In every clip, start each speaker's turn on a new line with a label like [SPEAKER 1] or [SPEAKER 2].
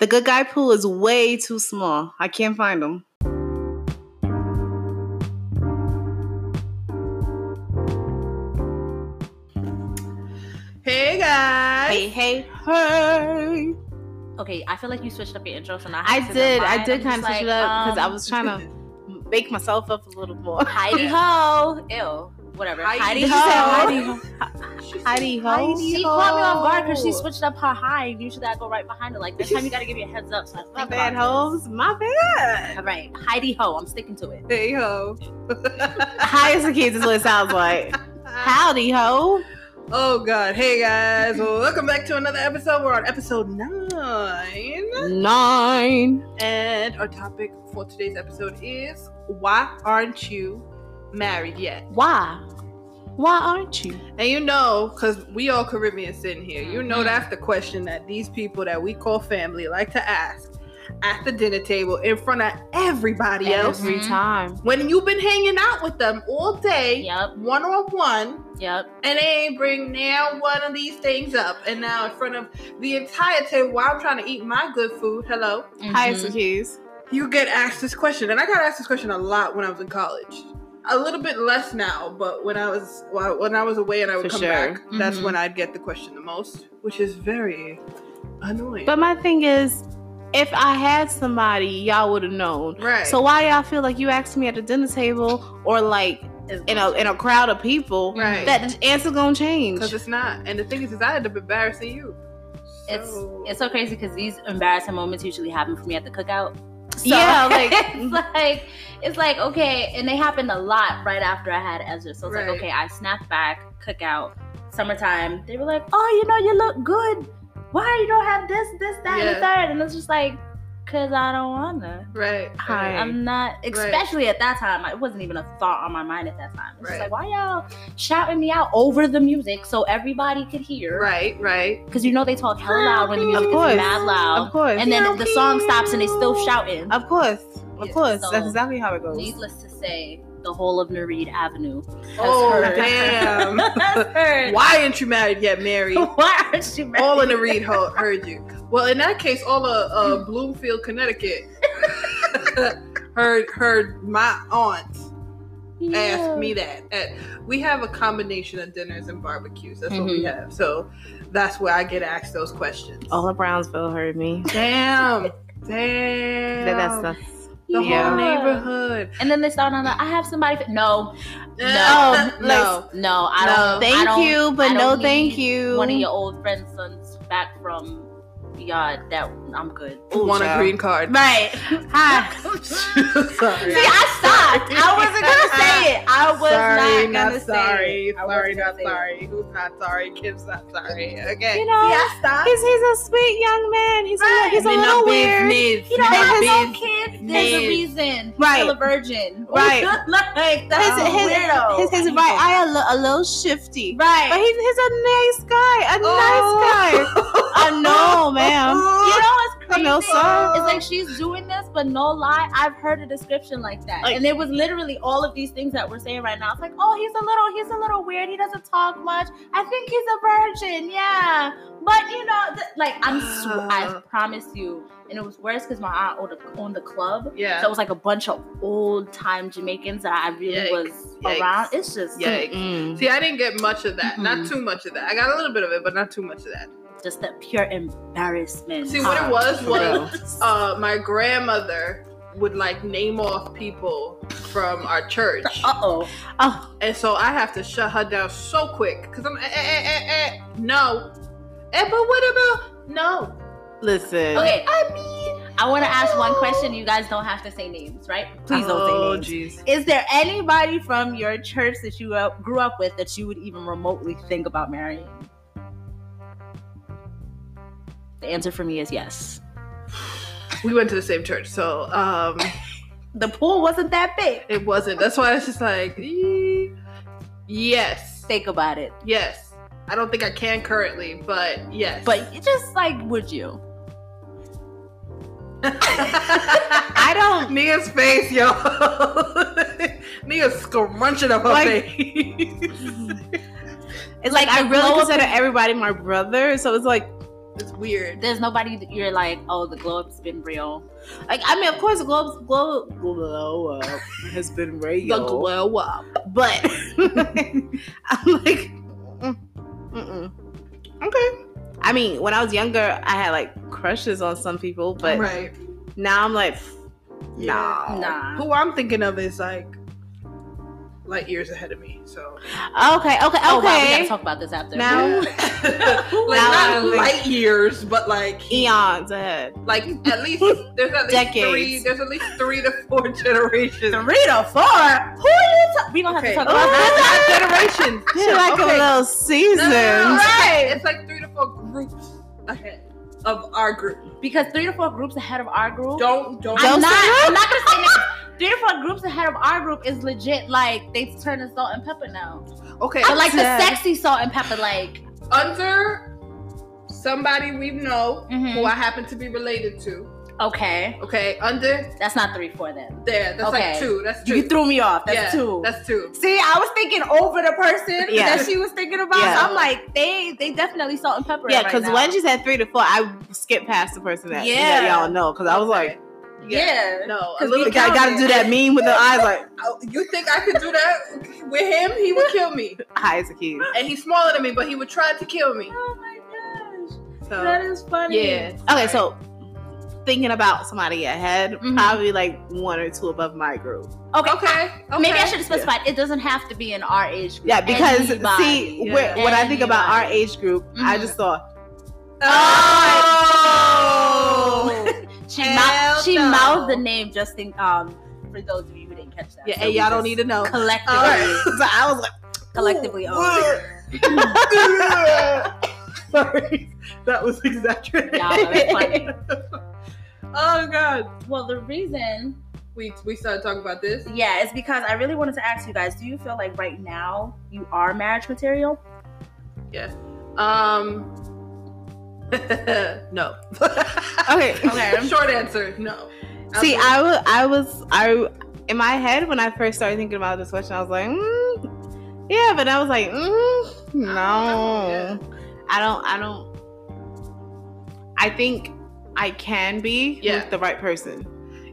[SPEAKER 1] The good guy pool is way too small. I can't find them.
[SPEAKER 2] Hey guys.
[SPEAKER 1] Hey, hey, hey.
[SPEAKER 3] Okay, I feel like you switched up your intro, so now
[SPEAKER 1] I
[SPEAKER 3] have to
[SPEAKER 1] did.
[SPEAKER 3] do
[SPEAKER 1] I
[SPEAKER 3] mine.
[SPEAKER 1] did
[SPEAKER 3] I'm
[SPEAKER 1] kind of
[SPEAKER 3] just
[SPEAKER 1] switch it
[SPEAKER 3] like,
[SPEAKER 1] up because I
[SPEAKER 3] um,
[SPEAKER 1] was trying to make myself up a little more.
[SPEAKER 3] Heidi ho, ew, whatever.
[SPEAKER 2] Heidi
[SPEAKER 3] Heidi,
[SPEAKER 2] ho.
[SPEAKER 3] ho.
[SPEAKER 1] Heidi ho.
[SPEAKER 2] Heidi
[SPEAKER 3] She caught me off guard because she switched up her high, and usually I go right behind her. Like this time, you gotta give me a heads up. So I think
[SPEAKER 1] My bad,
[SPEAKER 3] about
[SPEAKER 1] hoes. My bad.
[SPEAKER 3] this. All right, Heidi ho. I'm sticking to it.
[SPEAKER 2] Hey ho.
[SPEAKER 1] High as a kids is what it sounds like. Howdy ho.
[SPEAKER 2] Oh god. Hey guys. Welcome back to another episode. We're on episode nine.
[SPEAKER 1] Nine.
[SPEAKER 2] And our topic for today's episode is why aren't you married yet?
[SPEAKER 1] Why? Why aren't you?
[SPEAKER 2] And you know, because we all Caribbean sitting here, you know
[SPEAKER 3] Mhm.
[SPEAKER 2] that's the question that these people that we call family like to ask at the dinner table in front of everybody else.
[SPEAKER 1] Every
[SPEAKER 3] Mhm.
[SPEAKER 1] time.
[SPEAKER 2] When you've been hanging out with them all day,
[SPEAKER 3] Yep,
[SPEAKER 2] one on one,
[SPEAKER 3] yep.
[SPEAKER 2] and they ain't bring now one of these things up. And now in front of the entire table while I'm trying to eat my good food, hello,
[SPEAKER 1] High as
[SPEAKER 3] Mhm.
[SPEAKER 1] a kids.
[SPEAKER 2] you get asked this question. And I got asked this question a lot when I was in college. A little bit less now, but when I was well, when I was away and I would
[SPEAKER 1] For
[SPEAKER 2] come
[SPEAKER 1] sure. Mm-hmm.
[SPEAKER 2] back, that's
[SPEAKER 3] Mhm.
[SPEAKER 2] when I'd get the question the most, which is very annoying.
[SPEAKER 1] But my thing is, if I had somebody, y'all would have known.
[SPEAKER 2] right.
[SPEAKER 1] So why y'all feel like you asked me at the dinner table or like in a in a crowd of people
[SPEAKER 2] right.
[SPEAKER 1] that the answer's gonna change?
[SPEAKER 2] Because it's not. And the thing is, is I end up embarrassing you.
[SPEAKER 3] It's
[SPEAKER 2] So-
[SPEAKER 3] it's so crazy because these embarrassing moments usually happen for me at the cookout. So,
[SPEAKER 1] Yeah, like- mm,
[SPEAKER 3] it's like it's like okay, and they happened a lot right after I had Ezra. So it's
[SPEAKER 2] Right.
[SPEAKER 3] like okay, I snapped back, cookout, summertime. They were like, oh, you know, you look good. Why you don't have this, this, that, and the third? And it's just like, cause I don't wanna.
[SPEAKER 2] right.
[SPEAKER 1] Hi.
[SPEAKER 2] right.
[SPEAKER 3] I'm not, especially at that time. It wasn't even a thought on my mind at that time. It's just
[SPEAKER 2] Right.
[SPEAKER 3] like, why y'all shouting me out over the music so everybody could hear?
[SPEAKER 2] Right, right.
[SPEAKER 3] Because you know they talk hell loud when the music
[SPEAKER 1] Of course.
[SPEAKER 3] is mad loud.
[SPEAKER 1] Of course.
[SPEAKER 3] And then the song stops and they still shouting.
[SPEAKER 1] of course. Of
[SPEAKER 3] Yeah,
[SPEAKER 1] course.
[SPEAKER 3] so-
[SPEAKER 1] That's exactly how it goes.
[SPEAKER 3] Needless to say, the whole of Nareed Avenue has
[SPEAKER 2] Oh,
[SPEAKER 3] heard.
[SPEAKER 2] damn.
[SPEAKER 3] has heard.
[SPEAKER 2] Why ain't you married yet, Mary?
[SPEAKER 3] Why aren't you
[SPEAKER 2] all in the read ho- heard you. Well, in that case, all of uh, Bloomfield, Connecticut heard heard my aunt ask me that. At, we have a combination of dinners and barbecues. That's what we have. So that's where I get asked those questions.
[SPEAKER 1] All of Brownsville heard me.
[SPEAKER 2] Damn. Damn.
[SPEAKER 1] That- that's that's
[SPEAKER 2] the
[SPEAKER 1] yeah.
[SPEAKER 2] whole neighborhood.
[SPEAKER 3] And then they start on the, I have somebody. For-. No,
[SPEAKER 2] No,
[SPEAKER 3] No,
[SPEAKER 2] no.
[SPEAKER 3] no, I
[SPEAKER 2] No.
[SPEAKER 3] don't. I
[SPEAKER 1] thank
[SPEAKER 3] don't-
[SPEAKER 1] you,
[SPEAKER 3] I
[SPEAKER 1] but
[SPEAKER 3] don't
[SPEAKER 1] no thank
[SPEAKER 3] need
[SPEAKER 1] you.
[SPEAKER 3] One of your old friends' sons back from yard. That I'm good.
[SPEAKER 2] Want a
[SPEAKER 1] child.
[SPEAKER 2] green card.
[SPEAKER 3] Right. Hi.
[SPEAKER 2] Sorry.
[SPEAKER 3] See, I stopped. I wasn't gonna say it. I was
[SPEAKER 2] sorry,
[SPEAKER 3] not gonna say
[SPEAKER 2] sorry.
[SPEAKER 3] it. I
[SPEAKER 2] Sorry,
[SPEAKER 3] wasn't
[SPEAKER 2] not
[SPEAKER 3] gonna say it.
[SPEAKER 2] sorry. Who's not sorry? Kim's not sorry. Okay.
[SPEAKER 1] You know,
[SPEAKER 3] See, I stopped.
[SPEAKER 1] he's he's a sweet young man. He's
[SPEAKER 3] Right.
[SPEAKER 1] a, he's a
[SPEAKER 2] Men
[SPEAKER 1] little
[SPEAKER 2] of
[SPEAKER 1] weird.
[SPEAKER 2] business.
[SPEAKER 3] He don't
[SPEAKER 2] Men of
[SPEAKER 3] have no
[SPEAKER 2] business.
[SPEAKER 3] kids.
[SPEAKER 2] Biz.
[SPEAKER 3] There's a reason. He's
[SPEAKER 1] Right.
[SPEAKER 3] Still a virgin.
[SPEAKER 1] Right.
[SPEAKER 3] like
[SPEAKER 1] His,
[SPEAKER 3] that's a
[SPEAKER 1] his,
[SPEAKER 3] weirdo.
[SPEAKER 1] his, his
[SPEAKER 3] I need
[SPEAKER 1] right
[SPEAKER 3] to-
[SPEAKER 1] eye a, li- a little shifty.
[SPEAKER 3] Right. Oh.
[SPEAKER 1] But he's, he's a nice guy. A nice guy.
[SPEAKER 2] Oh.
[SPEAKER 1] I know, ma'am.
[SPEAKER 3] you know what's
[SPEAKER 1] I
[SPEAKER 3] crazy?
[SPEAKER 1] know, sir.
[SPEAKER 3] It's like she's doing this, but no lie, I've heard a description like that,
[SPEAKER 1] Like-
[SPEAKER 3] and it was literally all of these things that we're saying right now. It's like, oh, he's a little, he's a little weird. He doesn't talk much. I think he's a virgin, yeah. But you know, th- like I'm, sw- I promise you, and it was worse because my aunt owned, a- owned the club,
[SPEAKER 2] Yeah.
[SPEAKER 3] So it was like a bunch of old time Jamaicans that I really
[SPEAKER 2] Yikes.
[SPEAKER 3] was
[SPEAKER 2] Yikes.
[SPEAKER 3] around. It's just
[SPEAKER 2] Yikes. See, I didn't get much of that. Not
[SPEAKER 3] Mhm.
[SPEAKER 2] too much of that. I got a little bit of it, but not too much of that.
[SPEAKER 3] just that pure embarrassment.
[SPEAKER 2] See, what it was
[SPEAKER 1] For
[SPEAKER 2] was uh, my grandmother would like name off people from our church,
[SPEAKER 3] Uh oh.
[SPEAKER 1] Oh,
[SPEAKER 2] and so I have to shut her down so quick because I'm eh, eh, eh, eh, eh, no. Eh, but what about no?
[SPEAKER 1] listen.
[SPEAKER 3] Okay.
[SPEAKER 2] I mean,
[SPEAKER 3] I want to ask one question. You guys don't have to say names, right? Please don't
[SPEAKER 2] Oh,
[SPEAKER 3] say names.
[SPEAKER 2] jeez.
[SPEAKER 3] Is there anybody from your church that you uh, grew up with that you would even remotely think about marrying? The answer for me is yes.
[SPEAKER 2] We went to the same church, so um,
[SPEAKER 3] The pool wasn't that big.
[SPEAKER 2] it wasn't. That's why it's just like, eh. yes,
[SPEAKER 3] Think about it.
[SPEAKER 2] yes. I don't think I can currently, but yes.
[SPEAKER 3] But you just like, would you?
[SPEAKER 1] I don't.
[SPEAKER 2] Nia's face, yo. Nia scrunching up her
[SPEAKER 1] Like-
[SPEAKER 2] face.
[SPEAKER 1] It's like, I
[SPEAKER 3] the
[SPEAKER 1] really
[SPEAKER 3] glow up
[SPEAKER 1] consider everybody my brother, so it's like
[SPEAKER 2] It's weird.
[SPEAKER 3] There's nobody that you're like, oh, the glow up's been real.
[SPEAKER 1] Like I mean, of course, the glow glow glow up has been
[SPEAKER 2] The
[SPEAKER 1] real,
[SPEAKER 2] glow up.
[SPEAKER 1] but I'm like, mm, mm-mm. okay. I mean, when I was younger, I had like crushes on some people, but
[SPEAKER 2] right.
[SPEAKER 1] now I'm like,
[SPEAKER 2] Yeah.
[SPEAKER 1] nah,
[SPEAKER 3] Nah.
[SPEAKER 2] Who I'm thinking of is like light years ahead of me. So
[SPEAKER 1] Okay, okay, okay.
[SPEAKER 3] Oh, wow, we gotta talk about this after.
[SPEAKER 1] Now- No.
[SPEAKER 2] Yeah. like
[SPEAKER 1] Now-
[SPEAKER 2] not light years, but like
[SPEAKER 1] Eons ahead.
[SPEAKER 2] like at least there's at least
[SPEAKER 1] Decades.
[SPEAKER 2] three there's at least three to four generations.
[SPEAKER 1] Three to four.
[SPEAKER 3] Who are you ta- We don't
[SPEAKER 2] Okay.
[SPEAKER 3] have to talk about that.
[SPEAKER 1] Ooh.
[SPEAKER 2] Not generations.
[SPEAKER 1] She like
[SPEAKER 2] Okay.
[SPEAKER 1] a little seasoned.
[SPEAKER 2] No, no, no, no, it's like-
[SPEAKER 3] Right.
[SPEAKER 2] It's like three to four groups ahead of our group.
[SPEAKER 3] Because three to four groups ahead of our group.
[SPEAKER 2] Don't don't.
[SPEAKER 3] I'm
[SPEAKER 1] Don't
[SPEAKER 3] not.
[SPEAKER 1] say that.
[SPEAKER 3] I'm not gonna say that. Three to four groups ahead of our group is legit. Like they turn to salt and pepper now.
[SPEAKER 2] okay.
[SPEAKER 3] But like the
[SPEAKER 1] dead.
[SPEAKER 3] sexy salt and pepper, like
[SPEAKER 2] Under somebody we know
[SPEAKER 3] Mhm.
[SPEAKER 2] who I happen to be related to.
[SPEAKER 3] okay,
[SPEAKER 2] Okay. Under
[SPEAKER 3] that's not three four then.
[SPEAKER 2] there. That's
[SPEAKER 3] Okay.
[SPEAKER 2] like two. That's two.
[SPEAKER 3] You threw me off. That's
[SPEAKER 2] yeah,
[SPEAKER 3] two.
[SPEAKER 2] That's two.
[SPEAKER 3] See, I was thinking over the person
[SPEAKER 1] Yeah.
[SPEAKER 3] that she was thinking about.
[SPEAKER 1] Yeah.
[SPEAKER 3] I'm like, they they definitely salt and pepper. it
[SPEAKER 1] Yeah,
[SPEAKER 3] right
[SPEAKER 1] because
[SPEAKER 3] now.
[SPEAKER 1] when she said three to four, I skipped past the person that,
[SPEAKER 3] Yeah.
[SPEAKER 1] that y'all know. Because I was like,
[SPEAKER 3] yeah,
[SPEAKER 2] No, a
[SPEAKER 3] 'Cause
[SPEAKER 2] little
[SPEAKER 3] we
[SPEAKER 1] I gotta do that meme with the eyes, like
[SPEAKER 2] Oh, You think I could do that with him? He would kill me.
[SPEAKER 1] high as a key.
[SPEAKER 2] And he's smaller than me, but he would try to kill me.
[SPEAKER 3] Oh my gosh, that
[SPEAKER 2] So
[SPEAKER 3] is funny.
[SPEAKER 2] Oh. yeah.
[SPEAKER 1] Okay, so thinking about somebody ahead,
[SPEAKER 2] Mm-hmm.
[SPEAKER 3] Mhm.
[SPEAKER 1] probably like one or two above my group.
[SPEAKER 3] Okay.
[SPEAKER 2] okay. okay.
[SPEAKER 3] Maybe I should have specified it doesn't have to be in our age group.
[SPEAKER 1] Yeah, because see,
[SPEAKER 2] yeah.
[SPEAKER 1] where- when I think about our
[SPEAKER 3] Anybody.
[SPEAKER 1] age group, I
[SPEAKER 3] Mhm.
[SPEAKER 1] just
[SPEAKER 2] Mm-hmm.
[SPEAKER 1] thought,
[SPEAKER 2] Oh.
[SPEAKER 3] She, mou- she
[SPEAKER 2] Hell no.
[SPEAKER 3] mouthed the name just in um for those of you who didn't catch that.
[SPEAKER 1] yeah,
[SPEAKER 3] So
[SPEAKER 1] and
[SPEAKER 3] we
[SPEAKER 1] y'all don't
[SPEAKER 3] just
[SPEAKER 1] need to know.
[SPEAKER 3] collectively
[SPEAKER 1] All right. so I was like,
[SPEAKER 3] collectively
[SPEAKER 1] ooh,
[SPEAKER 3] owned.
[SPEAKER 1] Oh! Sorry, that was exaggerated.
[SPEAKER 3] Y'all are funny.
[SPEAKER 2] Oh God.
[SPEAKER 3] Well, the reason,
[SPEAKER 2] We we started talking about this.
[SPEAKER 3] yeah, is because I really wanted to ask you guys: Do you feel like right now you are marriage material?
[SPEAKER 2] Um. no.
[SPEAKER 1] okay,
[SPEAKER 3] Okay.
[SPEAKER 2] Short answer. No.
[SPEAKER 1] See,
[SPEAKER 2] Absolutely.
[SPEAKER 1] I was, I was, I in my head when I first started thinking about this question, I was like, mm, yeah, but I was like, mm,
[SPEAKER 2] know,
[SPEAKER 1] no, I don't, I don't. I think I can be
[SPEAKER 2] Yeah.
[SPEAKER 1] with the right person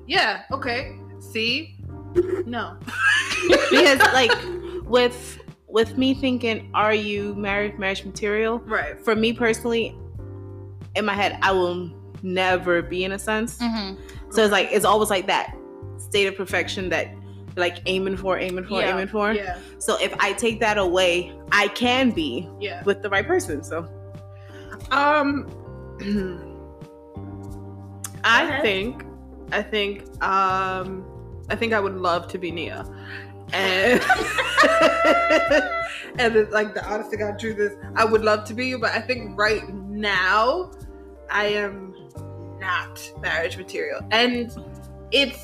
[SPEAKER 2] Yeah. Okay. See. No.
[SPEAKER 1] because, like, with with me thinking, are you marriage marriage material?
[SPEAKER 2] Right.
[SPEAKER 1] For me personally, in my head, I will never be in a sense.
[SPEAKER 3] Mm-hmm.
[SPEAKER 1] So it's like it's always like that state of perfection that like aiming for, aiming for,
[SPEAKER 3] Yeah,
[SPEAKER 1] aiming for.
[SPEAKER 2] Yeah.
[SPEAKER 1] So if I take that away, I can be
[SPEAKER 2] Yeah.
[SPEAKER 1] with the right person. So
[SPEAKER 2] Um.
[SPEAKER 1] I
[SPEAKER 3] Okay.
[SPEAKER 2] think. I think. Um. I think I would love to be Nia. And and it's like the honest to God truth is, I would love to be you, but I think right now, I am not marriage material, and it's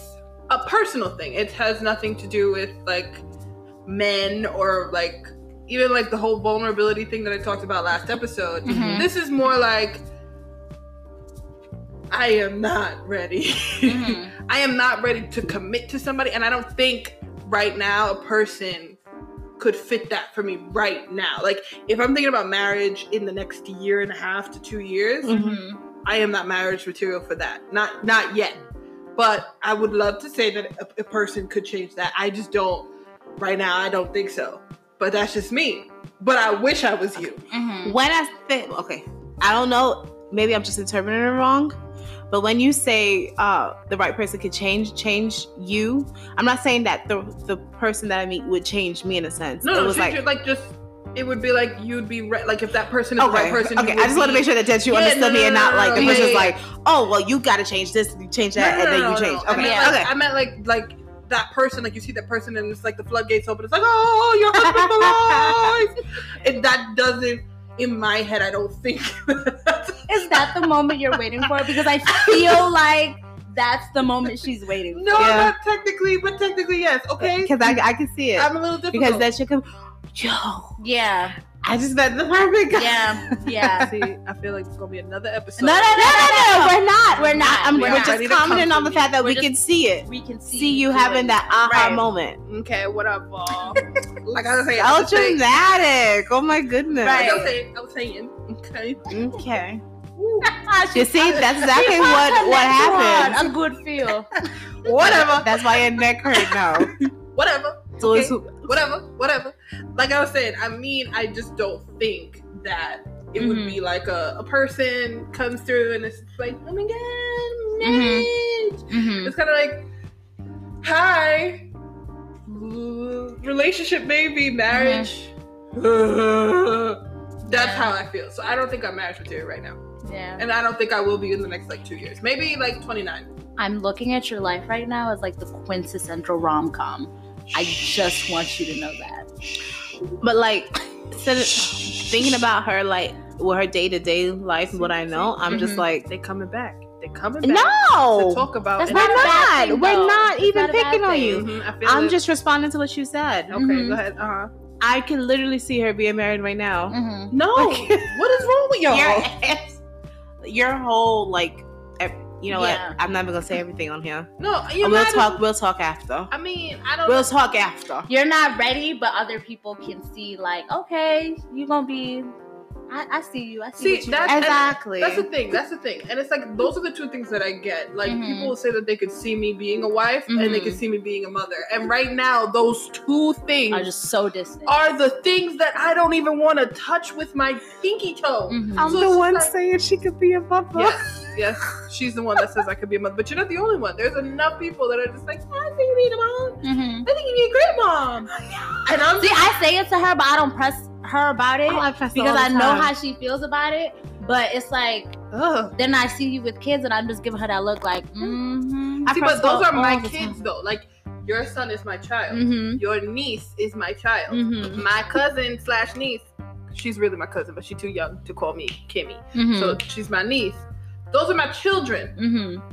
[SPEAKER 2] a personal thing. It has nothing to do with like men or like even like the whole vulnerability thing that I talked about last episode.
[SPEAKER 3] Mhm.
[SPEAKER 2] This is more like I am not ready.
[SPEAKER 3] mm-hmm,
[SPEAKER 2] I am not ready to commit to somebody, and I don't think right now a person could fit that for me right now. Like if I'm thinking about marriage in the next year and a half to two years,
[SPEAKER 3] Mm-hmm.
[SPEAKER 2] I am not marriage material for that. Not not yet. But I would love to say that a, a person could change that. I just don't right now. I don't think so. But that's just me. But I wish I was you.
[SPEAKER 3] Mm-hmm.
[SPEAKER 1] when I think, okay, I don't know, maybe I'm just interpreting it wrong. But when you say uh, the right person could change change you, I'm not saying that the the person that I meet would change me in a sense.
[SPEAKER 2] No, no,
[SPEAKER 1] it was
[SPEAKER 2] like,
[SPEAKER 1] like
[SPEAKER 2] like just it would be like you'd be re- like if that person is the
[SPEAKER 1] okay,
[SPEAKER 2] right person. you
[SPEAKER 1] okay.
[SPEAKER 2] would
[SPEAKER 1] I just want to
[SPEAKER 2] be-
[SPEAKER 1] make sure that, that you
[SPEAKER 2] Yeah,
[SPEAKER 1] understood
[SPEAKER 2] no,
[SPEAKER 1] me
[SPEAKER 2] no,
[SPEAKER 1] and
[SPEAKER 2] no,
[SPEAKER 1] not
[SPEAKER 2] no,
[SPEAKER 1] like
[SPEAKER 2] no,
[SPEAKER 1] the
[SPEAKER 2] yeah,
[SPEAKER 1] person's
[SPEAKER 2] yeah,
[SPEAKER 1] like, oh well, you got to change this, you change that, and then you change.
[SPEAKER 2] I
[SPEAKER 1] Okay,
[SPEAKER 2] meant,
[SPEAKER 1] okay.
[SPEAKER 2] like, I meant like like that person, like you see that person, and it's like the floodgates open. It's like, oh, your husband belongs. and that doesn't, in my head, I don't think.
[SPEAKER 3] Is that the moment you're waiting for? Because I feel like that's the moment she's waiting. for.
[SPEAKER 2] no,
[SPEAKER 1] Yeah.
[SPEAKER 2] not technically, but technically yes. Okay,
[SPEAKER 1] because I, I can see it.
[SPEAKER 2] I'm a little
[SPEAKER 1] because
[SPEAKER 2] difficult.
[SPEAKER 1] that shit could, yo,
[SPEAKER 3] Yeah.
[SPEAKER 1] I just met the perfect guy.
[SPEAKER 3] Yeah. Yeah.
[SPEAKER 2] see, I feel like it's gonna be another episode.
[SPEAKER 3] No, no, no, no, no.
[SPEAKER 1] we're not.
[SPEAKER 3] We're not.
[SPEAKER 1] I'm,
[SPEAKER 3] We
[SPEAKER 1] we're
[SPEAKER 3] are
[SPEAKER 2] ready
[SPEAKER 1] just
[SPEAKER 2] to come
[SPEAKER 1] commenting
[SPEAKER 2] to
[SPEAKER 1] on the
[SPEAKER 2] you.
[SPEAKER 1] fact that
[SPEAKER 3] We're
[SPEAKER 1] we
[SPEAKER 3] just-
[SPEAKER 1] can see it.
[SPEAKER 3] We can see,
[SPEAKER 1] See you having that aha
[SPEAKER 3] Right.
[SPEAKER 1] moment.
[SPEAKER 2] Okay, what up, all? like I was saying, I
[SPEAKER 1] Oh,
[SPEAKER 2] was saying,
[SPEAKER 1] dramatic. Oh my goodness.
[SPEAKER 2] like I
[SPEAKER 3] Right.
[SPEAKER 2] was saying, I was saying, okay.
[SPEAKER 1] Okay. You see, that's exactly what what happened.
[SPEAKER 3] A good feel.
[SPEAKER 2] Whatever.
[SPEAKER 1] That's why your neck hurt now.
[SPEAKER 2] Whatever.
[SPEAKER 1] So it's
[SPEAKER 2] Whatever. Whatever. Like I was saying, I mean, I just don't think that it would
[SPEAKER 3] Mhm.
[SPEAKER 2] be like a, a person comes through and it's like, oh my god,
[SPEAKER 3] Mhm.
[SPEAKER 2] marriage.
[SPEAKER 3] Mhm.
[SPEAKER 2] It's kind of like, hi, l- relationship, baby, marriage. That's how I feel. So I don't think I'm marriage material right now,
[SPEAKER 3] Yeah.
[SPEAKER 2] and I don't think I will be in the next like two years. Maybe like 29.
[SPEAKER 3] I'm looking at your life right now as like the quintessential rom com. I just want you to know that.
[SPEAKER 1] But like, instead of thinking about her, like with her day to day life, and what I know, I'm just
[SPEAKER 3] Mhm.
[SPEAKER 1] like,
[SPEAKER 2] They coming back. They coming back.
[SPEAKER 1] no,
[SPEAKER 2] To talk about.
[SPEAKER 3] That's
[SPEAKER 1] we're
[SPEAKER 2] and
[SPEAKER 3] not a bad
[SPEAKER 1] not.
[SPEAKER 3] thing,
[SPEAKER 1] we're
[SPEAKER 3] though.
[SPEAKER 1] not
[SPEAKER 3] It's
[SPEAKER 1] even
[SPEAKER 3] not a bad
[SPEAKER 1] picking on
[SPEAKER 3] thing.
[SPEAKER 2] I-
[SPEAKER 1] you.
[SPEAKER 2] Mhm, I feel
[SPEAKER 1] I'm
[SPEAKER 2] it.
[SPEAKER 1] just Mm-hmm. responding to what you said.
[SPEAKER 2] okay.
[SPEAKER 3] Mhm.
[SPEAKER 2] Go ahead. Uh-huh.
[SPEAKER 1] I can literally see her being married right now.
[SPEAKER 3] Mm-hmm.
[SPEAKER 2] No.
[SPEAKER 1] Like-
[SPEAKER 2] what is wrong with y'all?
[SPEAKER 1] Mm. Your ass- your whole like, ev- you know
[SPEAKER 3] Yeah.
[SPEAKER 1] what? I'm not even gonna say everything on here.
[SPEAKER 2] No. You
[SPEAKER 1] We'll
[SPEAKER 2] might as-
[SPEAKER 1] talk. We'll talk after.
[SPEAKER 2] I mean, I don't.
[SPEAKER 1] We'll talk after.
[SPEAKER 3] You're not ready, but other people can see like, okay, you gonna be. I, I see you. I see.
[SPEAKER 2] See,
[SPEAKER 3] what you
[SPEAKER 2] that's-
[SPEAKER 1] Exactly.
[SPEAKER 2] That's the thing. That's the thing. And it's like those are the two things that I get. Like
[SPEAKER 3] Mhm.
[SPEAKER 2] people will say that they could see me being a wife and they
[SPEAKER 3] Mhm.
[SPEAKER 2] could see me being a mother. And right now, those two things
[SPEAKER 3] are just so distant.
[SPEAKER 2] are the things that I don't even want to touch with my pinky toe.
[SPEAKER 3] Mhm.
[SPEAKER 1] I'm
[SPEAKER 2] So
[SPEAKER 1] the
[SPEAKER 2] it's
[SPEAKER 1] one
[SPEAKER 2] like-
[SPEAKER 1] saying she could be a mother.
[SPEAKER 2] Yes, yes. She's the one that says I could be a mother, but you're not the only one. There's enough people that are just like, I think you need a mom.
[SPEAKER 3] Mhm.
[SPEAKER 2] I think you need a great mom.
[SPEAKER 1] Oh,
[SPEAKER 2] And I'm
[SPEAKER 3] See, I say it to her, but I don't press her about it
[SPEAKER 1] Oh, I press it all
[SPEAKER 3] because
[SPEAKER 1] the
[SPEAKER 3] I know
[SPEAKER 1] time.
[SPEAKER 3] how she feels about it. But it's like
[SPEAKER 2] Ugh.
[SPEAKER 3] then I see you with kids, and I'm just giving her that look like, mm-hmm,
[SPEAKER 1] I
[SPEAKER 2] See,
[SPEAKER 1] press
[SPEAKER 2] but those
[SPEAKER 1] all-
[SPEAKER 2] are my
[SPEAKER 1] all the
[SPEAKER 2] kids
[SPEAKER 1] time.
[SPEAKER 2] though. Like your son is my child.
[SPEAKER 3] mm-hmm,
[SPEAKER 2] Your niece is my child.
[SPEAKER 3] mm-hmm,
[SPEAKER 2] my cousin slash niece. She's really my cousin, but she's too young to call me Kimmy.
[SPEAKER 3] mm-hmm,
[SPEAKER 2] So she's my niece. Those are my children.
[SPEAKER 3] mm-hmm.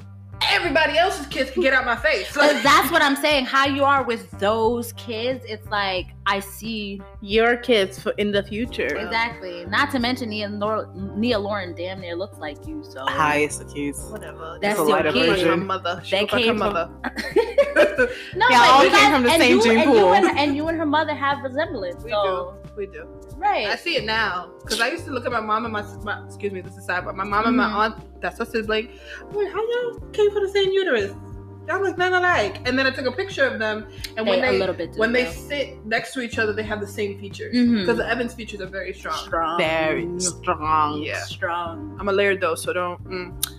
[SPEAKER 2] Everybody else's kids can get out my face.
[SPEAKER 3] But that's what I'm saying. How you are with those kids, it's like I see
[SPEAKER 1] Your kids for in the future.
[SPEAKER 3] exactly. Not to mention Nia, Nor- Nia Lauren damn near looks like you. So
[SPEAKER 1] Highest accused.
[SPEAKER 2] Whatever.
[SPEAKER 3] That's
[SPEAKER 2] Just
[SPEAKER 3] your
[SPEAKER 2] look
[SPEAKER 3] kid.
[SPEAKER 2] Like my mother. She
[SPEAKER 3] They
[SPEAKER 2] look like her
[SPEAKER 3] came from-
[SPEAKER 2] mother.
[SPEAKER 3] no,
[SPEAKER 1] They
[SPEAKER 3] but
[SPEAKER 1] all
[SPEAKER 3] you
[SPEAKER 1] came from the
[SPEAKER 3] and
[SPEAKER 1] same
[SPEAKER 3] you,
[SPEAKER 1] gene
[SPEAKER 3] and You
[SPEAKER 1] pool.
[SPEAKER 3] and, and you and her mother have resemblance.
[SPEAKER 2] We
[SPEAKER 3] so
[SPEAKER 2] we do.
[SPEAKER 3] right.
[SPEAKER 2] I see it now because I used to look at my mom and my, my excuse me, this is sad, but my mom and my
[SPEAKER 3] Mhm.
[SPEAKER 2] aunt, that's her sibling. I'm like, how y'all came from the same uterus? Y'all look none alike. And then I took a picture of them, and when
[SPEAKER 3] They a
[SPEAKER 2] they
[SPEAKER 3] little bit
[SPEAKER 2] when they
[SPEAKER 3] different.
[SPEAKER 2] sit next to each other, they have the same features
[SPEAKER 3] Mhm.
[SPEAKER 2] because the Evans features are very strong.
[SPEAKER 3] strong,
[SPEAKER 1] Very strong.
[SPEAKER 2] Yeah.
[SPEAKER 3] strong.
[SPEAKER 2] I'm a layered though, so don't. Mm.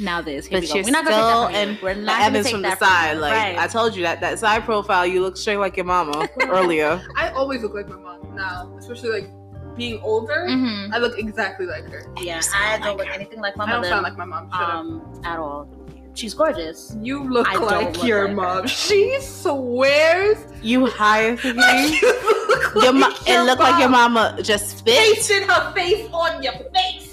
[SPEAKER 3] Now this, here
[SPEAKER 1] But
[SPEAKER 3] we go.
[SPEAKER 1] you're
[SPEAKER 3] We're not gonna
[SPEAKER 1] still
[SPEAKER 3] take that from you. We're not
[SPEAKER 1] Like
[SPEAKER 3] gonna
[SPEAKER 1] Evans
[SPEAKER 3] take
[SPEAKER 1] from the
[SPEAKER 3] that
[SPEAKER 1] side.
[SPEAKER 3] you.
[SPEAKER 1] Like
[SPEAKER 3] Right.
[SPEAKER 1] I told you that that side profile, you look straight like your mama earlier.
[SPEAKER 2] I always look like my mom now, especially like being older.
[SPEAKER 3] Mhm.
[SPEAKER 2] I look exactly like her.
[SPEAKER 3] Yeah,
[SPEAKER 1] sound
[SPEAKER 3] I don't
[SPEAKER 1] like "Oh
[SPEAKER 3] look
[SPEAKER 1] her.
[SPEAKER 3] anything like my
[SPEAKER 2] I don't
[SPEAKER 3] mother
[SPEAKER 2] sound like my mom. Shut up.
[SPEAKER 3] um, at all. She's gorgeous.
[SPEAKER 2] You look
[SPEAKER 3] um, I don't
[SPEAKER 2] like
[SPEAKER 3] look
[SPEAKER 2] your
[SPEAKER 3] like her.
[SPEAKER 2] mom. She swears
[SPEAKER 1] You highest
[SPEAKER 2] like
[SPEAKER 1] accused.
[SPEAKER 2] you look
[SPEAKER 1] Your
[SPEAKER 2] like
[SPEAKER 1] mo-
[SPEAKER 2] your
[SPEAKER 1] it looked like your
[SPEAKER 2] mom.
[SPEAKER 1] mama just spit.
[SPEAKER 2] Pasted her face on your face.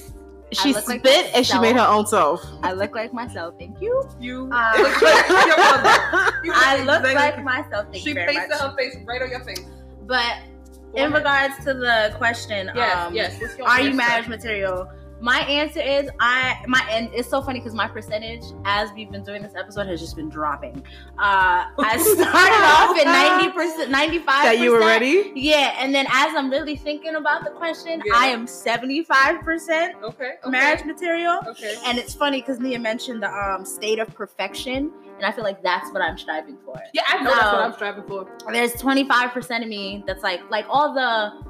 [SPEAKER 1] She
[SPEAKER 3] I look
[SPEAKER 1] spit
[SPEAKER 3] like
[SPEAKER 1] and she
[SPEAKER 3] myself.
[SPEAKER 1] made her own self.
[SPEAKER 3] I look like myself. Thank you.
[SPEAKER 2] You
[SPEAKER 3] Uh,
[SPEAKER 2] look like your mother. You
[SPEAKER 3] I look
[SPEAKER 2] exactly-
[SPEAKER 3] like myself. Thank
[SPEAKER 2] She
[SPEAKER 3] you very
[SPEAKER 2] pasted
[SPEAKER 3] much.
[SPEAKER 2] her face right on your face.
[SPEAKER 3] But in regards to the question,
[SPEAKER 2] yes,
[SPEAKER 3] um,
[SPEAKER 2] yes. What's your
[SPEAKER 3] are you
[SPEAKER 2] answer?
[SPEAKER 3] marriage material? My answer is I my and it's so funny because my percentage as we've been doing this episode has just been dropping. Uh, I started off at ninety percent, ninety five.
[SPEAKER 1] That you were ready?
[SPEAKER 3] Yeah, and then as I'm really thinking about the question,
[SPEAKER 2] Yeah.
[SPEAKER 3] I am 75%
[SPEAKER 2] Okay. okay.
[SPEAKER 3] marriage material.
[SPEAKER 2] Okay.
[SPEAKER 3] And it's funny because Nia mentioned the um, state of perfection, and I feel like that's what I'm striving for.
[SPEAKER 2] Yeah, I know that's
[SPEAKER 3] No.
[SPEAKER 2] what I'm striving for.
[SPEAKER 3] There's 25% of me that's like like all the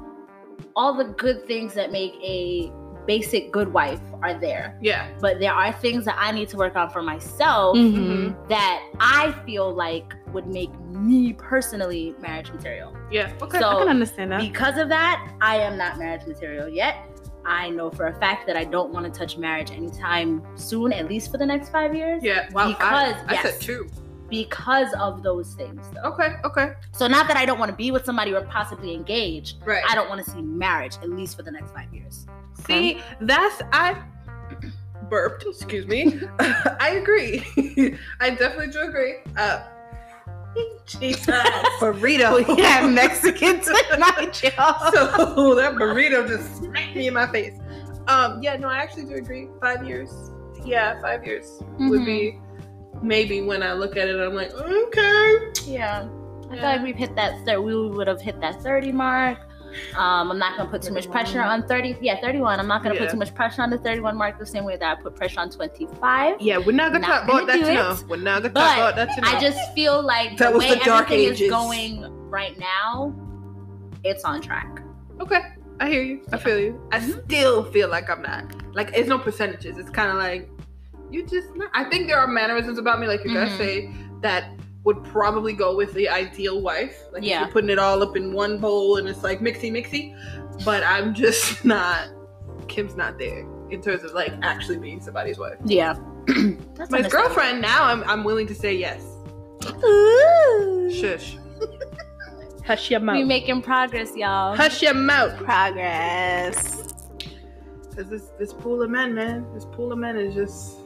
[SPEAKER 3] all the good things that make a basic good wife are there,
[SPEAKER 2] Yeah.
[SPEAKER 3] but there are things that I need to work on for myself
[SPEAKER 2] Mm-hmm.
[SPEAKER 1] Mhm.
[SPEAKER 3] that I feel like would make me personally marriage material.
[SPEAKER 2] Yeah. Okay.
[SPEAKER 3] So-
[SPEAKER 1] I can understand that.
[SPEAKER 3] Because of that, I am not marriage material yet. I know for a fact that I don't want to touch marriage anytime soon, at least for the next five years,
[SPEAKER 2] yeah. Wow.
[SPEAKER 3] because-
[SPEAKER 2] I, I
[SPEAKER 3] yes.
[SPEAKER 2] said two.
[SPEAKER 3] because of those things. Though.
[SPEAKER 2] Okay. Okay.
[SPEAKER 3] So, not that I don't want to be with somebody or possibly engage,
[SPEAKER 2] Right.
[SPEAKER 3] I don't want to see marriage, at least for the next five years.
[SPEAKER 2] See,
[SPEAKER 3] um,
[SPEAKER 2] that's I burped. Excuse me. I agree. I definitely do agree. Uh, Jesus. burrito.
[SPEAKER 1] We have Mexican tonight, y'all.
[SPEAKER 2] so that burrito just smacked me in my face. Um, yeah, no, I actually do agree. Five years. Yeah, five years
[SPEAKER 3] Mm-hmm.
[SPEAKER 2] would be maybe when I look at it. I'm like, okay. Mm-hmm.
[SPEAKER 3] Yeah. I feel
[SPEAKER 2] Yeah.
[SPEAKER 3] like we've hit that. Thir- we would have hit that thirty mark. Um, I'm not going to put too much pressure on 30. Yeah, 31. I'm not going to
[SPEAKER 2] Yeah.
[SPEAKER 3] put too much pressure on the 31 mark the same way that I put pressure on 25.
[SPEAKER 2] Yeah, we're not gonna
[SPEAKER 3] Not
[SPEAKER 2] talk about
[SPEAKER 3] gonna
[SPEAKER 2] that
[SPEAKER 3] do it,
[SPEAKER 2] now. We're not gonna
[SPEAKER 3] but
[SPEAKER 2] talk about that
[SPEAKER 3] I
[SPEAKER 2] tonight.
[SPEAKER 3] just feel like
[SPEAKER 2] That
[SPEAKER 3] the
[SPEAKER 2] was
[SPEAKER 3] way
[SPEAKER 2] the dark
[SPEAKER 3] everything
[SPEAKER 2] ages.
[SPEAKER 3] is going right now, it's on track.
[SPEAKER 2] Okay, I hear you. I feel you. I still feel like I'm not. Like it's no percentages. It's kind of like you just. Not. I think there are mannerisms about me, like you guys
[SPEAKER 3] Mhm.
[SPEAKER 2] say, that would probably go with the ideal wife. Like if
[SPEAKER 3] Yeah.
[SPEAKER 2] you're putting it all up in one bowl and it's like mixy mixy. But I'm just not. Kim's not there in terms of like actually being somebody's wife.
[SPEAKER 3] Yeah. That's
[SPEAKER 2] My
[SPEAKER 3] understandable.
[SPEAKER 2] girlfriend now. I'm I'm willing to say yes. Shush. Hush your
[SPEAKER 3] We making progress, y'all.
[SPEAKER 2] Hush your mouth.
[SPEAKER 1] Progress.
[SPEAKER 2] Cause this this pool of men, man, this pool of men is just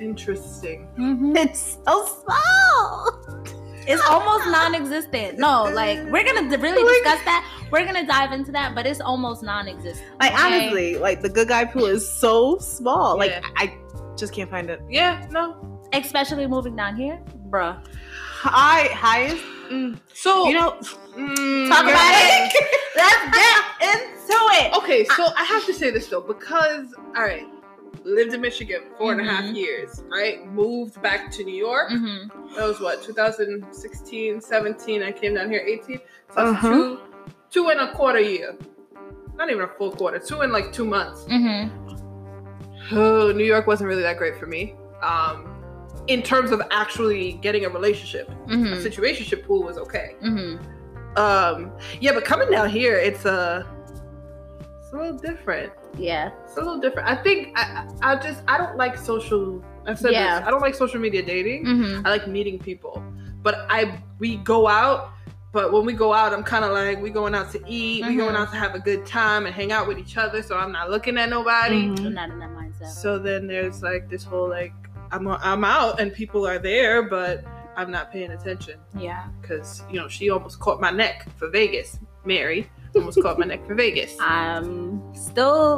[SPEAKER 2] interesting.
[SPEAKER 3] Mm-hmm.
[SPEAKER 1] It's so small.
[SPEAKER 3] It's almost non-existent. No, like we're gonna d- really discuss that. We're gonna dive into that, but it's almost non-existent.
[SPEAKER 1] Like
[SPEAKER 3] Okay.
[SPEAKER 1] honestly, like the good guy pool is so small. Like
[SPEAKER 2] Yeah.
[SPEAKER 1] I just can't find it.
[SPEAKER 2] Yeah, no.
[SPEAKER 3] Especially moving down here, bruh.
[SPEAKER 1] High highest. Mm.
[SPEAKER 2] So
[SPEAKER 1] You know,
[SPEAKER 2] mm,
[SPEAKER 1] talk
[SPEAKER 2] you're
[SPEAKER 1] about
[SPEAKER 2] right.
[SPEAKER 1] it.
[SPEAKER 3] Let's get into it.
[SPEAKER 2] Okay, so I have to say this though, because all right, lived in Michigan four and a half
[SPEAKER 1] Mm-hmm.
[SPEAKER 3] Mhm.
[SPEAKER 2] years, right? Moved back to New York.
[SPEAKER 3] hmm
[SPEAKER 2] That was what 2016, 17. I came down here 18. So that's
[SPEAKER 1] Uh-huh.
[SPEAKER 2] two, two and a quarter year. Not even a full quarter. Two and like two months.
[SPEAKER 3] hmm
[SPEAKER 2] Oh, New York wasn't really that great for me. Um, in terms of actually getting a relationship, a
[SPEAKER 3] hmm
[SPEAKER 2] situationship pool was okay.
[SPEAKER 3] hmm
[SPEAKER 2] Um, yeah, but coming down here, it's a, it's a little different.
[SPEAKER 3] Yeah.
[SPEAKER 2] It's a little different. I think I, I I just I don't like social. I've said
[SPEAKER 3] Yeah.
[SPEAKER 2] this. I don't like social media dating.
[SPEAKER 3] hmm
[SPEAKER 2] I like meeting people, but I we go out. But when we go out, I'm kind of like we going out to eat. We
[SPEAKER 3] Mhm.
[SPEAKER 2] going out to have a good time and hang out with each other. So I'm not looking at nobody.
[SPEAKER 3] I'm not in that mindset.
[SPEAKER 2] So then there's like this whole like I'm I'm out and people are there, but I'm not paying attention
[SPEAKER 3] Yeah.
[SPEAKER 2] because you know she almost caught my neck for Vegas. Mary almost caught my neck for Vegas.
[SPEAKER 3] I'm still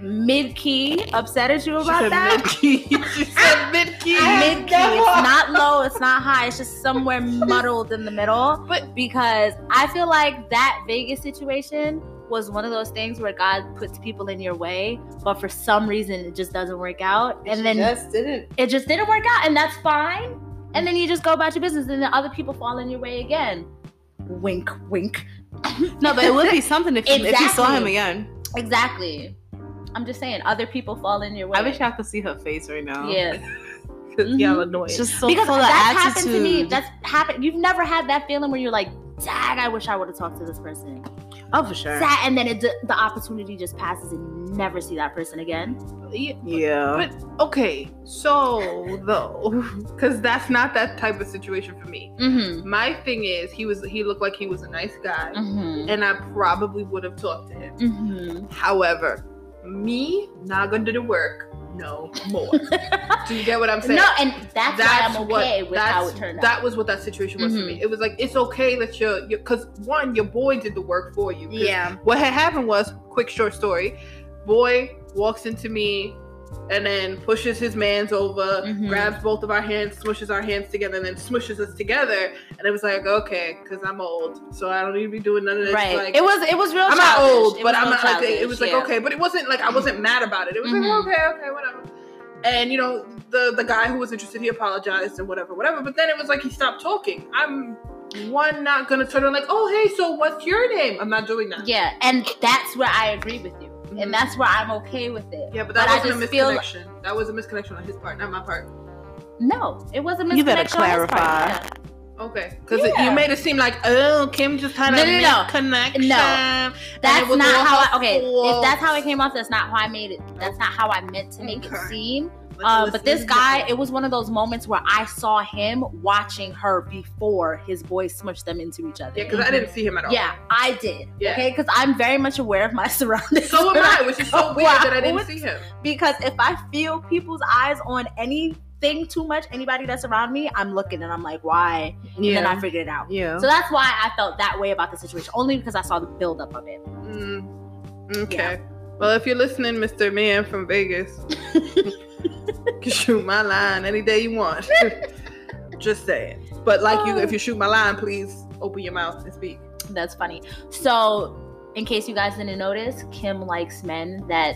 [SPEAKER 3] mid-key upset at
[SPEAKER 2] She
[SPEAKER 3] you Oh, about
[SPEAKER 2] said
[SPEAKER 3] that.
[SPEAKER 2] mid-key. she
[SPEAKER 1] Ah!
[SPEAKER 2] said mid-key.
[SPEAKER 3] mid key. It's not low. It's not high. It's just somewhere muddled in the middle.
[SPEAKER 2] But-
[SPEAKER 3] because I feel like that Vegas situation was one of those things where God puts people in your way, but for some reason it just doesn't work out, and then
[SPEAKER 1] just didn't.
[SPEAKER 3] it just didn't work out, and that's fine. And then you just go about your business, and then other people fall in your way again. Wink, wink.
[SPEAKER 1] No, but it would be something if you, if you saw him
[SPEAKER 3] Exactly.
[SPEAKER 1] again.
[SPEAKER 3] Exactly. I'm just saying, other people fall in your way.
[SPEAKER 1] I wish y'all could see her face right now.
[SPEAKER 3] Yeah. Mm-hmm.
[SPEAKER 2] Y'all annoying.
[SPEAKER 1] It's just so
[SPEAKER 3] because
[SPEAKER 1] full of
[SPEAKER 3] that's
[SPEAKER 1] attitude.
[SPEAKER 3] happened to me. That's happened. You've never had that feeling where you're like, "Dag, I wish I would have talked to this person."
[SPEAKER 1] oh, for sure.
[SPEAKER 3] That, and then it, the opportunity just passes, and you never see that person again.
[SPEAKER 2] Yeah,
[SPEAKER 1] Yeah.
[SPEAKER 2] okay, so though, because that's not that type of situation for me.
[SPEAKER 3] Mm-hmm.
[SPEAKER 2] My thing is, he was he looked like he was a nice guy,
[SPEAKER 3] Mm-hmm.
[SPEAKER 2] and I probably would have talked to him.
[SPEAKER 3] Mm-hmm.
[SPEAKER 2] However, me not gonna do the work no more. do you get what I'm saying?
[SPEAKER 3] No, and that's,
[SPEAKER 2] That's
[SPEAKER 3] why I'm
[SPEAKER 2] what-
[SPEAKER 3] okay with how
[SPEAKER 2] that's-
[SPEAKER 3] it turned out. Mm-hmm.
[SPEAKER 2] That was what that situation was for me. It was like it's okay that you're because one, your boy did the work for you. 'Cause What had happened was, quick short story, boy walks into me and then pushes his man's over,
[SPEAKER 3] Mhm.
[SPEAKER 2] grabs both of our hands, smushes our hands together, and then smushes us together. And it was like, okay, because I'm old, so I don't need to be doing none of this.
[SPEAKER 3] right.
[SPEAKER 2] Like,
[SPEAKER 3] it was. It was real.
[SPEAKER 2] I'm not
[SPEAKER 3] childish.
[SPEAKER 2] old,
[SPEAKER 3] It
[SPEAKER 2] but
[SPEAKER 3] was
[SPEAKER 2] I'm
[SPEAKER 3] real
[SPEAKER 2] not like it
[SPEAKER 3] childish,
[SPEAKER 2] was like
[SPEAKER 3] yeah.
[SPEAKER 2] okay, but it wasn't like I wasn't mad about it. It was
[SPEAKER 3] Mhm.
[SPEAKER 2] like okay, okay, whatever. And you know, the the guy who was interested, he apologized and whatever, whatever. But then it was like he stopped talking. I'm one not gonna turn on like, oh hey, so what's your name? I'm not doing that.
[SPEAKER 3] Yeah, and that's where I agree with you,
[SPEAKER 2] Mhm.
[SPEAKER 3] and that's where I'm okay with it.
[SPEAKER 2] Yeah, but that
[SPEAKER 3] But I
[SPEAKER 2] wasn't a
[SPEAKER 3] just feel-
[SPEAKER 2] misconnection. that was a misconnection on his part, not my part.
[SPEAKER 3] No, it wasn't.
[SPEAKER 1] You better clarify.
[SPEAKER 2] Okay, because
[SPEAKER 3] Yeah.
[SPEAKER 2] you made it seem like oh Kim just had
[SPEAKER 3] No,
[SPEAKER 2] a
[SPEAKER 3] no, no.
[SPEAKER 2] misconnection.
[SPEAKER 3] No.
[SPEAKER 2] And it
[SPEAKER 3] That's
[SPEAKER 2] was all
[SPEAKER 3] not how I okay.
[SPEAKER 2] false.
[SPEAKER 3] If that's how it came off, that's not how I made it. That's not how I meant to make
[SPEAKER 2] Okay.
[SPEAKER 3] it seem.
[SPEAKER 2] Let's
[SPEAKER 3] Uh, but this
[SPEAKER 2] listen.
[SPEAKER 3] guy, it was one of those moments where I saw him watching her before his boys smushed them into each other.
[SPEAKER 2] yeah, because I didn't see him at all.
[SPEAKER 3] Yeah, I did.
[SPEAKER 2] Yeah.
[SPEAKER 3] Okay, because I'm very much aware of my surroundings.
[SPEAKER 2] So am I, which is so weird that I didn't
[SPEAKER 3] What?
[SPEAKER 2] see him.
[SPEAKER 3] Because if I feel people's eyes on anything too much, anybody that's around me, I'm looking and I'm like, why? And then I figured it out.
[SPEAKER 1] yeah.
[SPEAKER 3] So that's why I felt that way about the situation, only because I saw the buildup of it.
[SPEAKER 2] Mm, okay. Well, if you're listening, Mr. Man from Vegas, you can shoot my line any day you want. Just saying. Um, But like you, if you shoot my line, please open your mouth and speak.
[SPEAKER 3] That's funny. So in case you guys didn't notice, Kim likes men that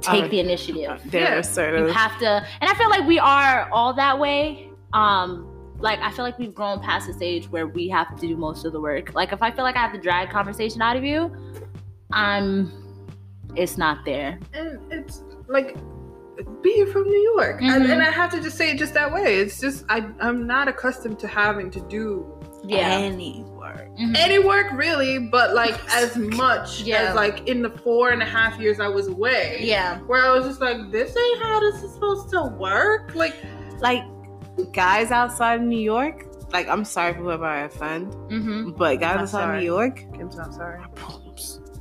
[SPEAKER 3] take
[SPEAKER 1] Are-
[SPEAKER 3] the initiative.
[SPEAKER 1] They're
[SPEAKER 2] Yeah.
[SPEAKER 3] You
[SPEAKER 1] assertive.
[SPEAKER 3] have to, and I feel like we are all that way. Um, like I feel like we've grown past the stage where we have to do most of the work. Like if I feel like I have to drag conversation out of you, I'm, it's not there.
[SPEAKER 2] and it's like being from New York, and,
[SPEAKER 3] Mhm.
[SPEAKER 2] and I have to just say it just that way. It's just I I'm not accustomed to having to do
[SPEAKER 3] Yeah.
[SPEAKER 1] Any word.
[SPEAKER 3] Mhm.
[SPEAKER 2] any work really, but like as much
[SPEAKER 3] Yeah.
[SPEAKER 2] as like in the four and a half years I was away.
[SPEAKER 3] yeah.
[SPEAKER 2] Where I was just like, this ain't how this is supposed to work. Like,
[SPEAKER 1] Like guys outside of New York. Like I'm sorry for whoever I offend,
[SPEAKER 3] hmm
[SPEAKER 1] but guys
[SPEAKER 2] I'm
[SPEAKER 1] outside
[SPEAKER 2] sorry.
[SPEAKER 1] of New York,
[SPEAKER 2] Kim's not sorry,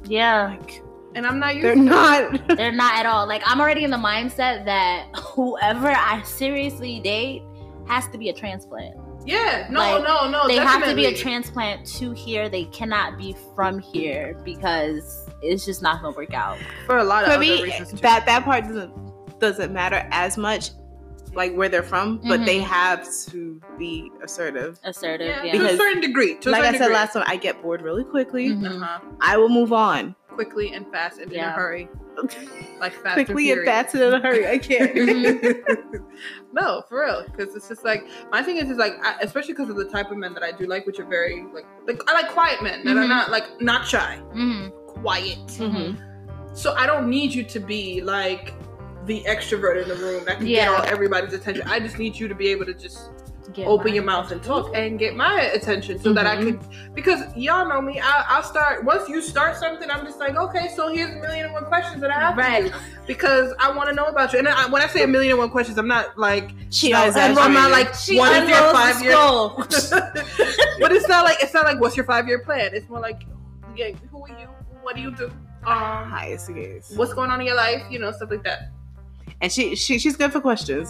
[SPEAKER 3] Yeah.
[SPEAKER 1] like
[SPEAKER 2] and I'm not used.
[SPEAKER 1] they're
[SPEAKER 2] to
[SPEAKER 1] not.
[SPEAKER 3] They're not at all. Like I'm already in the mindset that whoever I seriously date has to be a transplant.
[SPEAKER 2] Yeah, no,
[SPEAKER 3] Like,
[SPEAKER 2] no, no.
[SPEAKER 3] they have to be a
[SPEAKER 2] Oh, definitely.
[SPEAKER 3] transplant to here. They cannot be from here because it's just not gonna work out.
[SPEAKER 2] for a lot of
[SPEAKER 1] For
[SPEAKER 2] other
[SPEAKER 1] me,
[SPEAKER 2] reasons too.
[SPEAKER 1] that that part doesn't doesn't matter as much, like where they're from, but
[SPEAKER 3] Mhm.
[SPEAKER 1] they
[SPEAKER 2] Mm-hmm.
[SPEAKER 1] have to be assertive.
[SPEAKER 3] Assertive,
[SPEAKER 2] yeah,
[SPEAKER 3] yeah.
[SPEAKER 2] to a
[SPEAKER 1] Because-
[SPEAKER 2] certain degree. To a
[SPEAKER 1] like I
[SPEAKER 2] certain
[SPEAKER 1] said last time, I get bored really quickly.
[SPEAKER 3] Mhm.
[SPEAKER 2] degree. uh-huh.
[SPEAKER 1] I will move on
[SPEAKER 2] quickly and fast and in a
[SPEAKER 3] Yeah.
[SPEAKER 2] hurry, like fast
[SPEAKER 1] quickly
[SPEAKER 2] and
[SPEAKER 1] and
[SPEAKER 2] furious.
[SPEAKER 1] fast and in a hurry. I
[SPEAKER 2] Mm-hmm.
[SPEAKER 3] Mm-hmm.
[SPEAKER 1] can't.
[SPEAKER 2] No, for real, because it's just like my thing is is like I, especially because of the type of men that I do like, which are very like like I like quiet men that are
[SPEAKER 3] Mhm.
[SPEAKER 2] not like not shy,
[SPEAKER 3] Mhm.
[SPEAKER 2] quiet. Mm-hmm.
[SPEAKER 1] Mhm.
[SPEAKER 2] So I don't need you to be like the extrovert in the room that can
[SPEAKER 3] Yeah.
[SPEAKER 2] get all everybody's attention. I just need you to be able to just
[SPEAKER 3] Get
[SPEAKER 2] open
[SPEAKER 3] my-
[SPEAKER 2] your mouth and talk and get my attention so that I
[SPEAKER 1] Mhm.
[SPEAKER 2] could because y'all know me. I, I'll start once you start something. I'm just like, okay, so here's a million and one questions that I have for
[SPEAKER 3] Right.
[SPEAKER 2] you because I want to know about you. And I, when I say a million and one questions, I'm not like
[SPEAKER 1] She
[SPEAKER 2] No,
[SPEAKER 1] knows that
[SPEAKER 2] and I'm not
[SPEAKER 1] already.
[SPEAKER 2] like
[SPEAKER 3] She
[SPEAKER 2] what is
[SPEAKER 3] unrolls
[SPEAKER 2] your
[SPEAKER 3] the
[SPEAKER 2] five year
[SPEAKER 3] scroll.
[SPEAKER 2] but it's not like it's not like what's your five year plan. It's more like, yeah, who are you? What do you do? Um,
[SPEAKER 1] Hi, it's Gaze.
[SPEAKER 2] what's going on in your life? You know, stuff like that.
[SPEAKER 1] And she, she she's good for questions.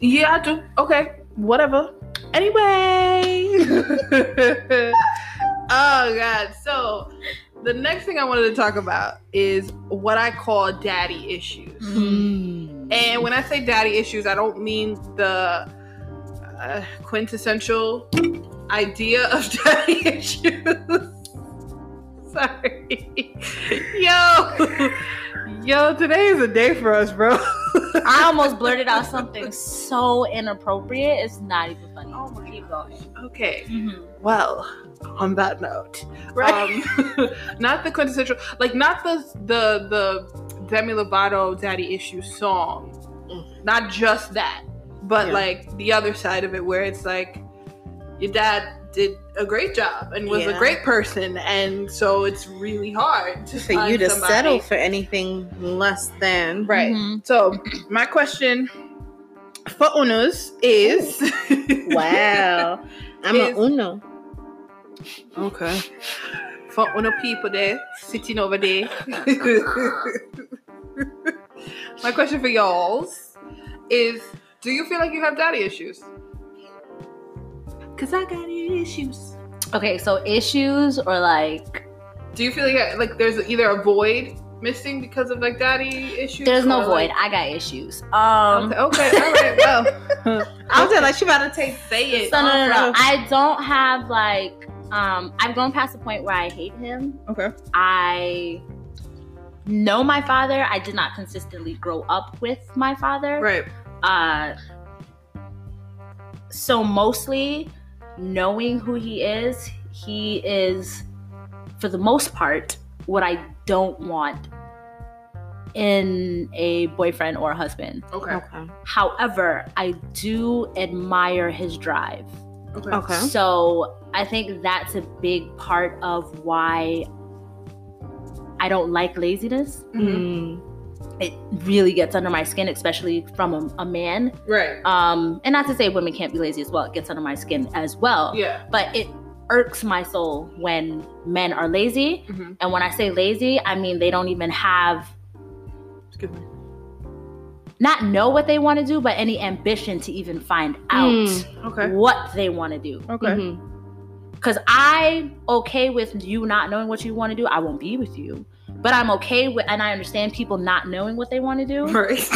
[SPEAKER 2] Yeah, I do. Okay, whatever. Anyway. oh God. So the next thing I wanted to talk about is what I call daddy issues. And when I say daddy issues, I don't mean the uh, quintessential idea of daddy issues. Sorry. Yo. Yo, today is a day for us, bro.
[SPEAKER 3] I almost blurted out something so inappropriate. It's not even funny. Oh my Keep going.
[SPEAKER 2] okay.
[SPEAKER 3] Mhm.
[SPEAKER 2] Well, on that note,
[SPEAKER 3] Right.
[SPEAKER 2] um, not the quintessential, like not the the the Demi Lovato daddy issue song. Not just that, but
[SPEAKER 1] Mm. Yeah.
[SPEAKER 2] like the other side of it where it's like your dad did a great job and was a
[SPEAKER 1] Yeah.
[SPEAKER 2] great person and so it's really hard to
[SPEAKER 1] For
[SPEAKER 2] find
[SPEAKER 1] you to
[SPEAKER 2] somebody.
[SPEAKER 1] settle for anything less than
[SPEAKER 2] Right.
[SPEAKER 3] Mhm.
[SPEAKER 2] So my question for Unos is
[SPEAKER 1] Wow. I'm
[SPEAKER 2] Is-
[SPEAKER 1] a uno.
[SPEAKER 2] Okay. For uno people there sitting over there. My question for y'all's is do you feel like you have daddy issues? Cause I got issues.
[SPEAKER 3] Mm-hmm. Okay, so issues or like
[SPEAKER 2] Do you feel like like there's either a void missing because of like daddy issues?
[SPEAKER 3] there's no
[SPEAKER 2] or,
[SPEAKER 3] void.
[SPEAKER 2] like-
[SPEAKER 3] I got issues. Um
[SPEAKER 2] Okay, okay, all right, well.
[SPEAKER 1] I was like, she about to take.
[SPEAKER 2] Say it.
[SPEAKER 3] So no, no, no.
[SPEAKER 1] Off-road.
[SPEAKER 3] I don't have like um I've grown past the point where I hate him.
[SPEAKER 2] Okay.
[SPEAKER 3] I know my father. I did not consistently grow up with my father.
[SPEAKER 2] Right.
[SPEAKER 3] Uh so mostly knowing who he is, he is for the most part what I don't want in a boyfriend or a husband.
[SPEAKER 2] Okay.
[SPEAKER 1] Okay.
[SPEAKER 3] However, I do admire his drive.
[SPEAKER 2] Okay.
[SPEAKER 1] Okay.
[SPEAKER 3] So I think that's a big part of why I don't like laziness.
[SPEAKER 1] Mm-hmm.
[SPEAKER 2] Mhm.
[SPEAKER 3] It really gets under my skin, especially from a, a man.
[SPEAKER 2] Right.
[SPEAKER 3] Um, and not to say women can't be lazy as well, it gets under my skin as well.
[SPEAKER 2] Yeah.
[SPEAKER 3] But it irks my soul when men are lazy.
[SPEAKER 2] Mhm.
[SPEAKER 3] And when I say lazy, I mean they don't even have
[SPEAKER 2] Excuse me.
[SPEAKER 3] not know what they want to do, but any ambition to even find out
[SPEAKER 1] Mm.
[SPEAKER 2] Okay.
[SPEAKER 3] what they want to do.
[SPEAKER 2] Okay.
[SPEAKER 1] Mhm.
[SPEAKER 3] Cause I okay with you not knowing what you want to do. I won't be with you. But I'm okay with, and I understand people not knowing what they want to do.
[SPEAKER 2] Right.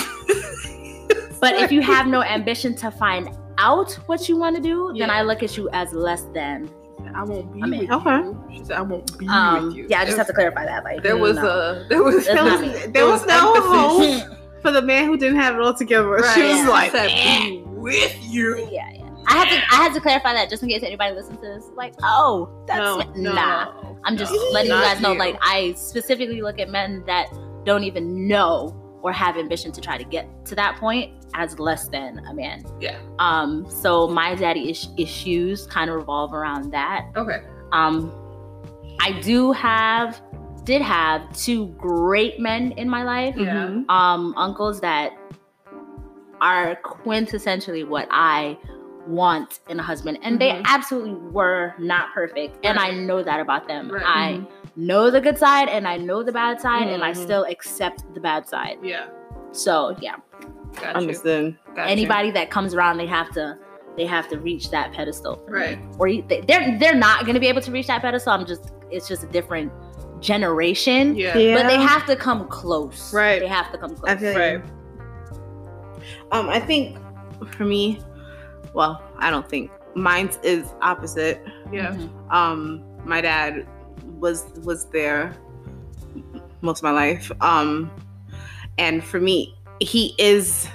[SPEAKER 3] But if you have no ambition to find out what you want to do, then
[SPEAKER 2] Yeah.
[SPEAKER 3] I look at you as less than.
[SPEAKER 2] I won't be
[SPEAKER 3] I mean,
[SPEAKER 2] with
[SPEAKER 1] okay.
[SPEAKER 2] you. She said, I won't be
[SPEAKER 3] Um,
[SPEAKER 2] with you.
[SPEAKER 3] yeah, I just
[SPEAKER 2] There-
[SPEAKER 3] have to clarify that. Like
[SPEAKER 1] Mm,
[SPEAKER 2] There was
[SPEAKER 3] no.
[SPEAKER 2] a there was
[SPEAKER 3] That's
[SPEAKER 1] There
[SPEAKER 3] not-
[SPEAKER 1] was, there was no hope for the man who didn't have it all together. She was
[SPEAKER 3] yeah.
[SPEAKER 1] like,
[SPEAKER 2] said,
[SPEAKER 1] "Eh."
[SPEAKER 2] be with you.
[SPEAKER 3] yeah, yeah. I had to I had to clarify that just in case anybody listens to this. Like, oh, that's
[SPEAKER 2] no, no,
[SPEAKER 3] nah. I'm just
[SPEAKER 2] no,
[SPEAKER 3] letting you
[SPEAKER 2] not
[SPEAKER 3] guys know. Like, I specifically look at men that don't even know or have ambition to try to get to that point as less than a man.
[SPEAKER 2] Yeah.
[SPEAKER 3] Um. So my daddy is- issues kind of revolve around that.
[SPEAKER 2] okay.
[SPEAKER 3] Um, I do have, did have two great men in my life.
[SPEAKER 2] Yeah. Mm-hmm.
[SPEAKER 1] Mhm.
[SPEAKER 3] Um, uncles that are quintessentially what I want in a husband, and
[SPEAKER 2] Mhm.
[SPEAKER 3] they absolutely were not perfect, and I know that about them.
[SPEAKER 2] Right. Mm-hmm.
[SPEAKER 3] I know the good side, and I know the bad side, and I
[SPEAKER 1] Mhm.
[SPEAKER 3] still accept the bad side.
[SPEAKER 2] Yeah.
[SPEAKER 3] So yeah,
[SPEAKER 2] Gotcha.
[SPEAKER 1] Understood.
[SPEAKER 2] Gotcha.
[SPEAKER 3] anybody that comes around, they have to. They have to reach that pedestal for me
[SPEAKER 2] Right.
[SPEAKER 3] or you- they- they're they're not going to be able to reach that pedestal. I'm just it's just a different generation,
[SPEAKER 2] Yeah.
[SPEAKER 3] but they have to come close.
[SPEAKER 1] Right.
[SPEAKER 3] They have to come close.
[SPEAKER 1] I feel
[SPEAKER 2] Right.
[SPEAKER 1] you. Um, I think for me, well, I don't think mine's is opposite.
[SPEAKER 2] Yeah.
[SPEAKER 3] Mhm.
[SPEAKER 1] um my dad was was there most of my life um and for me he is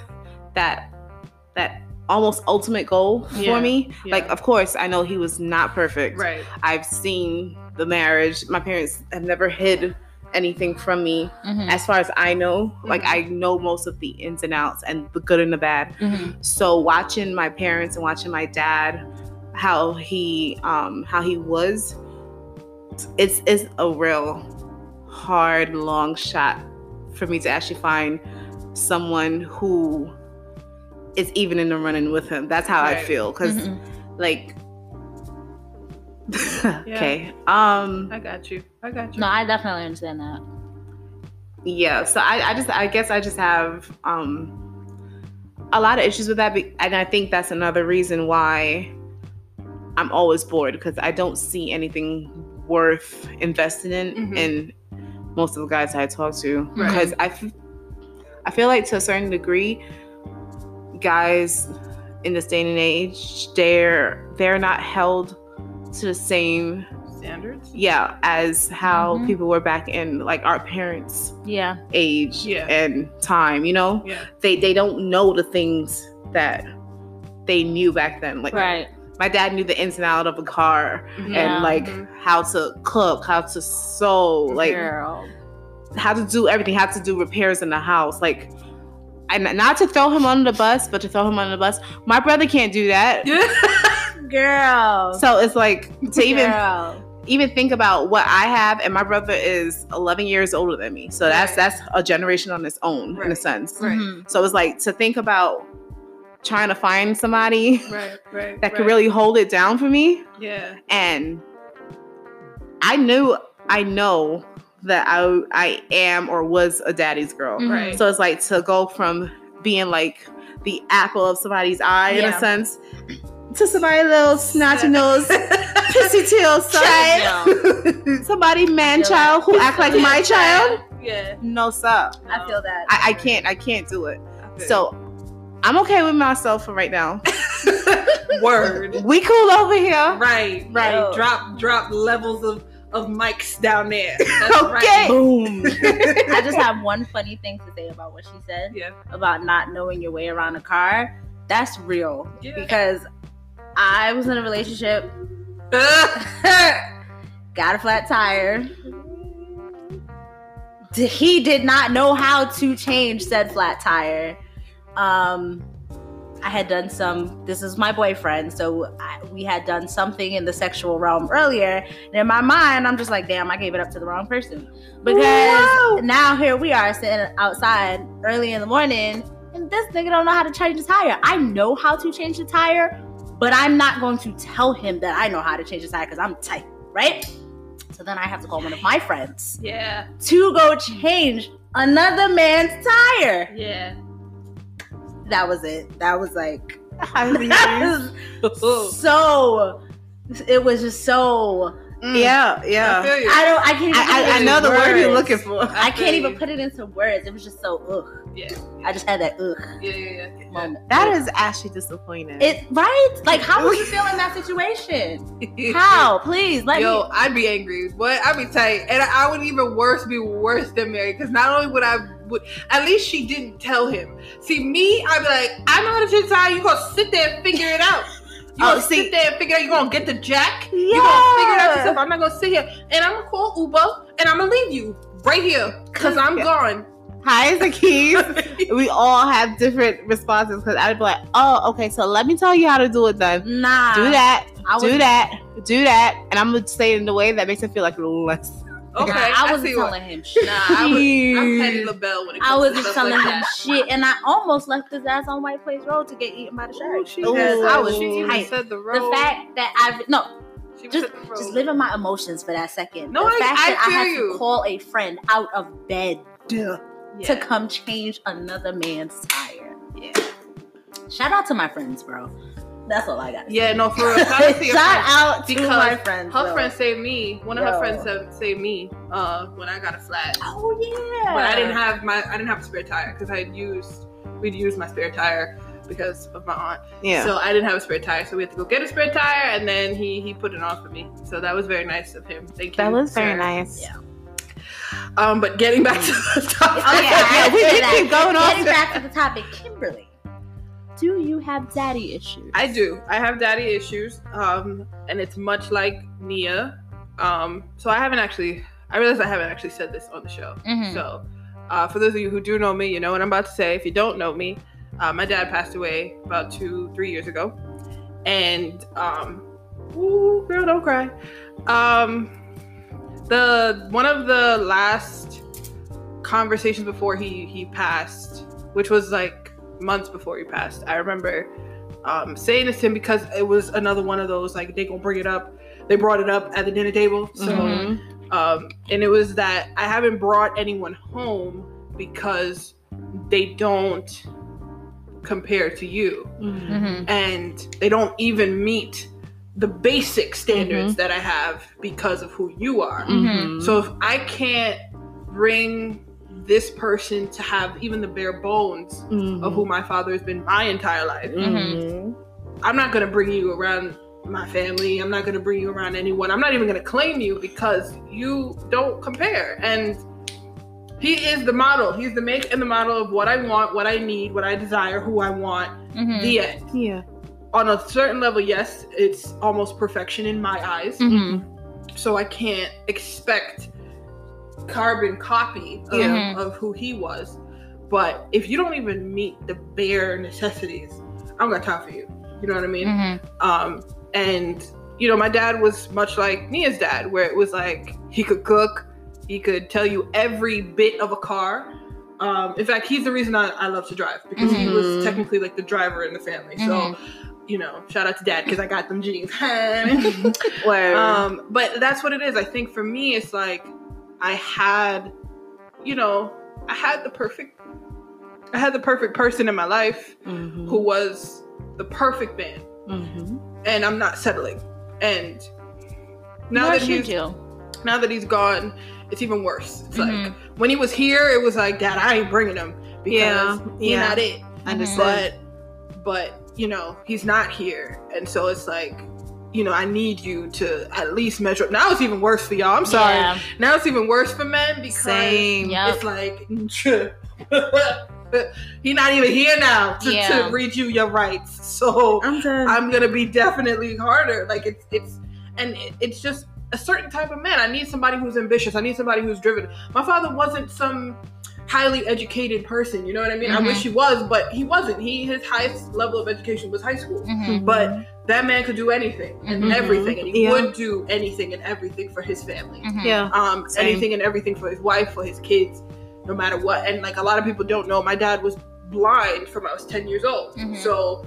[SPEAKER 1] that that almost ultimate goal for
[SPEAKER 2] Yeah,
[SPEAKER 1] me
[SPEAKER 2] yeah.
[SPEAKER 1] like of course i know he was not perfect
[SPEAKER 2] Right.
[SPEAKER 1] i've seen the marriage my parents have never hid anything from me
[SPEAKER 2] Mm.
[SPEAKER 3] Mhm.
[SPEAKER 1] as far as i know like
[SPEAKER 2] Mhm.
[SPEAKER 1] i know most of the ins and outs and the good and the bad
[SPEAKER 3] Mhm.
[SPEAKER 1] so watching my parents and watching my dad how he um how he was it's it's a real hard long shot for me to actually find someone who is even in the running with him that's how i
[SPEAKER 2] Right. Mm-hmm.
[SPEAKER 1] feel because
[SPEAKER 3] Mhm.
[SPEAKER 1] like okay um
[SPEAKER 2] I got you. I got you.
[SPEAKER 3] No, I definitely understand that.
[SPEAKER 1] yeah so I, I just i guess i just have um a lot of issues with that be- and i think that's another reason why i'm always bored because i don't see anything worth investing in
[SPEAKER 2] Mhm.
[SPEAKER 1] in most of the guys i talk to
[SPEAKER 2] Right.
[SPEAKER 1] because I, f- I feel like to a certain degree guys in this day and age they're they're not held to the same
[SPEAKER 2] Standards.
[SPEAKER 1] yeah as how
[SPEAKER 3] Mhm.
[SPEAKER 1] people were back in like our parents
[SPEAKER 3] Yeah.
[SPEAKER 1] age
[SPEAKER 2] Yeah.
[SPEAKER 1] and time you know
[SPEAKER 2] Yeah.
[SPEAKER 1] they they don't know the things that they knew back then like
[SPEAKER 3] Right.
[SPEAKER 1] my dad knew the ins and out of a car
[SPEAKER 3] Yeah.
[SPEAKER 1] and like
[SPEAKER 2] Mhm.
[SPEAKER 1] how to cook how to sew like
[SPEAKER 3] Girl.
[SPEAKER 1] how to do everything how to do repairs in the house like and not to throw him under the bus but to throw him under the bus my brother can't do that
[SPEAKER 3] Girl.
[SPEAKER 1] so it's like to even
[SPEAKER 3] Girl.
[SPEAKER 1] even think about what I have, and my brother is 11 years older than me. So that's
[SPEAKER 2] Right.
[SPEAKER 1] that's a generation on its own in a
[SPEAKER 2] Right.
[SPEAKER 1] sense.
[SPEAKER 2] Right.
[SPEAKER 3] Mhm.
[SPEAKER 1] So it's like to think about trying to find somebody
[SPEAKER 2] Right.
[SPEAKER 1] that
[SPEAKER 2] Right. right.
[SPEAKER 1] could really hold it down for me.
[SPEAKER 2] Yeah.
[SPEAKER 1] And I knew, I know that I I am or was a daddy's girl.
[SPEAKER 3] Mhm.
[SPEAKER 2] Right.
[SPEAKER 1] So it's like to go from being like the apple of somebody's eye in
[SPEAKER 3] Yeah.
[SPEAKER 1] a sense to somebody little snotty nose, pissy tail son, somebody man
[SPEAKER 3] I feel
[SPEAKER 1] child who act like my
[SPEAKER 3] Yeah.
[SPEAKER 1] child.
[SPEAKER 2] Yeah.
[SPEAKER 1] No sir,
[SPEAKER 3] I feel that.
[SPEAKER 1] I, I can't, I can't do it.
[SPEAKER 2] Okay.
[SPEAKER 1] So I'm okay with myself for right now.
[SPEAKER 2] word.
[SPEAKER 1] We cool over here.
[SPEAKER 2] Right, right.
[SPEAKER 3] Yo.
[SPEAKER 2] Drop, drop levels of of mics down there. That's
[SPEAKER 1] Okay.
[SPEAKER 2] Right.
[SPEAKER 1] Boom.
[SPEAKER 3] I just have one funny thing to say about what she said
[SPEAKER 2] Yeah.
[SPEAKER 3] about not knowing your way around a car. That's real
[SPEAKER 2] Yeah.
[SPEAKER 3] because I was in a relationship
[SPEAKER 2] Uh,
[SPEAKER 3] got a flat tire. D- He did not know how to change said flat tire. Um, I had done some. This is my boyfriend, so I, we had done something in the sexual realm earlier. And in my mind, I'm just like, damn, I gave it up to the wrong person because
[SPEAKER 1] Wow.
[SPEAKER 3] now here we are sitting outside early in the morning, and this nigga don't know how to change the tire. I know how to change the tire, but I'm not going to tell him that I know how to change the tire because I'm tight, right? So then I have to call one of my friends
[SPEAKER 2] yeah,
[SPEAKER 3] to go change another man's tire.
[SPEAKER 2] yeah.
[SPEAKER 3] That was it. That was like
[SPEAKER 1] I
[SPEAKER 3] so. It was just so
[SPEAKER 2] Mm,
[SPEAKER 1] Yeah,
[SPEAKER 2] I
[SPEAKER 1] yeah.
[SPEAKER 2] feel you.
[SPEAKER 3] I don't. I can't. Even
[SPEAKER 1] I,
[SPEAKER 3] put
[SPEAKER 1] I,
[SPEAKER 3] it
[SPEAKER 1] I
[SPEAKER 3] in
[SPEAKER 1] know the word you're
[SPEAKER 3] words.
[SPEAKER 1] looking for.
[SPEAKER 3] I
[SPEAKER 2] feel
[SPEAKER 3] can't even
[SPEAKER 2] you.
[SPEAKER 3] put it into words. It was just so ugh.
[SPEAKER 2] Yeah.
[SPEAKER 3] I just had that ugh
[SPEAKER 2] Yeah, yeah, yeah.
[SPEAKER 3] moment.
[SPEAKER 1] That is actually disappointing.
[SPEAKER 3] it, right? Like, how would you feel in that situation? How? Please let
[SPEAKER 2] Yo, I'd be angry. What? I'd be tight, and I, I would even worse be worse than Mary because not only would I would at least she didn't tell him. See me, I'd be like, I know how to fix tire. You gonna sit there and figure it out. You
[SPEAKER 1] Oh,
[SPEAKER 2] gonna
[SPEAKER 1] see-
[SPEAKER 2] sit there and figure it out. You gonna get the jack.
[SPEAKER 3] me.
[SPEAKER 2] You gonna figure it out yourself. I'm not gonna sit here, and I'm gonna call Uber, and I'm gonna leave you right here because I'm
[SPEAKER 1] Yeah.
[SPEAKER 2] gone.
[SPEAKER 1] High as a keys. we all have different responses because I'd be like, oh, okay, so let me tell you how to do it then.
[SPEAKER 3] Nah.
[SPEAKER 1] Do that,
[SPEAKER 3] I was,
[SPEAKER 1] do that, do that. And I'm going to say it in a way that makes it feel like less.
[SPEAKER 2] Okay,
[SPEAKER 3] Nah, I
[SPEAKER 2] see
[SPEAKER 3] wasn't
[SPEAKER 2] what-
[SPEAKER 3] telling him shit.
[SPEAKER 2] Nah, I was. I'm Patty LaBelle when it comes
[SPEAKER 3] I
[SPEAKER 2] to
[SPEAKER 3] wasn't
[SPEAKER 2] stuff
[SPEAKER 3] telling
[SPEAKER 2] like
[SPEAKER 3] him
[SPEAKER 2] that.
[SPEAKER 3] shit, and I almost left his ass on White Place Road to get eaten by the
[SPEAKER 2] Ooh,
[SPEAKER 3] shark.
[SPEAKER 2] she
[SPEAKER 1] Ooh.
[SPEAKER 2] has- I was.
[SPEAKER 1] She
[SPEAKER 2] She
[SPEAKER 1] even
[SPEAKER 2] even
[SPEAKER 3] Tight.
[SPEAKER 2] said the
[SPEAKER 3] The
[SPEAKER 2] road.
[SPEAKER 3] fact that I've no,
[SPEAKER 2] She
[SPEAKER 3] just-
[SPEAKER 2] said the road.
[SPEAKER 3] Just live in my emotions for that second.
[SPEAKER 2] No,
[SPEAKER 3] the
[SPEAKER 2] I-
[SPEAKER 3] fact
[SPEAKER 2] I
[SPEAKER 3] that I had
[SPEAKER 2] feel you.
[SPEAKER 3] to call a friend out of bed to
[SPEAKER 2] Yeah.
[SPEAKER 3] come change another man's tire.
[SPEAKER 2] Yeah.
[SPEAKER 3] Shout out to my friends, bro. That's all I got.
[SPEAKER 2] Yeah, no, for real. Shout out to your
[SPEAKER 3] Shout
[SPEAKER 2] friend.
[SPEAKER 3] out to
[SPEAKER 2] Because
[SPEAKER 3] my friends.
[SPEAKER 2] Her
[SPEAKER 3] bro.
[SPEAKER 2] friend saved me. One of her
[SPEAKER 3] Yo.
[SPEAKER 2] friends saved, saved me uh, when I got a flat.
[SPEAKER 3] Oh yeah.
[SPEAKER 2] When I didn't have my, I didn't have a spare tire because I had used, we'd used my spare tire because of my aunt.
[SPEAKER 1] Yeah.
[SPEAKER 2] So I didn't have a spare tire, so we had to go get a spare tire, and then he he put it on for me. So that was very nice of him. Thank you.
[SPEAKER 1] that was very
[SPEAKER 2] sir.
[SPEAKER 1] nice.
[SPEAKER 3] Yeah.
[SPEAKER 2] Um, but getting back to the topic.
[SPEAKER 3] Oh yeah.
[SPEAKER 1] Yeah, we
[SPEAKER 3] I
[SPEAKER 1] did
[SPEAKER 3] that.
[SPEAKER 1] keep going
[SPEAKER 3] Getting
[SPEAKER 1] off.
[SPEAKER 3] back to the topic, Kimberly. Do you have daddy issues?
[SPEAKER 2] I do. I have daddy issues, um, and it's much like Nia. Um, so I haven't actually. I realize I haven't actually said this on the show.
[SPEAKER 3] Mhm.
[SPEAKER 2] So, uh, for those of you who do know me, you know what I'm about to say. If you don't know me, uh, my dad passed away about two, three years ago, and um, ooh, girl, don't cry. Um, the one of the last conversations before he he passed, which was like months before he passed. I remember um, saying this to him because it was another one of those like they gonna bring it up. They brought it up at the dinner table, so
[SPEAKER 1] Mhm.
[SPEAKER 2] um, and it was that I haven't brought anyone home because they don't compare to you
[SPEAKER 1] Mhm.
[SPEAKER 3] Mhm.
[SPEAKER 2] and they don't even meet the basic standards that I have because of who you are.
[SPEAKER 3] Mm-hmm.
[SPEAKER 1] Mhm.
[SPEAKER 2] So if I can't bring this person to have even the bare bones
[SPEAKER 1] Mhm.
[SPEAKER 2] of who my father has been my entire life,
[SPEAKER 1] Mhm.
[SPEAKER 2] I'm not gonna bring you around my family. I'm not gonna bring you around anyone. I'm not even gonna claim you because you don't compare. And he is the model. He's the make and the model of what I want, what I need, what I desire, who I want.
[SPEAKER 3] Mhm.
[SPEAKER 2] The end.
[SPEAKER 1] Yeah.
[SPEAKER 2] On a certain level, yes, it's almost perfection in my eyes.
[SPEAKER 3] Mhm.
[SPEAKER 2] So I can't expect carbon copy of,
[SPEAKER 3] Yeah.
[SPEAKER 2] of who he was. But if you don't even meet the bare necessities, I'm gonna talk for you. You know what I mean?
[SPEAKER 3] Mhm.
[SPEAKER 2] Um, and you know, my dad was much like Nia's dad, where it was like he could cook, he could tell you every bit of a car. Um, in fact, he's the reason I, I love to drive because he
[SPEAKER 1] Mhm.
[SPEAKER 2] was technically like the driver in the family.
[SPEAKER 3] Mhm.
[SPEAKER 2] So, you know, shout out to dad because I got them jeans.
[SPEAKER 1] Word.
[SPEAKER 2] um, but that's what it is. I think for me, it's like I had, you know, I had the perfect, I had the perfect person in my life
[SPEAKER 1] Mhm.
[SPEAKER 2] who was the perfect man
[SPEAKER 1] Mhm.
[SPEAKER 2] and I'm not settling. And now
[SPEAKER 3] Nor
[SPEAKER 2] that
[SPEAKER 3] should
[SPEAKER 2] he's
[SPEAKER 3] you.
[SPEAKER 2] now that he's gone, it's even worse. It's
[SPEAKER 3] Mhm.
[SPEAKER 2] like when he was here, it was like, Dad, I ain't bringing him
[SPEAKER 1] Yeah,
[SPEAKER 2] because he's
[SPEAKER 1] yeah. Mm-hmm.
[SPEAKER 2] not it.
[SPEAKER 1] I Understand.
[SPEAKER 2] But but you know he's not here, and so it's like. You know, I need you to at least measure up. Now it's even worse for y'all. I'm sorry.
[SPEAKER 3] Yeah.
[SPEAKER 2] Now it's even worse for men because
[SPEAKER 1] Same.
[SPEAKER 3] Yeah.
[SPEAKER 2] it's like he not even here now to,
[SPEAKER 3] Yeah.
[SPEAKER 2] to read you your rights. So
[SPEAKER 1] I'm done.
[SPEAKER 2] I'm gonna be definitely harder. Like it's it's and it- it's just a certain type of man. I need somebody who's ambitious. I need somebody who's driven. My father wasn't some highly educated person. You know what I mean?
[SPEAKER 3] Mhm.
[SPEAKER 2] I wish he was, but he wasn't. He his highest level of education was high school.
[SPEAKER 1] Mm-hmm.
[SPEAKER 3] Mhm.
[SPEAKER 2] But that man could do anything and
[SPEAKER 3] Mhm.
[SPEAKER 2] everything, and he
[SPEAKER 1] Yeah.
[SPEAKER 2] would do anything and everything for his family.
[SPEAKER 3] Mhm.
[SPEAKER 1] yeah.
[SPEAKER 2] Um,
[SPEAKER 1] Same.
[SPEAKER 2] anything and everything for his wife, for his kids, no matter what. And like a lot of people don't know, my dad was blind from I was ten years old.
[SPEAKER 1] Mm-hmm.
[SPEAKER 3] Mhm.
[SPEAKER 2] So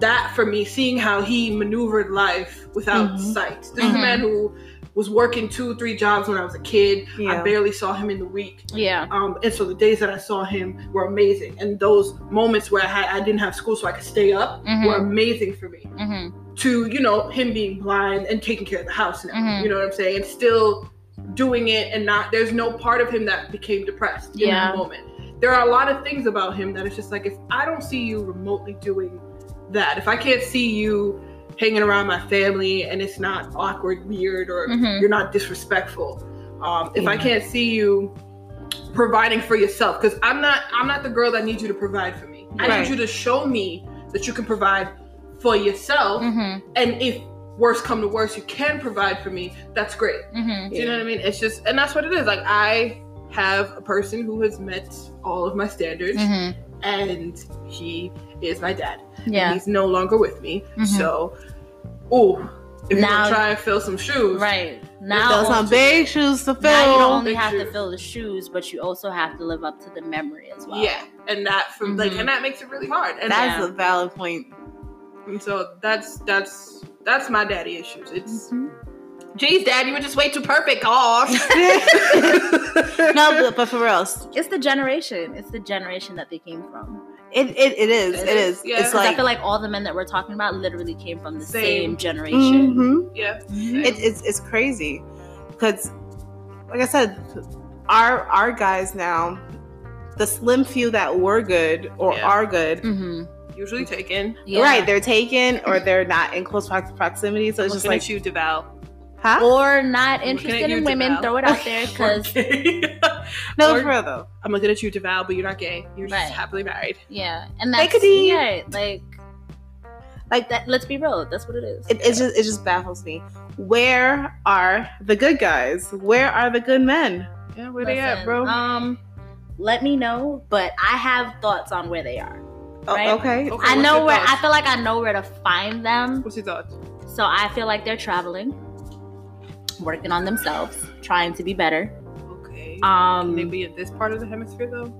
[SPEAKER 2] that for me, seeing how he maneuvered life without
[SPEAKER 1] Mhm.
[SPEAKER 2] sight. This is a
[SPEAKER 3] Mhm.
[SPEAKER 2] man who was working two, three jobs when I was a kid. I
[SPEAKER 1] Yeah.
[SPEAKER 2] barely saw him in the week.
[SPEAKER 3] Yeah.
[SPEAKER 2] Um, and so the days that I saw him were amazing. And those moments where I had I didn't have school so I could stay up
[SPEAKER 1] Mm-hmm.
[SPEAKER 3] Mhm.
[SPEAKER 2] were amazing for me.
[SPEAKER 3] Mm-hmm.
[SPEAKER 2] To, you know, him being blind and taking care of the house now.
[SPEAKER 3] Mhm.
[SPEAKER 2] You know what I'm saying? And still doing it and not there's no part of him that became depressed
[SPEAKER 3] Yeah.
[SPEAKER 2] in that moment. There are a lot of things about him that it's just like if I don't see you remotely doing that, if I can't see you hanging around my family and it's not awkward, weird, or
[SPEAKER 3] Mhm.
[SPEAKER 2] you're not disrespectful. Um, if I
[SPEAKER 1] Yeah.
[SPEAKER 2] can't see you providing for yourself, because I'm not I'm not the girl that needs you to provide for me. I
[SPEAKER 1] Right.
[SPEAKER 2] need you to show me that you can provide for yourself,
[SPEAKER 3] Mm-hmm.
[SPEAKER 2] and if worse come to worse, you can provide for me. That's great.
[SPEAKER 3] Mm-hmm.
[SPEAKER 2] Do you know what I mean? It's just, and that's what it is. Like I have a person who has met all of my standards,
[SPEAKER 3] Mm-hmm.
[SPEAKER 2] and he is my dad.
[SPEAKER 3] Yeah.
[SPEAKER 2] He's no longer with me,
[SPEAKER 3] Mhm.
[SPEAKER 2] so ooh, if
[SPEAKER 3] Now-
[SPEAKER 2] you try and fill some shoes,
[SPEAKER 3] Right.
[SPEAKER 1] Those
[SPEAKER 3] Now,
[SPEAKER 1] some big shoes to
[SPEAKER 3] now you don't
[SPEAKER 1] fill.
[SPEAKER 3] only
[SPEAKER 2] Big
[SPEAKER 3] have to
[SPEAKER 2] shoes.
[SPEAKER 3] fill the shoes, but you also have to live up to the memory as well.
[SPEAKER 2] Yeah, and that from like,
[SPEAKER 3] Mhm.
[SPEAKER 2] and that makes it really hard. And,
[SPEAKER 1] That's
[SPEAKER 3] Yeah.
[SPEAKER 1] a valid point.
[SPEAKER 2] and so that's that's that's my daddy issues. It's
[SPEAKER 3] Mhm.
[SPEAKER 2] geez, dad, you were just way too perfect, gosh.
[SPEAKER 1] no, but, but for real,
[SPEAKER 3] It's the generation. It's the generation that they came from.
[SPEAKER 1] it, it, it is. It
[SPEAKER 2] It
[SPEAKER 1] is.
[SPEAKER 2] is, yeah.
[SPEAKER 1] It's
[SPEAKER 3] 'Cause I
[SPEAKER 1] like Mm-hmm.
[SPEAKER 3] feel like all the men that we're talking about literally came from the same,
[SPEAKER 2] Same.
[SPEAKER 3] generation.
[SPEAKER 1] mhm.
[SPEAKER 2] yeah,
[SPEAKER 1] it, it's, it's crazy because, like I said, our our guys now, the slim few that were good or
[SPEAKER 2] Yeah.
[SPEAKER 1] are good,
[SPEAKER 3] Mm-hmm.
[SPEAKER 2] usually taken.
[SPEAKER 3] Yeah.
[SPEAKER 1] right? They're taken or they're not in close prox- proximity. So it's just
[SPEAKER 2] Looking
[SPEAKER 1] like,
[SPEAKER 2] at you, Deval.
[SPEAKER 1] huh?
[SPEAKER 3] Or not
[SPEAKER 2] Looking
[SPEAKER 3] interested
[SPEAKER 2] at you,
[SPEAKER 3] in women.
[SPEAKER 2] Deval.
[SPEAKER 3] Throw it out there because,
[SPEAKER 1] no,
[SPEAKER 2] or-
[SPEAKER 1] for real though.
[SPEAKER 2] I'm looking at you, Deval, but you're not gay. You're
[SPEAKER 3] Right.
[SPEAKER 2] just happily married.
[SPEAKER 3] yeah. And that's,
[SPEAKER 1] could be-
[SPEAKER 3] yeah, like, like that. Let's be real. That's what it is.
[SPEAKER 1] It, it just it just baffles me. Where are the good guys? Where are the good men?
[SPEAKER 2] Yeah, where they
[SPEAKER 3] Listen,
[SPEAKER 2] at, bro?
[SPEAKER 3] Um, let me know, but I have thoughts on where they are.
[SPEAKER 1] Oh,
[SPEAKER 3] Right.
[SPEAKER 1] okay.
[SPEAKER 2] Okay,
[SPEAKER 3] I
[SPEAKER 2] what's
[SPEAKER 3] know
[SPEAKER 2] your
[SPEAKER 3] where. I
[SPEAKER 2] thoughts?
[SPEAKER 3] feel like I know where to find them.
[SPEAKER 2] What's your thoughts?
[SPEAKER 3] So I feel like they're traveling, working on themselves, trying to be better.
[SPEAKER 2] Okay. Can they
[SPEAKER 3] Um,
[SPEAKER 2] be in this part of the hemisphere though?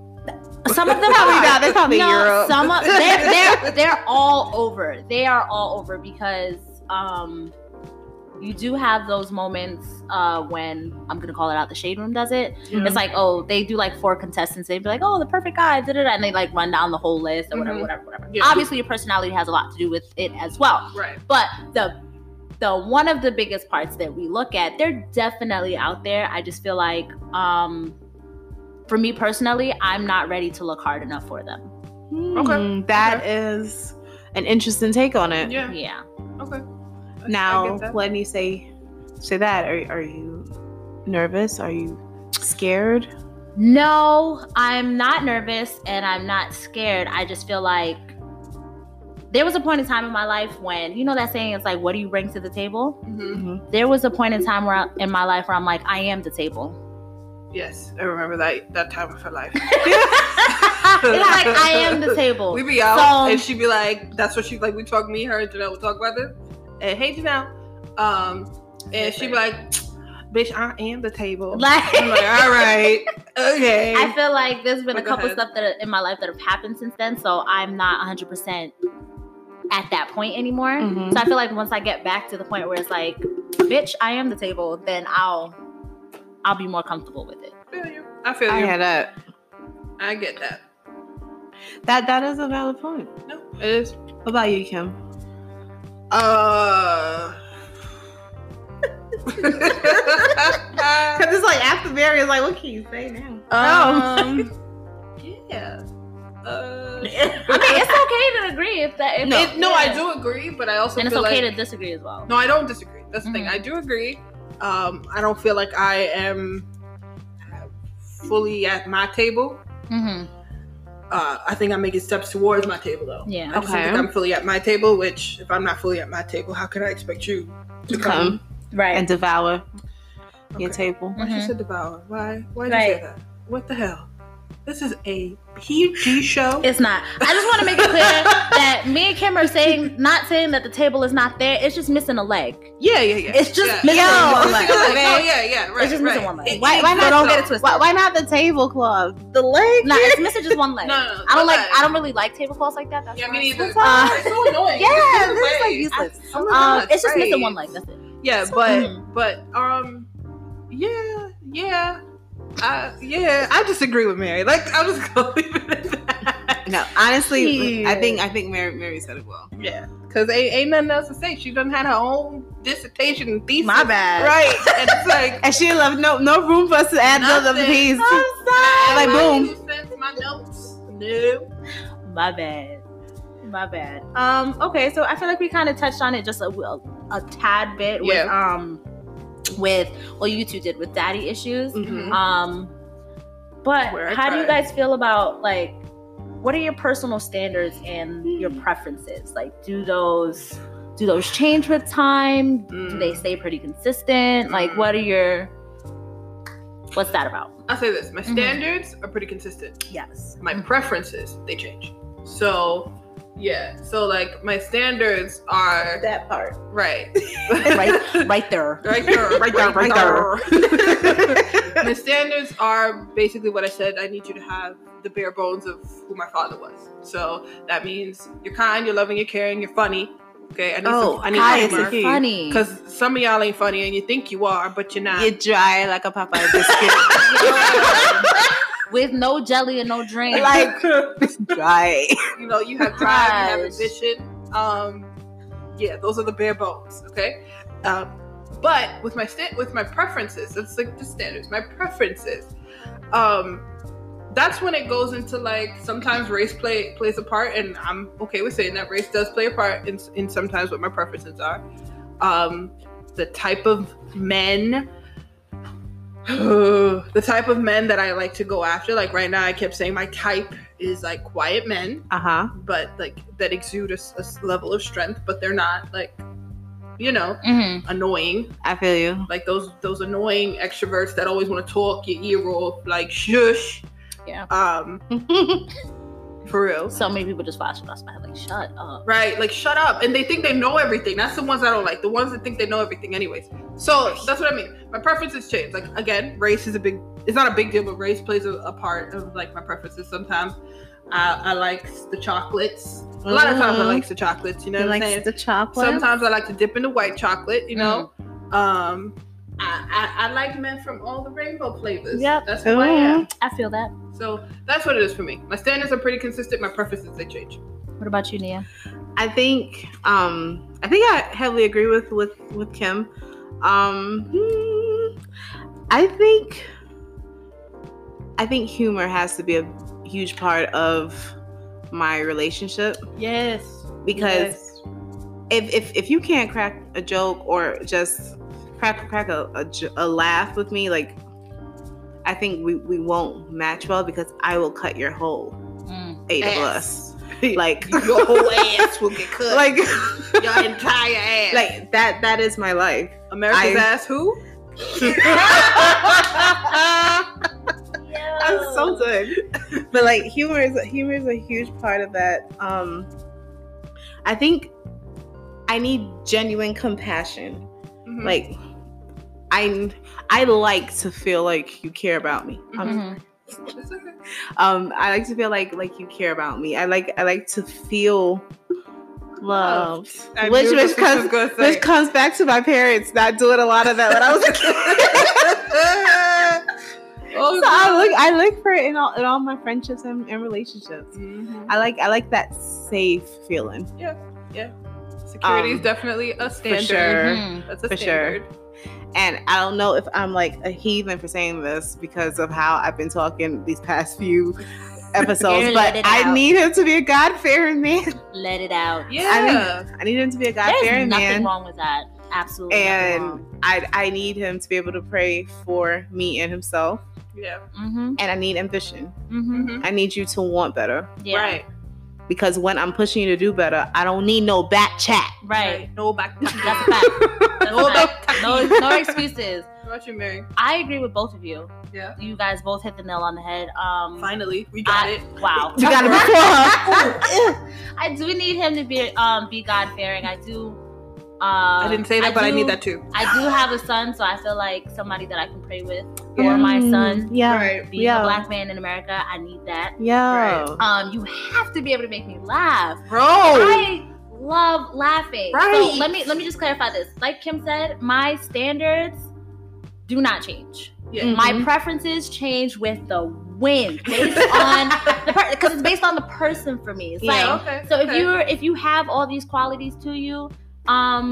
[SPEAKER 3] some of them
[SPEAKER 1] Probably
[SPEAKER 3] are.
[SPEAKER 1] not. They're probably
[SPEAKER 3] no,
[SPEAKER 1] Europe.
[SPEAKER 3] some of they're, they're they're all over. They are all over because um, you do have those moments uh when I'm gonna call it out. The shade room does it.
[SPEAKER 2] Mm-hmm.
[SPEAKER 3] It's like oh they do like four contestants. They'd be like oh the perfect guy da da da, and they like run down the whole list or whatever
[SPEAKER 2] Mhm.
[SPEAKER 3] whatever whatever.
[SPEAKER 2] Yeah.
[SPEAKER 3] Obviously your personality has a lot to do with it as well.
[SPEAKER 2] Right.
[SPEAKER 3] But the the one of the biggest parts that we look at, they're definitely out there. I just feel like um for me personally, I'm not ready to look hard enough for them. Hmm.
[SPEAKER 1] Okay. Mm, that is an interesting take on it.
[SPEAKER 2] Yeah.
[SPEAKER 3] Yeah.
[SPEAKER 2] Okay. I- I
[SPEAKER 1] Now,
[SPEAKER 2] get that.
[SPEAKER 1] when you say say that, are are you nervous? Are you scared?
[SPEAKER 3] No, I'm not nervous and I'm not scared. I just feel like there was a point in time in my life when, you know that saying it's like what do you bring to the table?
[SPEAKER 2] Mhm.
[SPEAKER 3] There was a point in time where I, in my life where I'm like I am the table.
[SPEAKER 2] Yes, I remember that that time of her life.
[SPEAKER 3] it's like I am the table.
[SPEAKER 2] We be out,
[SPEAKER 3] So-
[SPEAKER 2] and she'd be like, "That's what she like." We talk, me, her, and Janelle would talk about this. And hey, Janelle, um, and she'd be like, "Bitch, I am the table."
[SPEAKER 3] like
[SPEAKER 2] I'm like, "All right, okay."
[SPEAKER 3] I feel like there's been a
[SPEAKER 2] But go
[SPEAKER 3] couple
[SPEAKER 2] ahead.
[SPEAKER 3] stuff that in my life that have happened since then, so I'm not 100% at that point anymore.
[SPEAKER 2] Mm-hmm.
[SPEAKER 1] Mhm.
[SPEAKER 3] So I feel like once I get back to the point where it's like, bitch, I am the table, then I'll I'll be more comfortable with it.
[SPEAKER 2] I feel you. I feel
[SPEAKER 1] I
[SPEAKER 2] you.
[SPEAKER 1] had that.
[SPEAKER 2] I get that.
[SPEAKER 1] That that is a valid point.
[SPEAKER 2] No, it is.
[SPEAKER 1] What about you, Kim?
[SPEAKER 2] Uh.
[SPEAKER 1] Because it's like after Mary, it's like, what can you say now?
[SPEAKER 2] um. Yeah. Uh,
[SPEAKER 3] I mean, it's okay to agree if that. If
[SPEAKER 2] no,
[SPEAKER 3] if-
[SPEAKER 2] no, I
[SPEAKER 3] yeah.
[SPEAKER 2] do agree, but I also
[SPEAKER 3] And it's
[SPEAKER 2] feel
[SPEAKER 3] okay
[SPEAKER 2] like
[SPEAKER 3] to disagree as well.
[SPEAKER 2] No, I don't disagree. That's the thing.
[SPEAKER 3] Mhm.
[SPEAKER 2] I do agree. Um, I don't feel like I am fully at my table.
[SPEAKER 3] Mm-hmm.
[SPEAKER 2] Uh, I think I'm making steps towards my table, though. I
[SPEAKER 3] Yeah.
[SPEAKER 2] just don't
[SPEAKER 1] Okay.
[SPEAKER 2] think I'm fully at my table. Which, if I'm not fully at my table, how can I expect you
[SPEAKER 1] Oh.
[SPEAKER 2] to come?
[SPEAKER 1] Come
[SPEAKER 3] Right.
[SPEAKER 1] and devour your
[SPEAKER 2] Okay.
[SPEAKER 1] table.
[SPEAKER 2] Why
[SPEAKER 3] Mhm.
[SPEAKER 2] she said devour? Why? Why did you
[SPEAKER 3] Right.
[SPEAKER 2] say that? What the hell? This is a PG show.
[SPEAKER 3] It's not. I just want to make it clear that me and Kim are saying, not saying that the table is not there. It's just missing a leg.
[SPEAKER 2] yeah, yeah, yeah.
[SPEAKER 3] It's just
[SPEAKER 2] yeah.
[SPEAKER 3] missing
[SPEAKER 1] Yo,
[SPEAKER 3] one
[SPEAKER 2] It's like,
[SPEAKER 3] leg.
[SPEAKER 2] oh, yeah, yeah, right.
[SPEAKER 3] It's just missing
[SPEAKER 2] right.
[SPEAKER 3] one leg.
[SPEAKER 2] It-
[SPEAKER 1] Why,
[SPEAKER 2] it-
[SPEAKER 1] why
[SPEAKER 3] So
[SPEAKER 1] not?
[SPEAKER 3] don't get
[SPEAKER 1] the-
[SPEAKER 3] it twisted.
[SPEAKER 1] Why, why not the tablecloth? The leg.
[SPEAKER 3] No, it's missing just one leg.
[SPEAKER 2] No, no, no,
[SPEAKER 3] I don't
[SPEAKER 2] one
[SPEAKER 3] like.
[SPEAKER 2] leg.
[SPEAKER 3] I don't really like tablecloths like that. That's
[SPEAKER 2] Yeah,
[SPEAKER 3] why.
[SPEAKER 2] me neither.
[SPEAKER 1] Uh,
[SPEAKER 2] it's so annoying.
[SPEAKER 1] yeah,
[SPEAKER 2] It's
[SPEAKER 1] this is like
[SPEAKER 2] way.
[SPEAKER 1] useless.
[SPEAKER 2] Oh my
[SPEAKER 3] Um,
[SPEAKER 2] God,
[SPEAKER 3] it's just missing
[SPEAKER 2] right.
[SPEAKER 3] one leg. That's it.
[SPEAKER 2] yeah, but but um, yeah, yeah, I yeah, I disagree with Mary. Like I'm just gonna leave it at that.
[SPEAKER 1] No, honestly,
[SPEAKER 2] Yeah.
[SPEAKER 1] I think I think Mary Mary said it well.
[SPEAKER 2] Yeah, because ain't, ain't nothing else to say. She done had her own dissertation and thesis.
[SPEAKER 3] My bad.
[SPEAKER 2] Right. And it's like,
[SPEAKER 1] And she left no no room for us to add another
[SPEAKER 2] Nothing.
[SPEAKER 1] piece.
[SPEAKER 2] like
[SPEAKER 1] Like, boom.
[SPEAKER 2] boom. my notes. No.
[SPEAKER 3] My bad. My bad. Um. Okay. So I feel like we kind of touched on it just a, a, a tad bit. With,
[SPEAKER 2] Yeah.
[SPEAKER 3] Um. With what you two did with daddy issues.
[SPEAKER 2] Mm-hmm.
[SPEAKER 1] Mhm.
[SPEAKER 3] Um. But
[SPEAKER 2] Where I
[SPEAKER 3] how do you
[SPEAKER 2] tried.
[SPEAKER 3] guys feel about like? What are your personal standards and your
[SPEAKER 2] Hmm.
[SPEAKER 3] preferences? Like, do those do those change with time? Do
[SPEAKER 2] Mm.
[SPEAKER 3] they stay pretty consistent? Like, what are your what's that about?
[SPEAKER 2] I'll say this. My
[SPEAKER 3] Mhm.
[SPEAKER 2] standards are pretty consistent.
[SPEAKER 3] Yes.
[SPEAKER 2] My preferences, they change. So, yeah. So, like, my standards are
[SPEAKER 1] That part.
[SPEAKER 2] right.
[SPEAKER 3] Mm-hmm. right, right there.
[SPEAKER 2] Right there.
[SPEAKER 1] Right there, right
[SPEAKER 2] there. my standards are basically what I said. I need you to have the bare bones of who my father was. So that means you're kind, you're loving, you're caring, you're funny. Okay, I need
[SPEAKER 1] Oh,
[SPEAKER 2] some, I
[SPEAKER 1] hi,
[SPEAKER 2] need
[SPEAKER 1] it's
[SPEAKER 2] humor.
[SPEAKER 1] a-
[SPEAKER 3] funny.
[SPEAKER 2] Because some of y'all ain't funny and you think you are, but you're not.
[SPEAKER 1] You're dry like a Popeye biscuit.
[SPEAKER 3] with no jelly and no drink.
[SPEAKER 1] like dry.
[SPEAKER 2] you know, you have drive, you have
[SPEAKER 3] Gosh.
[SPEAKER 2] ambition. Um, yeah, those are the bare bones. Okay, um, but with my sta- with my preferences, that's like the standards. My preferences. Um, that's when it goes into like sometimes race play plays a part, and I'm okay with saying that race does play a part in, in sometimes what my preferences are. Um, the type of men. the type of men that I like to go after, like right now, I kept saying my type is like quiet men
[SPEAKER 1] Uh huh.
[SPEAKER 2] but like that exude a, s- a s- level of strength, but they're not like, you know,
[SPEAKER 3] Mhm.
[SPEAKER 2] annoying.
[SPEAKER 1] I feel you.
[SPEAKER 2] Like those those annoying extroverts that always want to talk your ear off, like shush.
[SPEAKER 3] Yeah.
[SPEAKER 2] Um, for real.
[SPEAKER 3] So many people just watching us, man. Like, shut up.
[SPEAKER 2] Right, like shut up, and they think they know everything. That's the ones I don't like. The ones that think they know everything, anyways. So that's what I mean. My preferences change. Like again, race is a big. It's not a big deal, but race plays a, a part of like my preferences sometimes. I, I like the chocolates. A lot of times I
[SPEAKER 1] Mhm.
[SPEAKER 2] like the chocolates. Mm-hmm. You know what I'm saying?
[SPEAKER 1] the chocolate.
[SPEAKER 2] Sometimes I like to dip in the white chocolate, you know. Um, I, I I like men from all the rainbow flavors.
[SPEAKER 3] Yep.
[SPEAKER 2] that's who I am.
[SPEAKER 3] I feel that.
[SPEAKER 2] So that's what it is for me. My standards are pretty consistent. My preferences they change.
[SPEAKER 3] What about you, Nia?
[SPEAKER 1] I think um I think I heavily agree with with with Kim. Um hmm, I think I think humor has to be a huge part of my relationship
[SPEAKER 2] Yes,
[SPEAKER 1] because if, if if you can't crack a joke or just crack crack a, a, j- a laugh with me like I think we, we won't match well because I will cut your whole
[SPEAKER 3] Mm.
[SPEAKER 1] eight of us. Like
[SPEAKER 2] your whole ass will get cut.
[SPEAKER 1] like
[SPEAKER 2] your entire ass.
[SPEAKER 1] like that that is my life. I-
[SPEAKER 2] America's ass. Who?
[SPEAKER 1] I'm so good. But like humor is humor is a huge part of that. Um I think I need genuine compassion.
[SPEAKER 2] Mhm.
[SPEAKER 1] Like I I like to feel like you care about me. Um,
[SPEAKER 3] Mhm.
[SPEAKER 2] It's okay.
[SPEAKER 1] um I like to feel like like you care about me. I like I like to feel loved.
[SPEAKER 2] I
[SPEAKER 1] um, Which
[SPEAKER 2] knew
[SPEAKER 1] which
[SPEAKER 2] this was
[SPEAKER 1] comes
[SPEAKER 2] gonna say.
[SPEAKER 1] which comes back to my parents not doing a lot of that when I was a kid.
[SPEAKER 2] oh,
[SPEAKER 1] so I look I look for it in all in all my friendships and, and relationships.
[SPEAKER 2] Mhm.
[SPEAKER 1] I like I like that safe feeling.
[SPEAKER 2] Security is
[SPEAKER 1] um,
[SPEAKER 2] definitely a standard.
[SPEAKER 1] sure.
[SPEAKER 3] Mhm.
[SPEAKER 2] That's a
[SPEAKER 1] For sure.
[SPEAKER 2] standard.
[SPEAKER 1] And I don't know if I'm like a heathen for saying this because of how I've been talking these past few episodes,
[SPEAKER 3] You're
[SPEAKER 1] but
[SPEAKER 3] letting
[SPEAKER 1] I
[SPEAKER 3] out.
[SPEAKER 1] need him to be a God fearing man.
[SPEAKER 3] Let it out.
[SPEAKER 2] Yeah.
[SPEAKER 1] I need him to be a God
[SPEAKER 3] There's
[SPEAKER 1] fearing
[SPEAKER 3] nothing
[SPEAKER 1] man.
[SPEAKER 3] wrong with that. Absolutely.
[SPEAKER 1] And I I need him to be able to pray for me and himself.
[SPEAKER 2] yeah.
[SPEAKER 3] Mm-hmm.
[SPEAKER 1] And I need ambition.
[SPEAKER 3] Mm-hmm.
[SPEAKER 2] Mhm.
[SPEAKER 1] I need you to want better.
[SPEAKER 3] Yeah.
[SPEAKER 2] Right.
[SPEAKER 1] Because when I'm pushing you to do better, I don't need no back chat.
[SPEAKER 3] Right.
[SPEAKER 2] No back.
[SPEAKER 3] That's a fact. That's
[SPEAKER 2] No
[SPEAKER 3] a fact. No, no excuses.
[SPEAKER 2] What about you, Mary?
[SPEAKER 3] I agree with both of you.
[SPEAKER 2] Yeah.
[SPEAKER 3] You guys both hit the nail on the head. Um,
[SPEAKER 2] Finally, we got
[SPEAKER 3] I-
[SPEAKER 2] it.
[SPEAKER 3] Wow.
[SPEAKER 1] You gotta be for her.
[SPEAKER 3] I do need him to be um be God fearing. I do. Uh,
[SPEAKER 2] I didn't
[SPEAKER 1] um,
[SPEAKER 2] say that, but I
[SPEAKER 3] do-
[SPEAKER 2] need that too.
[SPEAKER 3] I do have a son, so I feel like somebody that I can pray with for my son.
[SPEAKER 1] Mm, Yeah.
[SPEAKER 2] Right.
[SPEAKER 3] Being
[SPEAKER 1] Yeah.
[SPEAKER 3] a black man in America, I need that.
[SPEAKER 1] Yeah. Oh.
[SPEAKER 3] Um, you have to be able to make me laugh.
[SPEAKER 2] Bro.
[SPEAKER 3] I love laughing.
[SPEAKER 2] Right.
[SPEAKER 3] So let me let me just clarify this. Like Kim said, my standards do not change.
[SPEAKER 2] Yeah.
[SPEAKER 3] My preferences change with the wind based on the person because it's based on the person for me. It's
[SPEAKER 1] Yeah.
[SPEAKER 3] like
[SPEAKER 2] okay.
[SPEAKER 3] so if
[SPEAKER 2] okay.
[SPEAKER 3] you are if you have all these qualities to you, um,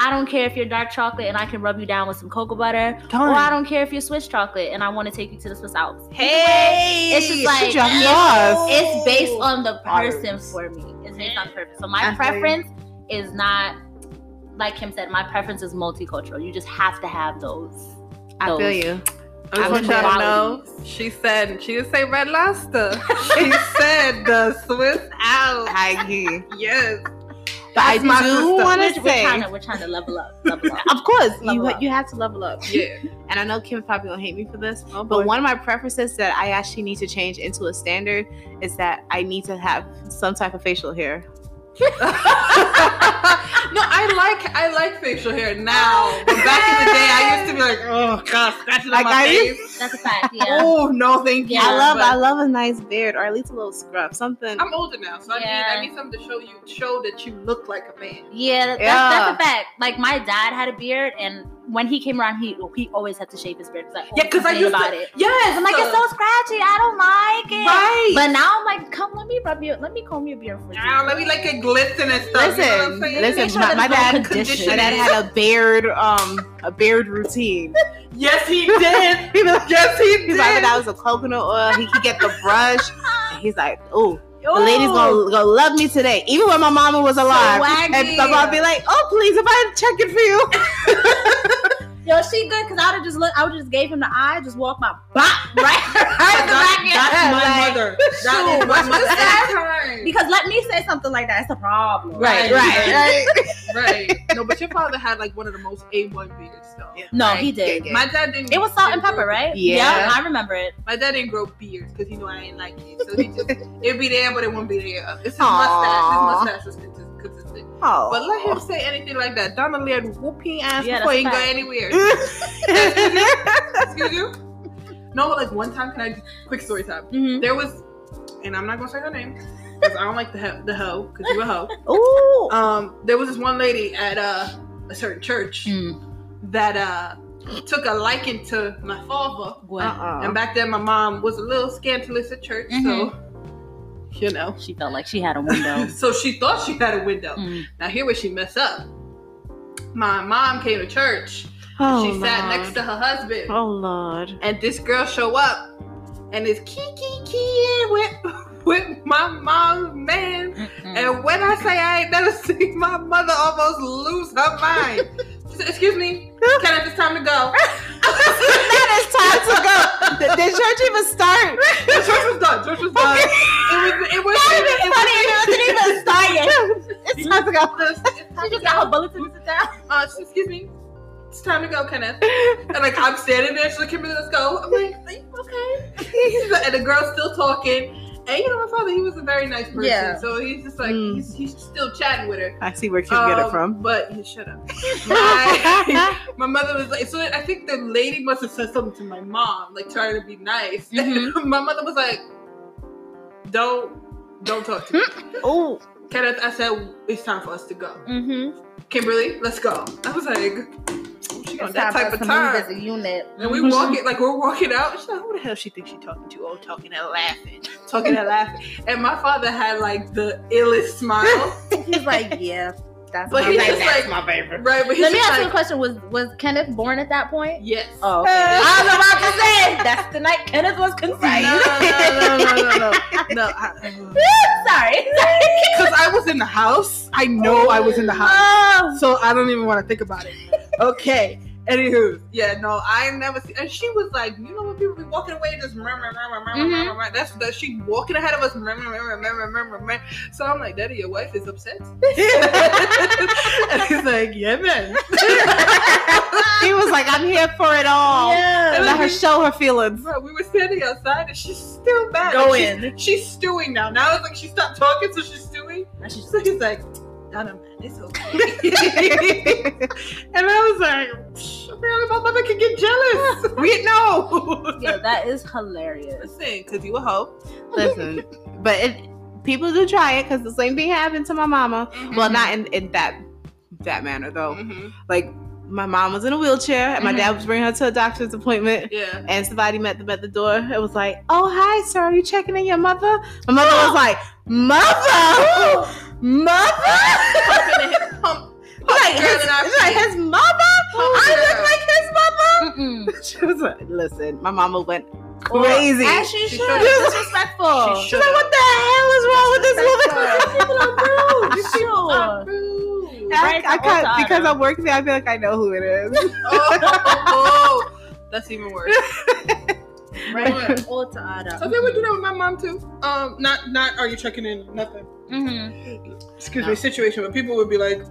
[SPEAKER 3] I don't care if you're dark chocolate and I can rub you down with some cocoa butter, or I don't care if you're Swiss chocolate and I want to take you to the Swiss Alps. Either way,
[SPEAKER 1] Hey,
[SPEAKER 3] it's just like
[SPEAKER 1] she dropped
[SPEAKER 3] it's-
[SPEAKER 1] bars.
[SPEAKER 3] it's based
[SPEAKER 1] Oh.
[SPEAKER 3] on the
[SPEAKER 2] Bars.
[SPEAKER 3] person for me. It's based on person. So my
[SPEAKER 1] I feel you.
[SPEAKER 3] preference is not like Kim said. My preference is multicultural. You just have to have those.
[SPEAKER 1] I feel
[SPEAKER 3] those.
[SPEAKER 1] you.
[SPEAKER 2] I just
[SPEAKER 1] I
[SPEAKER 2] want
[SPEAKER 1] would
[SPEAKER 2] y'all to know.
[SPEAKER 3] qualities.
[SPEAKER 2] She said she didn't say red lobster. she said the Swiss out.
[SPEAKER 1] I agree.
[SPEAKER 2] Yes.
[SPEAKER 1] But I
[SPEAKER 2] That's my
[SPEAKER 1] do
[SPEAKER 2] sister.
[SPEAKER 1] want
[SPEAKER 3] We're,
[SPEAKER 1] to
[SPEAKER 3] we're
[SPEAKER 1] say,
[SPEAKER 3] trying to we're trying to level up. Level up.
[SPEAKER 1] of course, you,
[SPEAKER 3] Level up.
[SPEAKER 1] you have to level up.
[SPEAKER 2] Yeah.
[SPEAKER 1] And I know Kim's probably gonna hate me for this,
[SPEAKER 2] Oh, boy.
[SPEAKER 1] but one of my preferences that I actually need to change into a standard is that I need to have some type of facial hair.
[SPEAKER 2] no, I like I like facial hair now. But back in the day, I used to be like, oh god, scratching
[SPEAKER 1] Like
[SPEAKER 2] on my
[SPEAKER 1] I
[SPEAKER 2] face.
[SPEAKER 3] That's a fact. Yeah.
[SPEAKER 2] Oh no, thank you.
[SPEAKER 3] Yeah,
[SPEAKER 1] I love,
[SPEAKER 2] But
[SPEAKER 1] I love a nice beard, or at least a little scrub, something.
[SPEAKER 2] I'm older now, so I
[SPEAKER 3] Yeah.
[SPEAKER 2] need I need something to show you show that you look like a man.
[SPEAKER 3] Yeah, that- that's,
[SPEAKER 1] Yeah.
[SPEAKER 3] that's a fact. Like my dad had a beard, and when he came around, he he always had to shave his beard. Cause I
[SPEAKER 2] Yeah,
[SPEAKER 3] always
[SPEAKER 2] because I
[SPEAKER 3] complained
[SPEAKER 2] used
[SPEAKER 3] about
[SPEAKER 2] to.
[SPEAKER 3] it.
[SPEAKER 2] Yes,
[SPEAKER 3] I'm like it's so scratchy. I don't like it.
[SPEAKER 2] right.
[SPEAKER 3] But now I'm like, come, let me rub your, let me comb your beard for you.
[SPEAKER 2] Now let me like it glisten and stuff. you know what I'm
[SPEAKER 1] Listen,
[SPEAKER 2] saying?
[SPEAKER 3] Make
[SPEAKER 1] listen.
[SPEAKER 3] sure
[SPEAKER 1] My,
[SPEAKER 3] that
[SPEAKER 1] my
[SPEAKER 3] it's
[SPEAKER 1] dad,
[SPEAKER 3] well
[SPEAKER 1] my
[SPEAKER 3] conditioned.
[SPEAKER 1] dad had a beard, um, a beard routine.
[SPEAKER 2] Yes, he did.
[SPEAKER 1] He was-
[SPEAKER 2] Yes, he
[SPEAKER 1] He's
[SPEAKER 2] did.
[SPEAKER 1] like, that was a coconut oil. He could get the brush. And he's like, oh, the
[SPEAKER 3] Ooh.
[SPEAKER 1] lady's gonna, gonna love me today, even when my mama was alive.
[SPEAKER 3] Swaggy.
[SPEAKER 1] And so I'll be like, oh, please, if I check it for you.
[SPEAKER 3] Yo, she good because I would have just look, I would just gave him the eye, just walk my bop right, right in the back of your head, like,
[SPEAKER 2] That's my mother. That is
[SPEAKER 3] shoot, what's that?
[SPEAKER 2] my mother.
[SPEAKER 3] Because let me say something like that, it's a problem.
[SPEAKER 2] Right,
[SPEAKER 1] right, right.
[SPEAKER 2] right. No, but your father had like one of the most A1 beards though.
[SPEAKER 1] Yeah.
[SPEAKER 3] No,
[SPEAKER 2] Like,
[SPEAKER 3] he did.
[SPEAKER 1] yeah, yeah.
[SPEAKER 2] My dad didn't.
[SPEAKER 3] It was salt and
[SPEAKER 2] didn't
[SPEAKER 3] pepper,
[SPEAKER 2] grow-
[SPEAKER 3] right?
[SPEAKER 1] Yeah.
[SPEAKER 3] I remember it.
[SPEAKER 2] My dad didn't grow beards because he knew I ain't like it. So he just it'd be there, but it wouldn't be there. It's his
[SPEAKER 1] Aw.
[SPEAKER 2] mustache. His mustache was consistent- consistent.
[SPEAKER 1] Oh.
[SPEAKER 2] But let him say anything like that. Donna Lear would whoop his ass
[SPEAKER 3] Yeah,
[SPEAKER 2] before he
[SPEAKER 3] that's a
[SPEAKER 2] go
[SPEAKER 3] fact.
[SPEAKER 2] anywhere. Excuse you? No, but like one time, can I just quick story time?
[SPEAKER 3] Mm-hmm.
[SPEAKER 2] There was, and I'm not gonna say her name because I don't like the ho- the hoe because you a hoe.
[SPEAKER 1] Ooh.
[SPEAKER 2] Um, there was this one lady at uh, a certain church
[SPEAKER 1] Mm.
[SPEAKER 3] Mm,
[SPEAKER 2] that uh took a liking to my father, Uh-uh.
[SPEAKER 1] Uh-uh.
[SPEAKER 2] and back then my mom was a little scandalous at church, so
[SPEAKER 1] Mm-hmm.
[SPEAKER 2] you know.
[SPEAKER 3] She felt like she had a window.
[SPEAKER 2] So she thought she had a window.
[SPEAKER 3] Mm.
[SPEAKER 2] Now here where she messed up. My mom came to church.
[SPEAKER 1] Oh,
[SPEAKER 2] she sat
[SPEAKER 1] Lord.
[SPEAKER 2] next to her husband.
[SPEAKER 1] Oh Lord.
[SPEAKER 2] And this girl show up and is key key keying with with my mom's man.
[SPEAKER 3] Mm-mm.
[SPEAKER 2] And when I say I ain't never seen my mother almost lose her mind. She said, Excuse me, can I just time to go?
[SPEAKER 1] that is time to go. Did, did church even start?
[SPEAKER 2] The church was done. Church was done. It was it was it was-
[SPEAKER 1] even start It's time to go.
[SPEAKER 3] She just got her bulletin to sit down.
[SPEAKER 2] uh, she- excuse me. It's time to go, Kenneth. And like I'm standing there, she's like, Kimberly, let's go. I'm like, "Are you okay. and the girl's still talking. And you know, my father, he was a very nice person.
[SPEAKER 3] Yeah.
[SPEAKER 2] So he's just like
[SPEAKER 1] Mm.
[SPEAKER 2] he's, he's still chatting with her.
[SPEAKER 1] I see where Kim get it
[SPEAKER 2] Um,
[SPEAKER 1] from.
[SPEAKER 2] But he shut up. My, my mother was like, so I think the lady must have said something to my mom, like trying to be nice.
[SPEAKER 3] Mhm.
[SPEAKER 2] my mother was like, Don't don't talk to me.
[SPEAKER 1] Oh,
[SPEAKER 2] Kenneth, I said it's time for us to go.
[SPEAKER 3] Mm-hmm.
[SPEAKER 2] Kimberly, let's go. I was like, oh, she on that type of time.
[SPEAKER 3] a unit.
[SPEAKER 2] And we walk it like we're walking out. She's like, who the hell she thinks she talking to? Oh, talking and laughing, talking and laughing. And my father had like the illest smile,
[SPEAKER 3] He's like, yeah, that's.
[SPEAKER 2] but
[SPEAKER 3] my
[SPEAKER 2] he
[SPEAKER 3] baby.
[SPEAKER 2] just like
[SPEAKER 1] my favorite.
[SPEAKER 2] right. But he's
[SPEAKER 3] Let me
[SPEAKER 2] just
[SPEAKER 3] ask you a
[SPEAKER 2] like,
[SPEAKER 3] question: Was was Kenneth born at that point?
[SPEAKER 2] yes.
[SPEAKER 3] Oh, okay. I was about to say that's the night Kenneth was conceived.
[SPEAKER 2] No, no, no, no, no, no, no. no I,
[SPEAKER 3] Sorry.
[SPEAKER 2] Cause I was in the house. I know Oh, I was in the house,
[SPEAKER 3] Oh,
[SPEAKER 2] so I don't even want to think about it. Okay. Anywho, yeah, no, I never see. And she was like, you know, when people be walking away, just murmur, murmur, murmur,
[SPEAKER 3] Mhm.
[SPEAKER 2] murmur, murmur. That's that she walking ahead of us, murmur, murmur, murmur, murmur, murmur. So I'm like, Daddy, your wife is upset. and he's like, yeah, man.
[SPEAKER 1] He was like, I'm here for it
[SPEAKER 3] Oh.
[SPEAKER 1] all.
[SPEAKER 3] Yeah.
[SPEAKER 1] Let her show her feelings.
[SPEAKER 2] Bro, we were standing outside, and she's still mad.
[SPEAKER 3] Go
[SPEAKER 2] Like,
[SPEAKER 3] in.
[SPEAKER 2] She's, she's stewing now. Now it's like she stopped talking, so she's stewing.
[SPEAKER 3] And she's
[SPEAKER 2] So he's like, Donna, man, it's okay. and I was like, "Psh, apparently my mother can get jealous. we know.
[SPEAKER 3] Yeah, that is hilarious.
[SPEAKER 2] Listen, because you a hoe.
[SPEAKER 1] Listen, but it people do try it because the same thing happened to my mama.
[SPEAKER 2] Mhm.
[SPEAKER 1] Well, not in, in that that manner though.
[SPEAKER 2] Mhm.
[SPEAKER 1] Like my mom was in a wheelchair and my
[SPEAKER 3] Mhm.
[SPEAKER 1] dad was bringing her to a doctor's appointment.
[SPEAKER 2] Yeah.
[SPEAKER 1] And somebody met them at the door. It was like, "Oh hi, sir, are you checking in your mother?" My mother was like, "Mother, mother."
[SPEAKER 2] Pumping the hip- pump.
[SPEAKER 1] like,
[SPEAKER 2] girl
[SPEAKER 1] his,
[SPEAKER 2] in our
[SPEAKER 1] like
[SPEAKER 2] feet.
[SPEAKER 1] his mother. I look
[SPEAKER 3] Mm-mm.
[SPEAKER 1] like his mother. She was like, "Listen, my mama went
[SPEAKER 3] Well,
[SPEAKER 1] crazy."
[SPEAKER 3] as she
[SPEAKER 2] She
[SPEAKER 3] should.
[SPEAKER 2] should.
[SPEAKER 3] Disrespectful.
[SPEAKER 2] She
[SPEAKER 1] She's like, "What the hell is wrong with this woman?"
[SPEAKER 3] Rude. Sure.
[SPEAKER 2] Rude.
[SPEAKER 1] I,
[SPEAKER 3] Right
[SPEAKER 1] I
[SPEAKER 3] to
[SPEAKER 1] can't
[SPEAKER 3] Old
[SPEAKER 1] because
[SPEAKER 3] Town.
[SPEAKER 1] I work there. I feel like I know who it is.
[SPEAKER 2] Oh, oh, oh. that's even worse.
[SPEAKER 3] Right. All to Ada.
[SPEAKER 2] So they would do that with my mom too. Um, not not are you checking in? Nothing.
[SPEAKER 3] Mm-hmm.
[SPEAKER 2] Excuse
[SPEAKER 3] No.
[SPEAKER 2] me. Situation, but people would be like,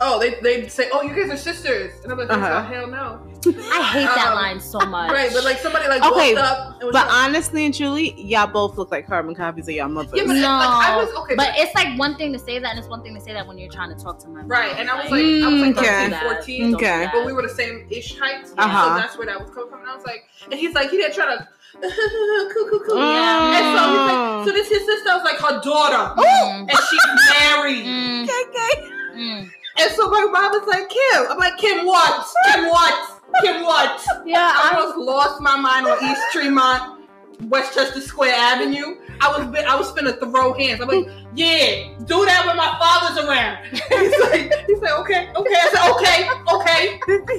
[SPEAKER 2] oh, they they say, oh, you guys are sisters, and I'm like,
[SPEAKER 1] Uh-huh.
[SPEAKER 2] oh, hell no.
[SPEAKER 3] I hate that
[SPEAKER 2] Um,
[SPEAKER 3] line so much.
[SPEAKER 2] Right, but like somebody like
[SPEAKER 1] Okay,
[SPEAKER 2] walked up and was
[SPEAKER 1] but
[SPEAKER 2] like,
[SPEAKER 1] honestly and truly, y'all both look like carbon copies of y'all mothers.
[SPEAKER 2] Yeah,
[SPEAKER 3] no.
[SPEAKER 2] but- like, I was- okay,
[SPEAKER 3] but
[SPEAKER 2] but-
[SPEAKER 3] it's like one thing to say that, and it's one thing to say that when you're trying to talk to my mom.
[SPEAKER 2] right, and I was
[SPEAKER 1] like,
[SPEAKER 2] like, I was like
[SPEAKER 1] mm, okay.
[SPEAKER 2] 13,
[SPEAKER 3] don't do that.
[SPEAKER 2] 14,
[SPEAKER 3] Don't do
[SPEAKER 1] Okay.
[SPEAKER 3] that.
[SPEAKER 2] but we were the same ish height,
[SPEAKER 1] Uh-huh.
[SPEAKER 2] so that's where that was coming from. And I was like, and he's like, he didn't try to. cool, cool, cool.
[SPEAKER 3] Yeah.
[SPEAKER 2] And so he's
[SPEAKER 1] Mm.
[SPEAKER 2] like, so this his sister was like her daughter,
[SPEAKER 3] Mm,
[SPEAKER 2] and she's married.
[SPEAKER 3] mm,
[SPEAKER 1] Okay.
[SPEAKER 3] mm.
[SPEAKER 2] And so my mom was like, Kim. I'm like, Kim what? Kim what? Kim what?
[SPEAKER 3] Yeah,
[SPEAKER 2] I almost lost my mind on East Tremont, Westchester Square Avenue. I was be- I was finna throw hands. I'm like, yeah, do that when my father's around. He's like, he's like, okay, okay. I said, okay, okay.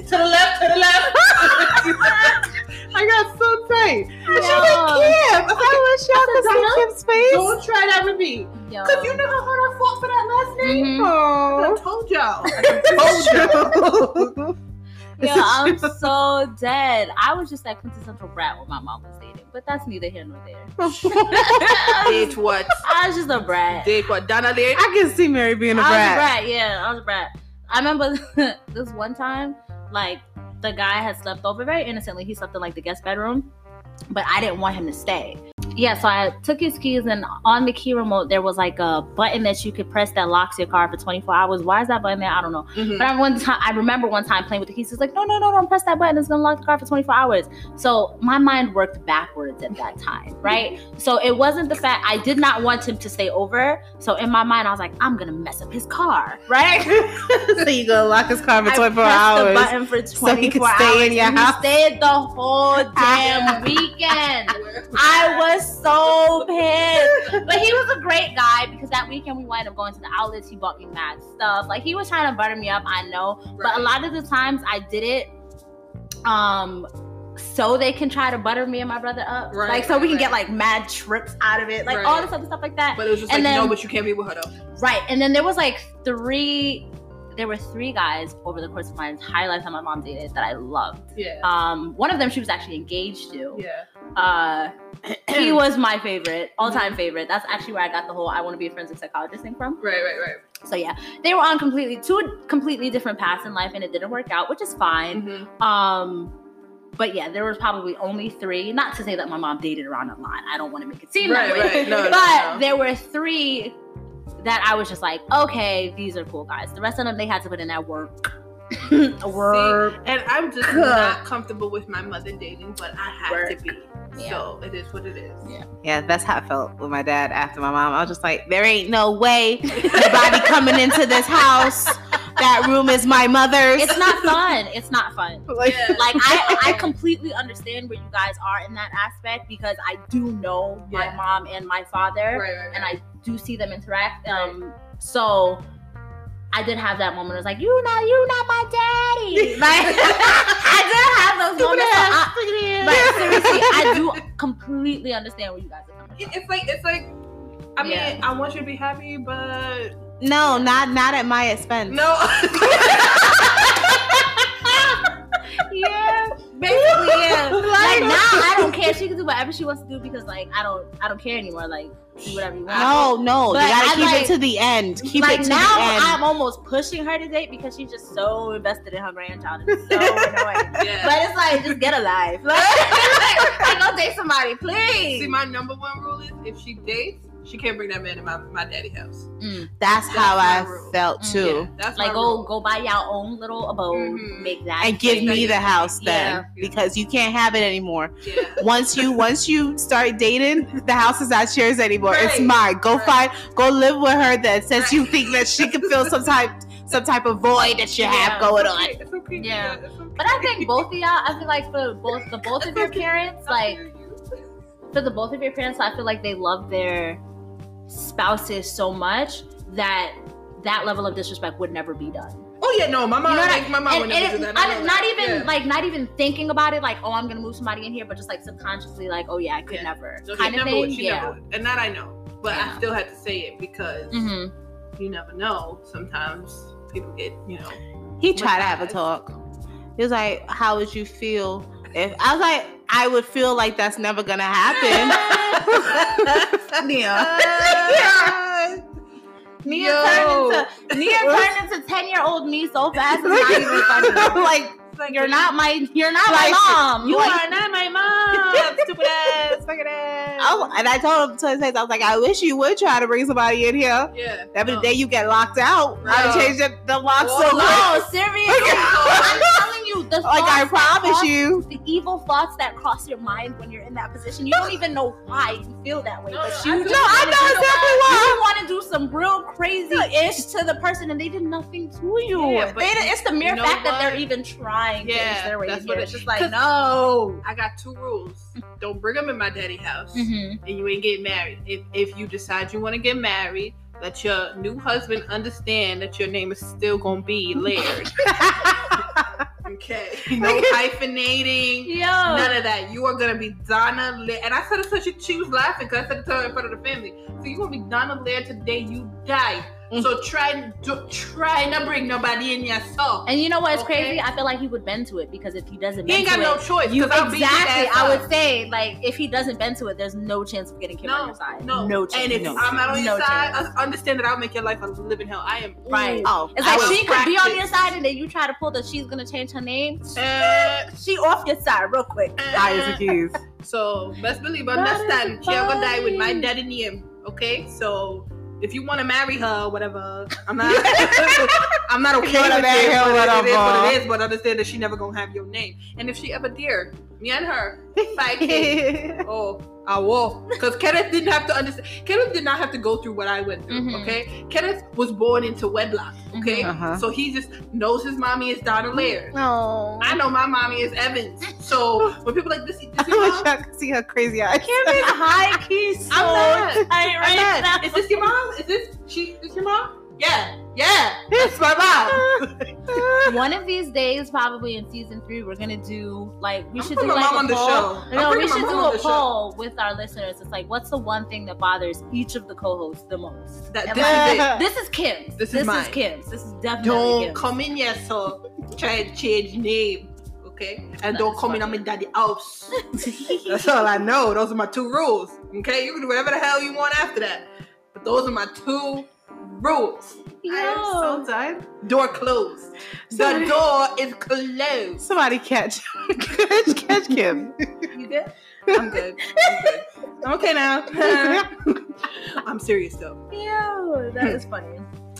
[SPEAKER 2] To the left, to the left.
[SPEAKER 1] I got so tight.
[SPEAKER 3] Yeah.
[SPEAKER 1] And she was like, Kim. I wish y'all could see Kim's face.
[SPEAKER 2] Don't try that with me.
[SPEAKER 3] Yo.
[SPEAKER 2] Cause you never heard I fought for that last name.
[SPEAKER 3] Mhm.
[SPEAKER 2] I
[SPEAKER 1] Oh,
[SPEAKER 2] told y'all.
[SPEAKER 1] it's
[SPEAKER 3] Yo, I'm so dead. I was just that quintessential brat when my mom was dating, but that's neither here nor there.
[SPEAKER 1] true.
[SPEAKER 3] I
[SPEAKER 2] what?
[SPEAKER 3] was just a brat.
[SPEAKER 2] Did what? Donna did?
[SPEAKER 1] I can see Mary being a brat.
[SPEAKER 3] I was a brat, yeah. I was a brat. I remember this one time, like, the guy had slept over very innocently. He slept in, like, the guest bedroom, but I didn't want him to stay. Yeah, so I took his keys, and on the key remote, there was, like, a button that you could press that locks your car for 24 hours. Why is that button there? I don't know.
[SPEAKER 2] Mm-hmm.
[SPEAKER 3] But I, one time, I remember one time playing with the keys. He's like, no, no, no, don't press that button. It's gonna lock the car for 24 hours. So my mind worked backwards at that time, right? so it wasn't the fact I did not want him to stay over. So in my mind, I was like, I'm gonna mess up his car, right?
[SPEAKER 1] so you go lock his car for
[SPEAKER 3] I
[SPEAKER 1] 24
[SPEAKER 3] pressed
[SPEAKER 1] hours.
[SPEAKER 3] The button for 24
[SPEAKER 1] so he could
[SPEAKER 3] hours.
[SPEAKER 1] stay in your
[SPEAKER 3] and
[SPEAKER 1] house.
[SPEAKER 3] He stayed the whole damn weekend. I was so pissed. But he was a great guy because that weekend we wound up going to the outlets. He bought me mad stuff. Like he was trying to butter me up, I know. But a lot of the times I did it um so they can try to butter me and my brother up.
[SPEAKER 2] Right,
[SPEAKER 3] like so we can
[SPEAKER 2] right,
[SPEAKER 3] get like mad trips out of it. Like
[SPEAKER 2] Right.
[SPEAKER 3] all this other stuff like that.
[SPEAKER 2] But it was just
[SPEAKER 3] And
[SPEAKER 2] like,
[SPEAKER 3] then-
[SPEAKER 2] no, but you can't be with her though.
[SPEAKER 3] Right. And then there was like three there were three guys over the course of my entire life that my mom dated that I loved.
[SPEAKER 2] Yeah.
[SPEAKER 3] Um one of them she was actually engaged to.
[SPEAKER 2] Yeah.
[SPEAKER 3] Uh he was my favorite, all time favorite. That's actually where I got the whole I want to be a forensic psychologist thing from.
[SPEAKER 2] Right, right, right.
[SPEAKER 3] So yeah, they were on completely two completely different paths in life and it didn't work out, which is fine.
[SPEAKER 2] Mm-hmm.
[SPEAKER 3] Um, but yeah, there was probably only three. Not to say that my mom dated around a lot. I don't want to make it seem
[SPEAKER 2] Right,
[SPEAKER 3] that way.
[SPEAKER 2] right. No, no,
[SPEAKER 3] but
[SPEAKER 2] no.
[SPEAKER 3] there were three that I was just like, okay, these are cool guys. The rest of them, they had to put in that work. work.
[SPEAKER 2] And I'm just not comfortable with my mother dating, but I have
[SPEAKER 3] Work.
[SPEAKER 2] to be.
[SPEAKER 3] Yeah.
[SPEAKER 2] So it is what it is.
[SPEAKER 3] Yeah.
[SPEAKER 1] Yeah, that's how I felt with my dad after my mom. I was just like, there ain't no way nobody coming into this house. That room is my mother's.
[SPEAKER 3] It's not fun. It's not fun.
[SPEAKER 1] like,
[SPEAKER 2] Yeah.
[SPEAKER 3] Like I, I completely understand where you guys are in that aspect because I do know my
[SPEAKER 2] Yeah.
[SPEAKER 3] mom and my father.
[SPEAKER 2] Right, right, right.
[SPEAKER 3] and I do see them interact. Um, so I did have that moment. I was like, "You not, you not my daddy." Like, I did have those moments. so I, but seriously, I do completely understand where you guys are coming
[SPEAKER 2] Yeah,
[SPEAKER 3] from.
[SPEAKER 2] it's like it's like I mean,
[SPEAKER 3] Yeah.
[SPEAKER 2] I want you to be happy, but
[SPEAKER 1] no, not not at my expense.
[SPEAKER 2] no.
[SPEAKER 3] yeah, basically, yeah.
[SPEAKER 1] Like,
[SPEAKER 3] Like now, I don't care. She can do whatever she wants to do because, like, I don't, I don't care anymore. Like, do whatever you want.
[SPEAKER 1] no, no.
[SPEAKER 3] But
[SPEAKER 1] you gotta
[SPEAKER 3] I
[SPEAKER 1] keep
[SPEAKER 3] like-
[SPEAKER 1] it to the end. Keep
[SPEAKER 3] like
[SPEAKER 1] it to
[SPEAKER 3] now,
[SPEAKER 1] the end.
[SPEAKER 3] I'm almost pushing her to date because she's just so invested in her grandchild. It's so annoying.
[SPEAKER 2] Yeah.
[SPEAKER 3] But it's like, just get a life. Like, like, go date somebody, please.
[SPEAKER 2] See, my number one rule is if she dates, She can't bring that man to my, my daddy house.
[SPEAKER 1] That's,
[SPEAKER 2] That's
[SPEAKER 1] how
[SPEAKER 2] my
[SPEAKER 1] I
[SPEAKER 2] rule.
[SPEAKER 1] felt
[SPEAKER 3] Mm.
[SPEAKER 1] too.
[SPEAKER 2] Yeah, that's
[SPEAKER 3] Like
[SPEAKER 2] my
[SPEAKER 3] go
[SPEAKER 2] rule.
[SPEAKER 3] go buy your own little abode,
[SPEAKER 2] Mhm.
[SPEAKER 3] make that
[SPEAKER 1] And give
[SPEAKER 3] space.
[SPEAKER 1] me the house then
[SPEAKER 3] Yeah.
[SPEAKER 1] because you can't have it anymore.
[SPEAKER 2] Yeah.
[SPEAKER 1] Once you once you start dating, the house is not yours anymore. It's
[SPEAKER 2] Right.
[SPEAKER 1] mine. Go
[SPEAKER 2] Right.
[SPEAKER 1] find go live with her then since
[SPEAKER 2] Right.
[SPEAKER 1] you think that she could fill some type some type of void that you
[SPEAKER 3] Yeah.
[SPEAKER 1] have going on.
[SPEAKER 2] Okay, it's okay,
[SPEAKER 3] Yeah.
[SPEAKER 2] it's okay.
[SPEAKER 3] But I think both of y'all, I feel like for both the both of your parents,
[SPEAKER 2] I
[SPEAKER 3] like
[SPEAKER 2] hear you.
[SPEAKER 3] for the both of your parents, I feel like they love their spouses so much that that level of disrespect would never be done.
[SPEAKER 2] Oh yeah, no, my mom,
[SPEAKER 3] know what
[SPEAKER 2] like, my mom
[SPEAKER 3] And-
[SPEAKER 2] would never
[SPEAKER 3] and
[SPEAKER 2] do
[SPEAKER 3] it-
[SPEAKER 2] that.
[SPEAKER 3] I
[SPEAKER 2] I know
[SPEAKER 3] didn't-
[SPEAKER 2] that.
[SPEAKER 3] not even
[SPEAKER 2] Yeah.
[SPEAKER 3] like not even thinking about it, like oh I'm gonna move somebody in here, but just like subconsciously, like oh yeah I could
[SPEAKER 2] Yeah.
[SPEAKER 3] never
[SPEAKER 2] No, she
[SPEAKER 3] kind of
[SPEAKER 2] never
[SPEAKER 3] thing.
[SPEAKER 2] would. She
[SPEAKER 3] yeah.
[SPEAKER 2] never would. And that I know, but
[SPEAKER 3] Yeah.
[SPEAKER 2] I still had to say it because
[SPEAKER 3] Mm-hmm.
[SPEAKER 2] you never know. Sometimes people get, you know.
[SPEAKER 1] He
[SPEAKER 2] With
[SPEAKER 1] tried to have a
[SPEAKER 2] eyes.
[SPEAKER 1] talk. He was like, How would you feel if I was like, I would feel like that's never gonna happen. Nia.
[SPEAKER 2] Yeah.
[SPEAKER 3] Nia
[SPEAKER 2] Yo.
[SPEAKER 3] turned into Nia turned into ten year old me so fast. It's not even funny.
[SPEAKER 1] like
[SPEAKER 2] Like,
[SPEAKER 3] You're not my you're not
[SPEAKER 1] Like,
[SPEAKER 3] my mom.
[SPEAKER 1] you
[SPEAKER 3] Like,
[SPEAKER 1] are
[SPEAKER 2] not my mom. Stupid ass, fucking ass.
[SPEAKER 1] oh and I told him to his face, I was like, I wish you would try to bring somebody in here.
[SPEAKER 2] yeah.
[SPEAKER 1] Every day
[SPEAKER 2] no.
[SPEAKER 1] you get locked out. I
[SPEAKER 2] No.
[SPEAKER 1] done changed the, the lock
[SPEAKER 2] Well,
[SPEAKER 1] so quick.
[SPEAKER 3] no, seriously. I'm telling you, the
[SPEAKER 1] Like I
[SPEAKER 3] thoughts that
[SPEAKER 1] promise
[SPEAKER 3] cross-
[SPEAKER 1] you.
[SPEAKER 3] the evil thoughts that cross your mind when you're in that position. You don't even know why you feel that way.
[SPEAKER 2] No,
[SPEAKER 3] but
[SPEAKER 2] no,
[SPEAKER 3] you
[SPEAKER 2] I do.
[SPEAKER 1] No, I know
[SPEAKER 3] you
[SPEAKER 1] exactly
[SPEAKER 3] what?
[SPEAKER 1] why.
[SPEAKER 3] You want to do some real crazy ish to the person, and they did nothing to you.
[SPEAKER 2] Yeah, but
[SPEAKER 3] They did- it's the mere
[SPEAKER 2] you know
[SPEAKER 3] fact that
[SPEAKER 2] what?
[SPEAKER 3] they're even trying to
[SPEAKER 2] Yeah,
[SPEAKER 3] ish their way
[SPEAKER 2] that's
[SPEAKER 3] in
[SPEAKER 2] what
[SPEAKER 3] here.
[SPEAKER 2] it-
[SPEAKER 3] It's just like
[SPEAKER 2] 'cause-
[SPEAKER 3] no.
[SPEAKER 2] I got two rules. Don't bring them in my daddy house,
[SPEAKER 3] Mm-hmm.
[SPEAKER 2] and you ain't get married. If if you decide you want to get married, let your new husband understand that your name is still gonna be Laird. okay, no hyphenating.
[SPEAKER 3] Yo,
[SPEAKER 2] None of that. You are gonna be Donna Laird. And I said it so she, she was laughing because I said it to her in front of the family. So you're gonna be Donna Laird today you die.
[SPEAKER 1] Mm.
[SPEAKER 2] So try do, try not bring nobody in yourself.
[SPEAKER 3] and you know what's
[SPEAKER 2] Okay.
[SPEAKER 3] crazy? I feel like he would bend to it because if he doesn't,
[SPEAKER 2] He
[SPEAKER 3] bend
[SPEAKER 2] ain't got
[SPEAKER 3] to
[SPEAKER 2] no
[SPEAKER 3] it,
[SPEAKER 2] choice.
[SPEAKER 3] You,
[SPEAKER 2] 'cause I'll beat
[SPEAKER 3] exactly.
[SPEAKER 2] his ass
[SPEAKER 3] I
[SPEAKER 2] up.
[SPEAKER 3] would say, like, if he doesn't bend to it, there's no chance of getting killed on your side.
[SPEAKER 2] No,
[SPEAKER 3] no chance.
[SPEAKER 2] And if
[SPEAKER 1] No.
[SPEAKER 2] I'm not on your
[SPEAKER 3] No
[SPEAKER 2] side,
[SPEAKER 3] chance.
[SPEAKER 2] I understand that I'll make your life a living hell. I am
[SPEAKER 3] Right.
[SPEAKER 1] Oh,
[SPEAKER 3] It's
[SPEAKER 1] I
[SPEAKER 3] like
[SPEAKER 1] was-
[SPEAKER 3] she could be on your
[SPEAKER 2] practice.
[SPEAKER 3] side, and then you try to pull that she's gonna change her name.
[SPEAKER 2] Uh,
[SPEAKER 3] She off your side real quick.
[SPEAKER 1] Eyes
[SPEAKER 2] uh,
[SPEAKER 1] accused.
[SPEAKER 2] so best believe,
[SPEAKER 3] That
[SPEAKER 2] understand,
[SPEAKER 3] is
[SPEAKER 2] she ever die with my
[SPEAKER 3] funny.
[SPEAKER 2] daddy name. Okay, so if you want to marry her, or whatever, I'm not. I'm not okay
[SPEAKER 1] You wanna
[SPEAKER 2] with
[SPEAKER 1] marry
[SPEAKER 2] it.
[SPEAKER 1] her,
[SPEAKER 2] but it is what
[SPEAKER 1] whatever.
[SPEAKER 2] it is. But understand that she never gonna have your name. And if she ever dare, me and her fight. it.
[SPEAKER 1] yeah.
[SPEAKER 2] Oh, I will. Because Kenneth didn't have to understand. Kenneth did not have to go through what I went through.
[SPEAKER 1] Mm-hmm.
[SPEAKER 3] Mhm.
[SPEAKER 2] Okay, Kenneth was born into wedlock. Okay,
[SPEAKER 3] Mm-hmm.
[SPEAKER 1] Mhm. Uh-huh.
[SPEAKER 2] so he just knows his mommy is Donna Lair.
[SPEAKER 3] No.
[SPEAKER 2] I know my mommy is Evans. So when people like this, this
[SPEAKER 1] I
[SPEAKER 2] is your
[SPEAKER 1] wish
[SPEAKER 2] mom.
[SPEAKER 1] I could see her crazy eyes.
[SPEAKER 3] Cameron's high key so
[SPEAKER 2] I'm mad.
[SPEAKER 3] tight
[SPEAKER 2] I'm
[SPEAKER 3] right
[SPEAKER 2] mad.
[SPEAKER 3] now.
[SPEAKER 2] Is this your mom? Is this she? This your mom? Yeah, yeah. That's my mom.
[SPEAKER 3] One of these days, probably in season three, we're gonna do like we
[SPEAKER 2] I'm
[SPEAKER 3] should do
[SPEAKER 2] putting my
[SPEAKER 3] like
[SPEAKER 2] mom
[SPEAKER 3] a
[SPEAKER 2] on the
[SPEAKER 3] poll.
[SPEAKER 2] show. I'm
[SPEAKER 3] No, we
[SPEAKER 2] putting my
[SPEAKER 3] should
[SPEAKER 2] mom
[SPEAKER 3] do
[SPEAKER 2] on
[SPEAKER 3] a
[SPEAKER 2] the show.
[SPEAKER 3] poll with our listeners. It's like, what's the one thing that bothers each of the co-hosts the most?
[SPEAKER 2] That
[SPEAKER 3] And,
[SPEAKER 2] this
[SPEAKER 3] like,
[SPEAKER 2] is it.
[SPEAKER 3] this is Kim's.
[SPEAKER 2] This is
[SPEAKER 3] this
[SPEAKER 2] mine.
[SPEAKER 3] Kim's. This is definitely
[SPEAKER 2] Don't
[SPEAKER 3] Kim's.
[SPEAKER 2] come in here, so try and change name, okay? And
[SPEAKER 3] That
[SPEAKER 2] don't
[SPEAKER 3] is
[SPEAKER 2] come in on
[SPEAKER 3] funny.
[SPEAKER 2] my daddy house. That's all I know. Those are my two rules, okay? You can do whatever the hell you want after that, but those are my two rules.
[SPEAKER 1] I am so done.
[SPEAKER 2] Door closed. The
[SPEAKER 1] Sorry.
[SPEAKER 2] door is closed.
[SPEAKER 1] Somebody catch, catch, catch Kim.
[SPEAKER 3] you good?
[SPEAKER 2] I'm good. I'm good. I'm okay now. I'm serious though.
[SPEAKER 3] Yo, that is funny.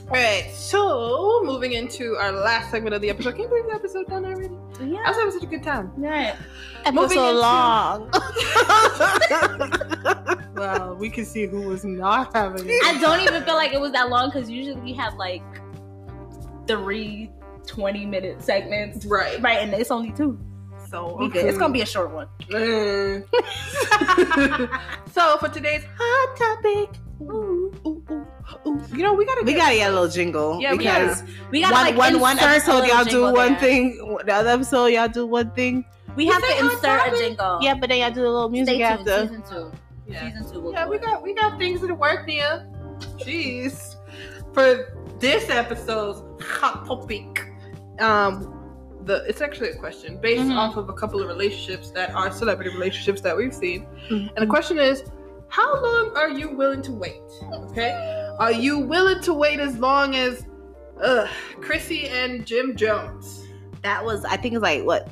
[SPEAKER 2] All right, so moving into our last segment of the episode. Can you believe the episode done already? I
[SPEAKER 3] Yeah.
[SPEAKER 2] was having such a good time.
[SPEAKER 3] Right.
[SPEAKER 1] Episode
[SPEAKER 2] Moving into-
[SPEAKER 1] long. well, we can see who was not having it.
[SPEAKER 3] I don't even feel like it was that long because usually we have like three 20 minute segments.
[SPEAKER 2] Right.
[SPEAKER 3] Right, and it's only two.
[SPEAKER 2] So
[SPEAKER 3] We good. It's gonna be a short one.
[SPEAKER 2] Mm. so for today's hot topic,
[SPEAKER 3] Ooh.
[SPEAKER 2] ooh, ooh, ooh, you know we gotta
[SPEAKER 1] We
[SPEAKER 2] get-
[SPEAKER 1] gotta get a little jingle
[SPEAKER 2] Yeah, we gotta.
[SPEAKER 1] because
[SPEAKER 3] We got
[SPEAKER 1] one,
[SPEAKER 3] like
[SPEAKER 1] one, one
[SPEAKER 3] insert a
[SPEAKER 1] episode
[SPEAKER 3] little
[SPEAKER 1] y'all do
[SPEAKER 3] jingle
[SPEAKER 1] one
[SPEAKER 3] there.
[SPEAKER 1] thing, the other episode y'all do one thing.
[SPEAKER 3] We have
[SPEAKER 2] Is it
[SPEAKER 3] to
[SPEAKER 2] on
[SPEAKER 3] insert a
[SPEAKER 2] topic?
[SPEAKER 3] jingle.
[SPEAKER 1] Yeah, but then y'all do a little music
[SPEAKER 3] Stay tuned.
[SPEAKER 1] after.
[SPEAKER 3] Season two.
[SPEAKER 2] Yeah.
[SPEAKER 3] Season two. We'll
[SPEAKER 2] yeah,
[SPEAKER 3] do
[SPEAKER 2] we
[SPEAKER 3] it.
[SPEAKER 2] got we got things to work there. Jeez, for this episode's hot topic, um, the it's actually a question based
[SPEAKER 3] Mhm.
[SPEAKER 2] off of a couple of relationships that are celebrity relationships that we've seen,
[SPEAKER 3] Mm-hmm.
[SPEAKER 1] Mhm.
[SPEAKER 2] and the question is. How long are you willing to wait? Okay, are you willing to wait as long as uh, Chrissy and Jim Jones?
[SPEAKER 1] That was, I think, it's like what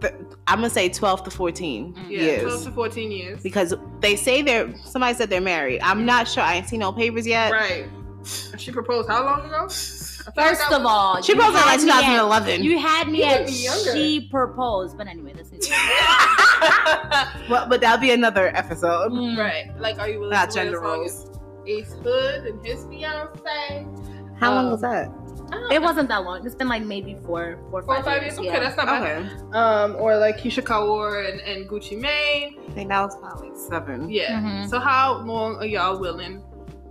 [SPEAKER 1] th- I'm gonna say, 12 to 14
[SPEAKER 3] Mm.
[SPEAKER 2] Yeah,
[SPEAKER 1] years
[SPEAKER 2] 12 to 14 years.
[SPEAKER 1] because They say they're somebody said they're married. I'm not sure. I ain't seen no papers yet.
[SPEAKER 2] Right. She proposed how long ago? I feel like
[SPEAKER 3] First
[SPEAKER 2] I
[SPEAKER 3] of
[SPEAKER 2] was-
[SPEAKER 3] all,
[SPEAKER 1] She
[SPEAKER 3] you
[SPEAKER 1] proposed in
[SPEAKER 3] had
[SPEAKER 1] like
[SPEAKER 3] me at-
[SPEAKER 1] 2011.
[SPEAKER 3] You had me
[SPEAKER 2] You
[SPEAKER 3] at
[SPEAKER 2] look younger.
[SPEAKER 3] she proposed, but anyway, this is
[SPEAKER 1] Well, but that'll be another episode.
[SPEAKER 3] Mm.
[SPEAKER 2] right. Like, are you willing
[SPEAKER 1] Not
[SPEAKER 2] to
[SPEAKER 1] gender
[SPEAKER 2] wear as
[SPEAKER 1] roles.
[SPEAKER 2] long as Ace Hood and his fiance?
[SPEAKER 1] How long
[SPEAKER 3] Uh,
[SPEAKER 2] Um,
[SPEAKER 1] was that?
[SPEAKER 3] It wasn't that long. It's been like maybe four, four,
[SPEAKER 2] Four or
[SPEAKER 3] five
[SPEAKER 2] five years. Okay,
[SPEAKER 3] yeah.
[SPEAKER 2] that's not bad.
[SPEAKER 1] Okay.
[SPEAKER 2] Um, or like Keisha Kaur and, and Gucci Mane.
[SPEAKER 1] I think that was probably like seven.
[SPEAKER 2] Yeah.
[SPEAKER 3] Mhm.
[SPEAKER 2] So how long are y'all willing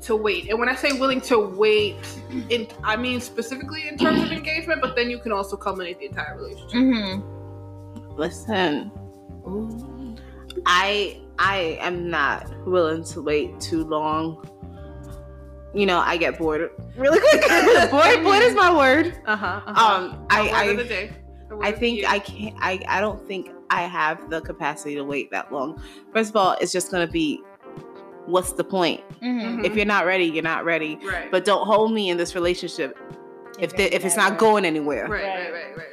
[SPEAKER 2] to wait? And when I say willing to wait, in I mean specifically in terms of engagement, but then you can also culminate the entire relationship.
[SPEAKER 3] Mhm.
[SPEAKER 1] Listen, I I am not willing to wait too long. You know, I get bored really quick. bored, bored is my word.
[SPEAKER 2] Uh huh.
[SPEAKER 3] Uh-huh.
[SPEAKER 1] Um, I I,
[SPEAKER 2] of the day. The word
[SPEAKER 1] I
[SPEAKER 2] of the
[SPEAKER 1] think
[SPEAKER 2] year.
[SPEAKER 1] I can't. I I don't think I have the capacity to wait that long. First of all, it's just gonna be, what's the point?
[SPEAKER 3] Mhm.
[SPEAKER 2] Mm-hmm.
[SPEAKER 1] If you're not ready, you're not ready.
[SPEAKER 2] right.
[SPEAKER 1] But don't hold me in this relationship if the, if it's not going anywhere.
[SPEAKER 2] right, right, right, right.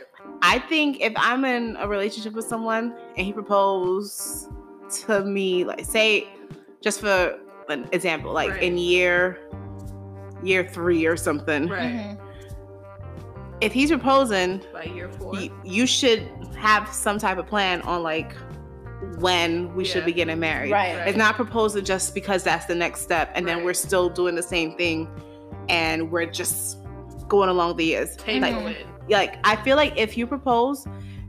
[SPEAKER 1] I think if I'm in a relationship with someone and he proposed to me, like say, just for an example, like
[SPEAKER 2] Right.
[SPEAKER 1] in year year three or something,
[SPEAKER 2] Right.
[SPEAKER 3] Mhm.
[SPEAKER 1] if he's proposing,
[SPEAKER 2] By year four.
[SPEAKER 1] y- you should have some type of plan on like when we should
[SPEAKER 2] Yeah.
[SPEAKER 1] be getting married.
[SPEAKER 3] Right.
[SPEAKER 2] Right.
[SPEAKER 1] It's not proposing just because that's the next step, and then
[SPEAKER 2] Right.
[SPEAKER 1] we're still doing the same thing, and we're just going along the years.
[SPEAKER 2] Table
[SPEAKER 1] Like,
[SPEAKER 2] it.
[SPEAKER 1] like I feel like if you propose,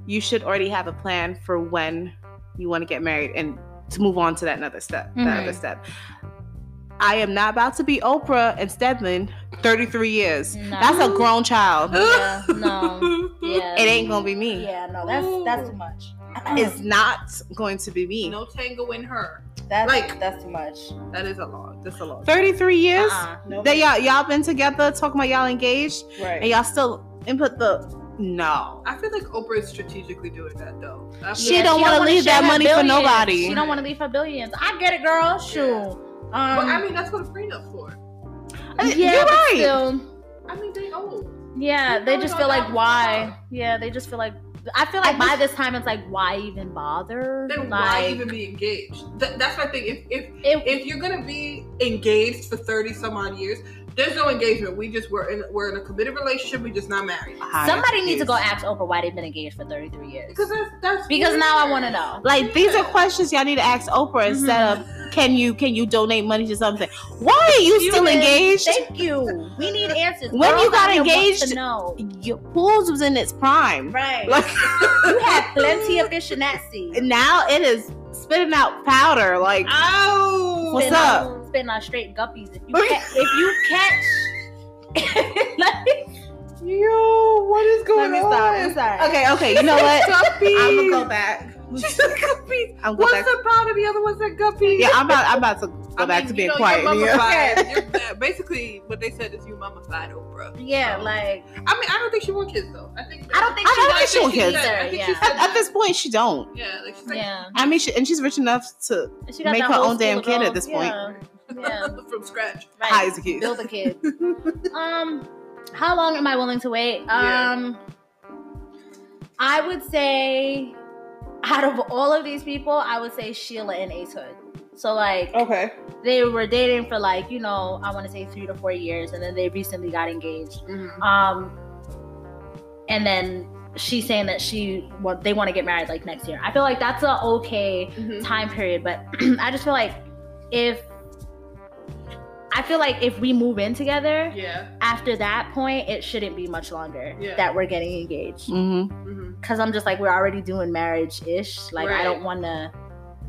[SPEAKER 1] you should already have a plan for when you want to get married and to move on to that another step.
[SPEAKER 2] Mm-hmm.
[SPEAKER 1] That
[SPEAKER 3] Mhm.
[SPEAKER 1] other step. I am not about to be Oprah and Stedman 33
[SPEAKER 2] Mm.
[SPEAKER 1] years.
[SPEAKER 3] No.
[SPEAKER 1] That's a grown child.
[SPEAKER 3] Yeah, no. Yeah.
[SPEAKER 1] It ain't gonna be me.
[SPEAKER 3] Yeah, no, that's that's too much.
[SPEAKER 1] It's not going to be me.
[SPEAKER 2] No tango in her.
[SPEAKER 3] that's
[SPEAKER 2] like-
[SPEAKER 3] that's too much.
[SPEAKER 2] That is a lot. That's a lot.
[SPEAKER 1] 33 years.
[SPEAKER 3] Uh-uh.
[SPEAKER 2] Nope.
[SPEAKER 1] That y'all y'all been together talking about y'all engaged and
[SPEAKER 2] right.
[SPEAKER 1] y'all still input the no.
[SPEAKER 2] I feel like Oprah is strategically doing that though. I
[SPEAKER 1] She
[SPEAKER 2] feel
[SPEAKER 1] don't wanna
[SPEAKER 3] wanna
[SPEAKER 1] leave
[SPEAKER 3] share
[SPEAKER 1] that money for
[SPEAKER 3] billions.
[SPEAKER 1] nobody.
[SPEAKER 3] She don't want to leave her billions. I get it, girl. Shoot.
[SPEAKER 2] Yeah.
[SPEAKER 3] Um,
[SPEAKER 2] But I mean, that's what a prenup for.
[SPEAKER 1] I-
[SPEAKER 3] yeah,
[SPEAKER 1] You're
[SPEAKER 3] but
[SPEAKER 1] right.
[SPEAKER 3] still,
[SPEAKER 2] I mean, they old.
[SPEAKER 3] yeah,
[SPEAKER 2] You
[SPEAKER 3] they
[SPEAKER 2] know
[SPEAKER 3] just
[SPEAKER 2] we
[SPEAKER 3] feel
[SPEAKER 2] don't
[SPEAKER 3] like
[SPEAKER 2] have
[SPEAKER 3] why?
[SPEAKER 2] enough.
[SPEAKER 3] Yeah, they just feel like I feel like
[SPEAKER 1] I
[SPEAKER 3] by this time it's like why even bother?
[SPEAKER 2] Then
[SPEAKER 3] like,
[SPEAKER 2] why even be engaged? Th- that's my thing. If if
[SPEAKER 3] It,
[SPEAKER 2] if you're gonna be engaged for thirty some odd years, there's no engagement. We just were in we're in a committed relationship. We just not married.
[SPEAKER 1] Hot
[SPEAKER 3] somebody needs to
[SPEAKER 1] excuse.
[SPEAKER 3] go ask Oprah why they've been engaged for 33 years.
[SPEAKER 2] Because that's that's
[SPEAKER 3] Because now I
[SPEAKER 2] weird.
[SPEAKER 3] want to know.
[SPEAKER 1] Like these are questions y'all need to ask Oprah instead of can you can you donate money to something? Why are you still
[SPEAKER 3] Students,
[SPEAKER 1] engaged?
[SPEAKER 3] Thank you. We need answers.
[SPEAKER 1] When you got
[SPEAKER 3] out here wants
[SPEAKER 1] engaged-
[SPEAKER 3] to know.
[SPEAKER 1] Your pools was in its prime.
[SPEAKER 3] Right.
[SPEAKER 1] Like
[SPEAKER 3] you had plenty of fish in that sea.
[SPEAKER 1] now it is spitting out powder. Like
[SPEAKER 2] Ow!
[SPEAKER 1] What's
[SPEAKER 3] spin
[SPEAKER 1] up?
[SPEAKER 3] On, spin on straight guppies. If you ca- if you catch, like,
[SPEAKER 2] Yo, what is
[SPEAKER 1] let me stop. I'm
[SPEAKER 3] Uh,
[SPEAKER 1] sorry. Okay, okay. You know what? I'm gonna go
[SPEAKER 2] Guppies.
[SPEAKER 1] back.
[SPEAKER 2] She's a guppy.
[SPEAKER 1] I'm going
[SPEAKER 2] One's
[SPEAKER 1] back.
[SPEAKER 2] a pound and the other one's a guppy.
[SPEAKER 1] Yeah, I'm about I'm about to go back to being quiet.
[SPEAKER 2] You're
[SPEAKER 1] Nia.
[SPEAKER 2] mummified. You're- uh, basically, what they said is you mummified Oprah.
[SPEAKER 3] yeah,
[SPEAKER 2] So-
[SPEAKER 3] like
[SPEAKER 2] I mean, I don't think she wants kids though. I think
[SPEAKER 3] I don't think
[SPEAKER 1] I
[SPEAKER 3] she
[SPEAKER 1] don't
[SPEAKER 3] does
[SPEAKER 1] think she'll
[SPEAKER 3] she
[SPEAKER 1] hit
[SPEAKER 3] either.
[SPEAKER 2] that. I think
[SPEAKER 3] yeah.
[SPEAKER 2] she's that-
[SPEAKER 1] At this point, she don't.
[SPEAKER 2] yeah, like she's like
[SPEAKER 3] yeah.
[SPEAKER 1] I mean, she, and she's rich enough to
[SPEAKER 3] And She got
[SPEAKER 1] Make
[SPEAKER 3] that
[SPEAKER 1] her
[SPEAKER 3] whole
[SPEAKER 1] own damn
[SPEAKER 3] school of
[SPEAKER 1] kid at this point.
[SPEAKER 3] girls. Yeah. yeah.
[SPEAKER 2] from scratch.
[SPEAKER 3] Right.
[SPEAKER 1] high as a kid.
[SPEAKER 3] Build a kid. um, how long am I willing to wait?
[SPEAKER 2] Yeah.
[SPEAKER 3] Um, I would say, out of all of these people, I would say Sheila and Ace Hood. So like
[SPEAKER 1] Oh.
[SPEAKER 2] Okay.
[SPEAKER 3] they were dating for like you know I want to say three to four years, and then they recently got engaged.
[SPEAKER 1] Mm-hmm.
[SPEAKER 3] Um, and then she's saying that she well, they want to get married like next year. I feel like that's a okay
[SPEAKER 1] Mm-hmm.
[SPEAKER 3] time period, but I just feel like if I feel like if we move in together
[SPEAKER 2] Yeah.
[SPEAKER 3] after that point, it shouldn't be much longer
[SPEAKER 2] Yeah.
[SPEAKER 3] that we're getting engaged.
[SPEAKER 1] Mm-hmm.
[SPEAKER 2] Mhm.
[SPEAKER 3] Cause I'm just like we're already doing marriage ish. Like I
[SPEAKER 2] Right.
[SPEAKER 3] don't want to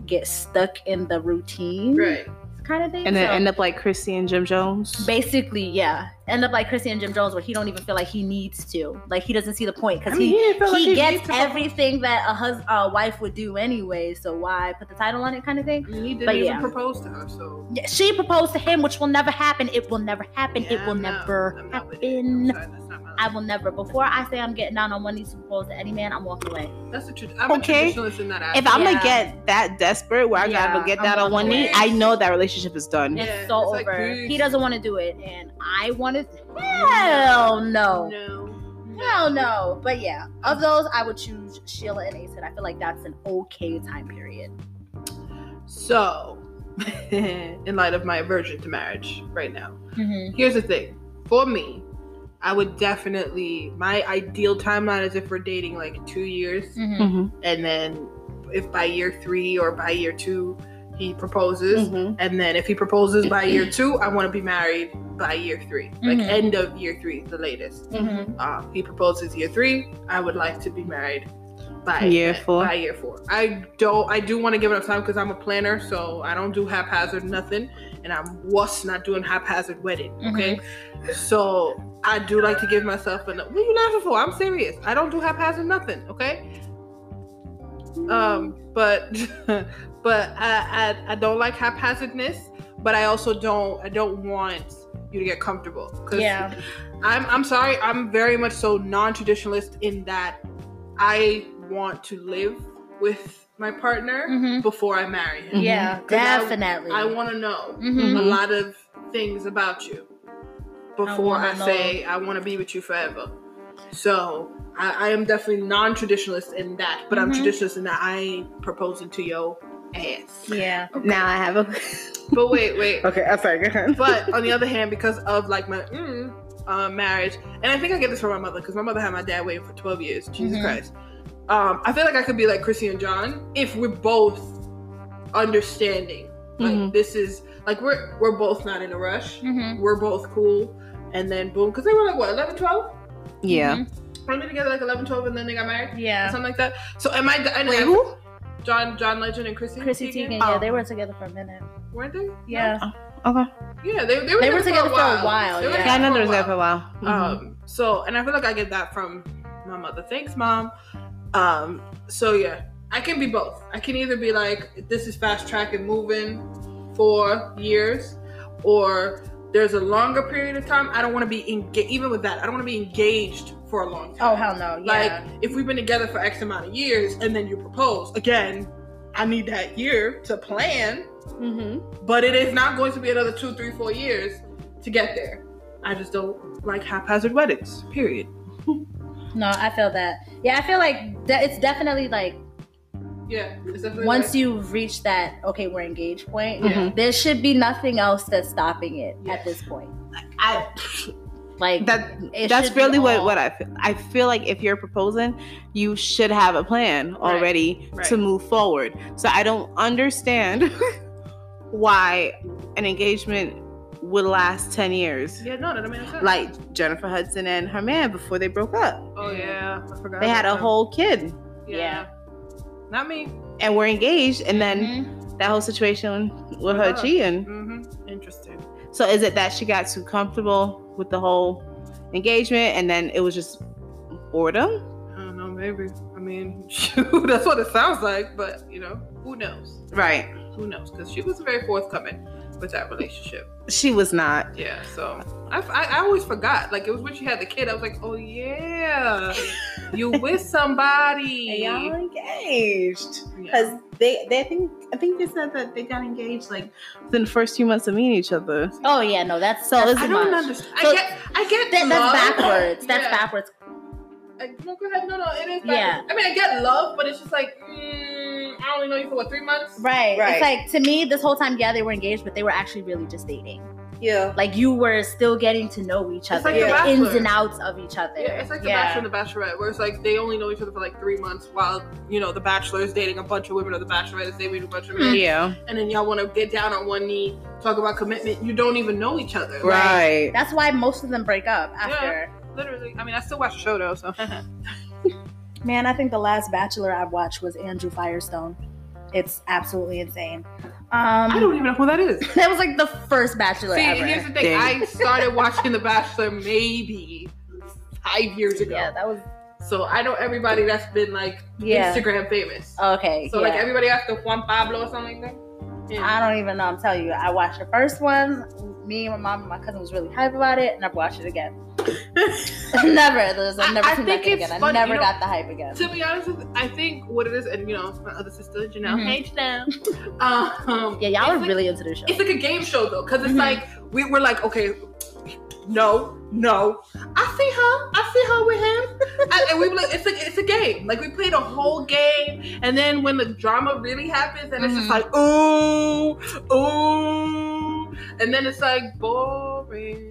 [SPEAKER 3] get stuck in the routine
[SPEAKER 2] Right.
[SPEAKER 3] kind of thing.
[SPEAKER 1] And then
[SPEAKER 3] So
[SPEAKER 1] end up like Chrissy and Jim Jones.
[SPEAKER 3] basically, yeah, end up like Chrissy and Jim Jones, where he don't even feel like he needs to. Like he doesn't see the point because he
[SPEAKER 2] didn't feel
[SPEAKER 3] he,
[SPEAKER 2] needs
[SPEAKER 3] gets
[SPEAKER 2] to-
[SPEAKER 3] everything that a hus- a wife would do anyway, so why put the title on it, kind of thing.
[SPEAKER 2] He didn't
[SPEAKER 3] but
[SPEAKER 2] even
[SPEAKER 3] yeah.
[SPEAKER 2] propose to her, so
[SPEAKER 3] Yeah, She proposed to him, which will never happen. It will never happen.
[SPEAKER 2] Yeah,
[SPEAKER 3] it will
[SPEAKER 2] I'm not-
[SPEAKER 3] never
[SPEAKER 2] I'm not with it. I'm
[SPEAKER 3] happen.
[SPEAKER 2] sorry, that's not my
[SPEAKER 3] I will never. Before I say I'm getting down on one knee to propose to any man, I'm walking away.
[SPEAKER 2] That's a tra- I'm
[SPEAKER 1] Okay.
[SPEAKER 2] a traditionalist in that
[SPEAKER 1] If
[SPEAKER 2] aspect.
[SPEAKER 1] I'm
[SPEAKER 3] Yeah.
[SPEAKER 1] gonna get that desperate where I
[SPEAKER 3] Yeah,
[SPEAKER 1] gotta get
[SPEAKER 3] I'm
[SPEAKER 1] that on
[SPEAKER 3] on
[SPEAKER 1] one
[SPEAKER 3] the
[SPEAKER 1] knee,
[SPEAKER 2] way.
[SPEAKER 1] I know that relationship is done.
[SPEAKER 3] It's
[SPEAKER 2] Yeah,
[SPEAKER 3] so
[SPEAKER 2] it's like,
[SPEAKER 3] over.
[SPEAKER 2] dude.
[SPEAKER 3] he doesn't want to do it, and I want to. Hell no.
[SPEAKER 2] No.
[SPEAKER 3] Hell no. But yeah, of those, I would choose Sheila and Ace. I feel like that's an okay time period.
[SPEAKER 2] So in light of my aversion to marriage right now.
[SPEAKER 1] Mm-hmm.
[SPEAKER 2] Here's the thing for me, I would definitely, my ideal timeline is if we're dating like two years,
[SPEAKER 3] Mhm.
[SPEAKER 1] Mm-hmm.
[SPEAKER 2] and then if by year three or by year two, he proposes.
[SPEAKER 1] Mm-hmm.
[SPEAKER 2] And then if he proposes by year two, I want to be married by year three, like
[SPEAKER 3] Mhm.
[SPEAKER 2] end of year three, the latest.
[SPEAKER 3] Mhm.
[SPEAKER 2] Uh, he proposes year three, I would like to be married by
[SPEAKER 1] Year four.
[SPEAKER 2] By year four, I don't. I do want to give it up time because I'm a planner, so I don't do haphazard nothing, and I'm wuss not doing haphazard wedding.
[SPEAKER 1] Mm-hmm.
[SPEAKER 2] Okay, so I do like to give myself an. What are you laughing for? I'm serious. I don't do haphazard nothing. Okay, um but but I, I i don't like haphazardness but i also don't i don't want you to get comfortable 'Cause
[SPEAKER 3] Yeah.
[SPEAKER 2] i'm i'm sorry i'm very much so non-traditionalist in that i want to live with my partner
[SPEAKER 3] Mhm.
[SPEAKER 2] before i marry him
[SPEAKER 3] Yeah.
[SPEAKER 2] 'Cause Mm-hmm. I-
[SPEAKER 3] Definitely.
[SPEAKER 2] i want to know
[SPEAKER 3] Mhm.
[SPEAKER 2] a lot of things about you before
[SPEAKER 3] wanna
[SPEAKER 2] I, say I want to be with you forever. So I, I am definitely non-traditionalist in that, but
[SPEAKER 3] Mhm.
[SPEAKER 2] I'm traditionalist in that I ain't proposing to your ass.
[SPEAKER 3] Yeah.
[SPEAKER 1] Now I have a.
[SPEAKER 2] But wait, wait.
[SPEAKER 1] Okay, I'm sorry. Go ahead.
[SPEAKER 2] but on the other hand, because of like my mm, uh, marriage, and I think I get this from my mother because my mother had my dad waiting for twelve years. Jesus
[SPEAKER 3] Mhm.
[SPEAKER 2] Christ. Um, I feel like I could be like Chrissy and John if we're both understanding. Like
[SPEAKER 3] Mm-hmm.
[SPEAKER 1] Mhm.
[SPEAKER 2] this is like we're we're both not in a rush.
[SPEAKER 1] Mm-hmm.
[SPEAKER 3] Mhm.
[SPEAKER 2] We're both cool. And then boom, because they were like what 11, 12?
[SPEAKER 1] Yeah.
[SPEAKER 3] Mhm.
[SPEAKER 2] Weren't they together like 11, 12, and then they got married? Or
[SPEAKER 3] Yeah.
[SPEAKER 2] something like that. So am I? And
[SPEAKER 1] Wait,
[SPEAKER 2] I-
[SPEAKER 1] who?
[SPEAKER 2] John, John Legend and Chrissy.
[SPEAKER 3] Chrissy Teigen.
[SPEAKER 2] Teigen?
[SPEAKER 3] Yeah,
[SPEAKER 1] Oh.
[SPEAKER 3] they were together for a minute.
[SPEAKER 2] Weren't they?
[SPEAKER 3] Yeah.
[SPEAKER 1] Okay.
[SPEAKER 2] Yeah, they, they were
[SPEAKER 3] They
[SPEAKER 2] together,
[SPEAKER 3] were together for a while,
[SPEAKER 2] They were
[SPEAKER 1] Yeah, I know there
[SPEAKER 2] together for
[SPEAKER 1] was
[SPEAKER 2] a
[SPEAKER 1] that
[SPEAKER 2] while.
[SPEAKER 1] for a while.
[SPEAKER 3] Mm-hmm.
[SPEAKER 1] Mhm.
[SPEAKER 2] Um, so, and I feel like I get that from my mother. Thanks, mom. Um, so yeah, I can be both. I can either be like, this is fast track and moving for years, or there's a longer period of time. I don't want to be engaged. Even with that, I don't want to be engaged for a long time.
[SPEAKER 3] Oh hell no.
[SPEAKER 2] Like,
[SPEAKER 3] Yeah.
[SPEAKER 2] if we've been together for X amount of years and then you propose again, I need that year to plan
[SPEAKER 3] Mm-hmm.
[SPEAKER 2] but it is not going to be another two, three, four years to get there. I just don't like haphazard weddings. Period.
[SPEAKER 3] no, I feel that. Yeah, I feel like that it's definitely like
[SPEAKER 2] Yeah. It's definitely
[SPEAKER 3] once
[SPEAKER 2] like-
[SPEAKER 3] you've reached that okay, we're engaged point,
[SPEAKER 1] Mhm.
[SPEAKER 3] there should be nothing else that's stopping it at
[SPEAKER 2] Mm-hmm. Yes.
[SPEAKER 3] this point.
[SPEAKER 1] I,
[SPEAKER 3] Like
[SPEAKER 1] that
[SPEAKER 3] it
[SPEAKER 1] that's
[SPEAKER 3] should be
[SPEAKER 1] really what,
[SPEAKER 3] all-
[SPEAKER 1] what I feel. I feel like if you're proposing, you should have a plan
[SPEAKER 2] Right.
[SPEAKER 1] already
[SPEAKER 2] Right.
[SPEAKER 1] to move forward. So I don't understand why an engagement would last 10 years.
[SPEAKER 2] Yeah, no, that makes sense.
[SPEAKER 1] Like Jennifer Hudson and her man before they broke up.
[SPEAKER 2] oh yeah, I forgot.
[SPEAKER 1] They had a
[SPEAKER 2] about that.
[SPEAKER 1] whole kid
[SPEAKER 3] Yeah.
[SPEAKER 2] Not me.
[SPEAKER 1] and were engaged and then
[SPEAKER 3] Mhm.
[SPEAKER 1] that whole situation with her
[SPEAKER 2] Uh-huh.
[SPEAKER 1] cheating.
[SPEAKER 2] Mm-hmm. Interesting.
[SPEAKER 1] So is it that she got too comfortable with the whole engagement and then it was just boredom?
[SPEAKER 2] I don't know. Maybe. I mean, shoot, that's what it sounds like. But you know, who knows?
[SPEAKER 1] Right.
[SPEAKER 2] Who knows? Because she was very forthcoming with that relationship.
[SPEAKER 1] She was not.
[SPEAKER 2] Yeah. So I, I, I always forgot. Like it was when she had the kid. I was like, oh yeah, you with somebody.
[SPEAKER 1] And y'all engaged
[SPEAKER 2] Yeah.
[SPEAKER 1] because Oh, they, they I think I think they said that they got engaged like within the first few months of meeting each other.
[SPEAKER 3] Oh yeah, no, that's
[SPEAKER 1] So
[SPEAKER 3] that's
[SPEAKER 1] it's-
[SPEAKER 2] I
[SPEAKER 3] too
[SPEAKER 2] don't
[SPEAKER 3] much.
[SPEAKER 2] understand.
[SPEAKER 3] So-
[SPEAKER 2] I get, I get
[SPEAKER 3] That-
[SPEAKER 2] love.
[SPEAKER 3] that's backwards. That's
[SPEAKER 2] Yeah.
[SPEAKER 3] backwards.
[SPEAKER 2] I- no, go ahead. No, no, it is backwards.
[SPEAKER 3] Yeah.
[SPEAKER 2] I mean, I get love, but it's just like, mm, I only know you for what three months.
[SPEAKER 3] Right.
[SPEAKER 1] Right.
[SPEAKER 3] It's like to me, this whole time, yeah, they were engaged, but they were actually really just dating.
[SPEAKER 1] Yeah.
[SPEAKER 3] Like you were still getting to know each
[SPEAKER 2] It's
[SPEAKER 3] other,
[SPEAKER 2] like The
[SPEAKER 3] the ins
[SPEAKER 2] Bachelor.
[SPEAKER 3] and outs of each other.
[SPEAKER 2] Yeah, it's like The
[SPEAKER 3] Yeah.
[SPEAKER 2] Bachelor and The Bachelorette, where it's like they only know each other for like three months, while you know The Bachelor is dating a bunch of women, or The Bachelorette is dating a bunch of men,
[SPEAKER 1] Yeah.
[SPEAKER 3] Hmm.
[SPEAKER 2] and then y'all want to get down on one knee, talk about commitment. You don't even know each other, Like,
[SPEAKER 1] Right.
[SPEAKER 3] That's why most of them break up after.
[SPEAKER 2] literally. I mean, I still watch the show though, so
[SPEAKER 3] Man, I think the last Bachelor I watched was Andrew Firestone. It's absolutely insane. Um,
[SPEAKER 2] I don't even know who that is.
[SPEAKER 3] that was like the first Bachelor
[SPEAKER 2] See,
[SPEAKER 3] ever.
[SPEAKER 2] here's the thing.
[SPEAKER 1] Dang.
[SPEAKER 2] I started watching The Bachelor maybe five years ago.
[SPEAKER 3] yeah, that was
[SPEAKER 2] So I know everybody that's been like
[SPEAKER 3] yeah.
[SPEAKER 2] Instagram famous.
[SPEAKER 3] Okay.
[SPEAKER 2] so
[SPEAKER 3] yeah.
[SPEAKER 2] like everybody after Juan Pablo or something like that.
[SPEAKER 3] I don't even know. I'm telling you, I watched the first one. Me, and my mom, and my cousin was really hype about it, and I've watched it again. never. There's, I've never
[SPEAKER 2] I- I
[SPEAKER 3] seen
[SPEAKER 2] think
[SPEAKER 3] that thing
[SPEAKER 2] it's
[SPEAKER 3] again. I
[SPEAKER 2] funny,
[SPEAKER 3] never
[SPEAKER 2] you know-
[SPEAKER 3] got the hype again.
[SPEAKER 2] To be honest, with, I think what it is, and you know, my other sister Janelle.
[SPEAKER 3] Mhm.
[SPEAKER 2] Hey, Janelle. Um,
[SPEAKER 3] Yeah, y'all
[SPEAKER 2] it's
[SPEAKER 3] are
[SPEAKER 2] like-
[SPEAKER 3] really into the show.
[SPEAKER 2] It's
[SPEAKER 3] Mm-hmm.
[SPEAKER 2] like a game show though, because it's
[SPEAKER 3] Mhm.
[SPEAKER 2] like we, we're like, okay, no, no. I see her. I see her with him. and, and we were like, it's a it's a game. Like we played a whole game, and then when the drama really happens, and it's just
[SPEAKER 1] Mhm.
[SPEAKER 3] Mm-hmm.
[SPEAKER 2] like ooh ooh, and then it's like boring.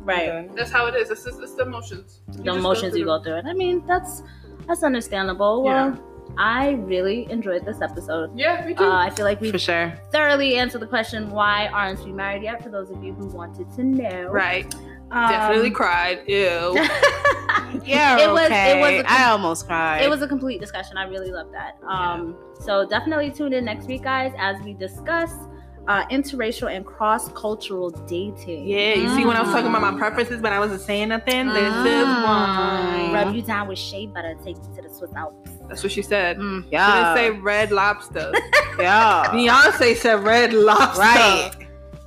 [SPEAKER 3] Right.
[SPEAKER 2] That's how it is. It's just it's the emotions. You just
[SPEAKER 3] The
[SPEAKER 2] go
[SPEAKER 3] emotions
[SPEAKER 2] through
[SPEAKER 3] you
[SPEAKER 2] them.
[SPEAKER 3] go through. And I mean, that's that's understandable.
[SPEAKER 2] Yeah.
[SPEAKER 3] Well, I really enjoyed this episode.
[SPEAKER 2] Yeah, we do.
[SPEAKER 3] Uh, I feel like we
[SPEAKER 1] for sure.
[SPEAKER 3] thoroughly answered the question why aren't we married yet? For those of you who wanted to know,
[SPEAKER 2] right.
[SPEAKER 3] Um,
[SPEAKER 2] Definitely cried. Ew.
[SPEAKER 1] Yeah,
[SPEAKER 3] It was- it
[SPEAKER 1] okay.
[SPEAKER 3] was a-
[SPEAKER 1] I almost cried.
[SPEAKER 3] It was a complete discussion. I really love that. Um, so definitely tune in next week, guys, as we discuss uh, interracial and cross-cultural dating.
[SPEAKER 2] Yeah, you see when I was talking about
[SPEAKER 1] Mm.
[SPEAKER 2] my preferences, but I wasn't saying nothing. This is
[SPEAKER 1] Mm.
[SPEAKER 2] one.
[SPEAKER 3] Um, Rub you down with shea butter, take you to the Swiss Alps.
[SPEAKER 2] That's what she said. She
[SPEAKER 1] yeah,
[SPEAKER 2] didn't say red lobster.
[SPEAKER 1] Mm, yeah,
[SPEAKER 2] Beyonce said red lobster.
[SPEAKER 1] right.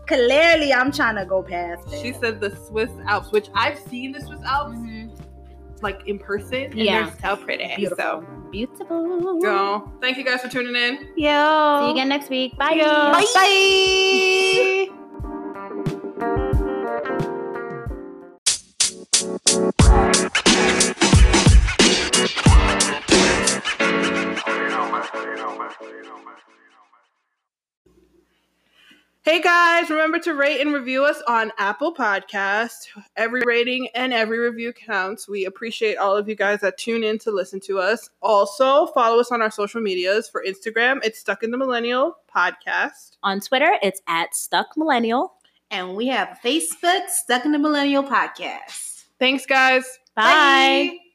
[SPEAKER 3] Clearly, I'm trying to go past it.
[SPEAKER 2] She said the Swiss Alps, which I've seen the Swiss Alps
[SPEAKER 3] Mm-hmm.
[SPEAKER 2] like in person. And
[SPEAKER 3] Yeah.
[SPEAKER 2] they're so pretty.
[SPEAKER 3] Beautiful.
[SPEAKER 2] So,
[SPEAKER 3] Beautiful.
[SPEAKER 2] girl, thank you guys for tuning in.
[SPEAKER 1] Yo.
[SPEAKER 3] See you again next week. Bye.
[SPEAKER 1] Bye. Bye.
[SPEAKER 2] Hey guys, remember to rate and review us on Apple Podcast. Every rating and every review counts. We appreciate all of you guys that tune in to listen to us. Also, follow us on our social medias. For Instagram, it's Stuck in the Millennial Podcast.
[SPEAKER 3] On Twitter, it's at Stuck Millennial.
[SPEAKER 1] And we have Facebook Stuck in the Millennial Podcast.
[SPEAKER 2] Thanks, guys.
[SPEAKER 3] Bye.
[SPEAKER 1] Bye.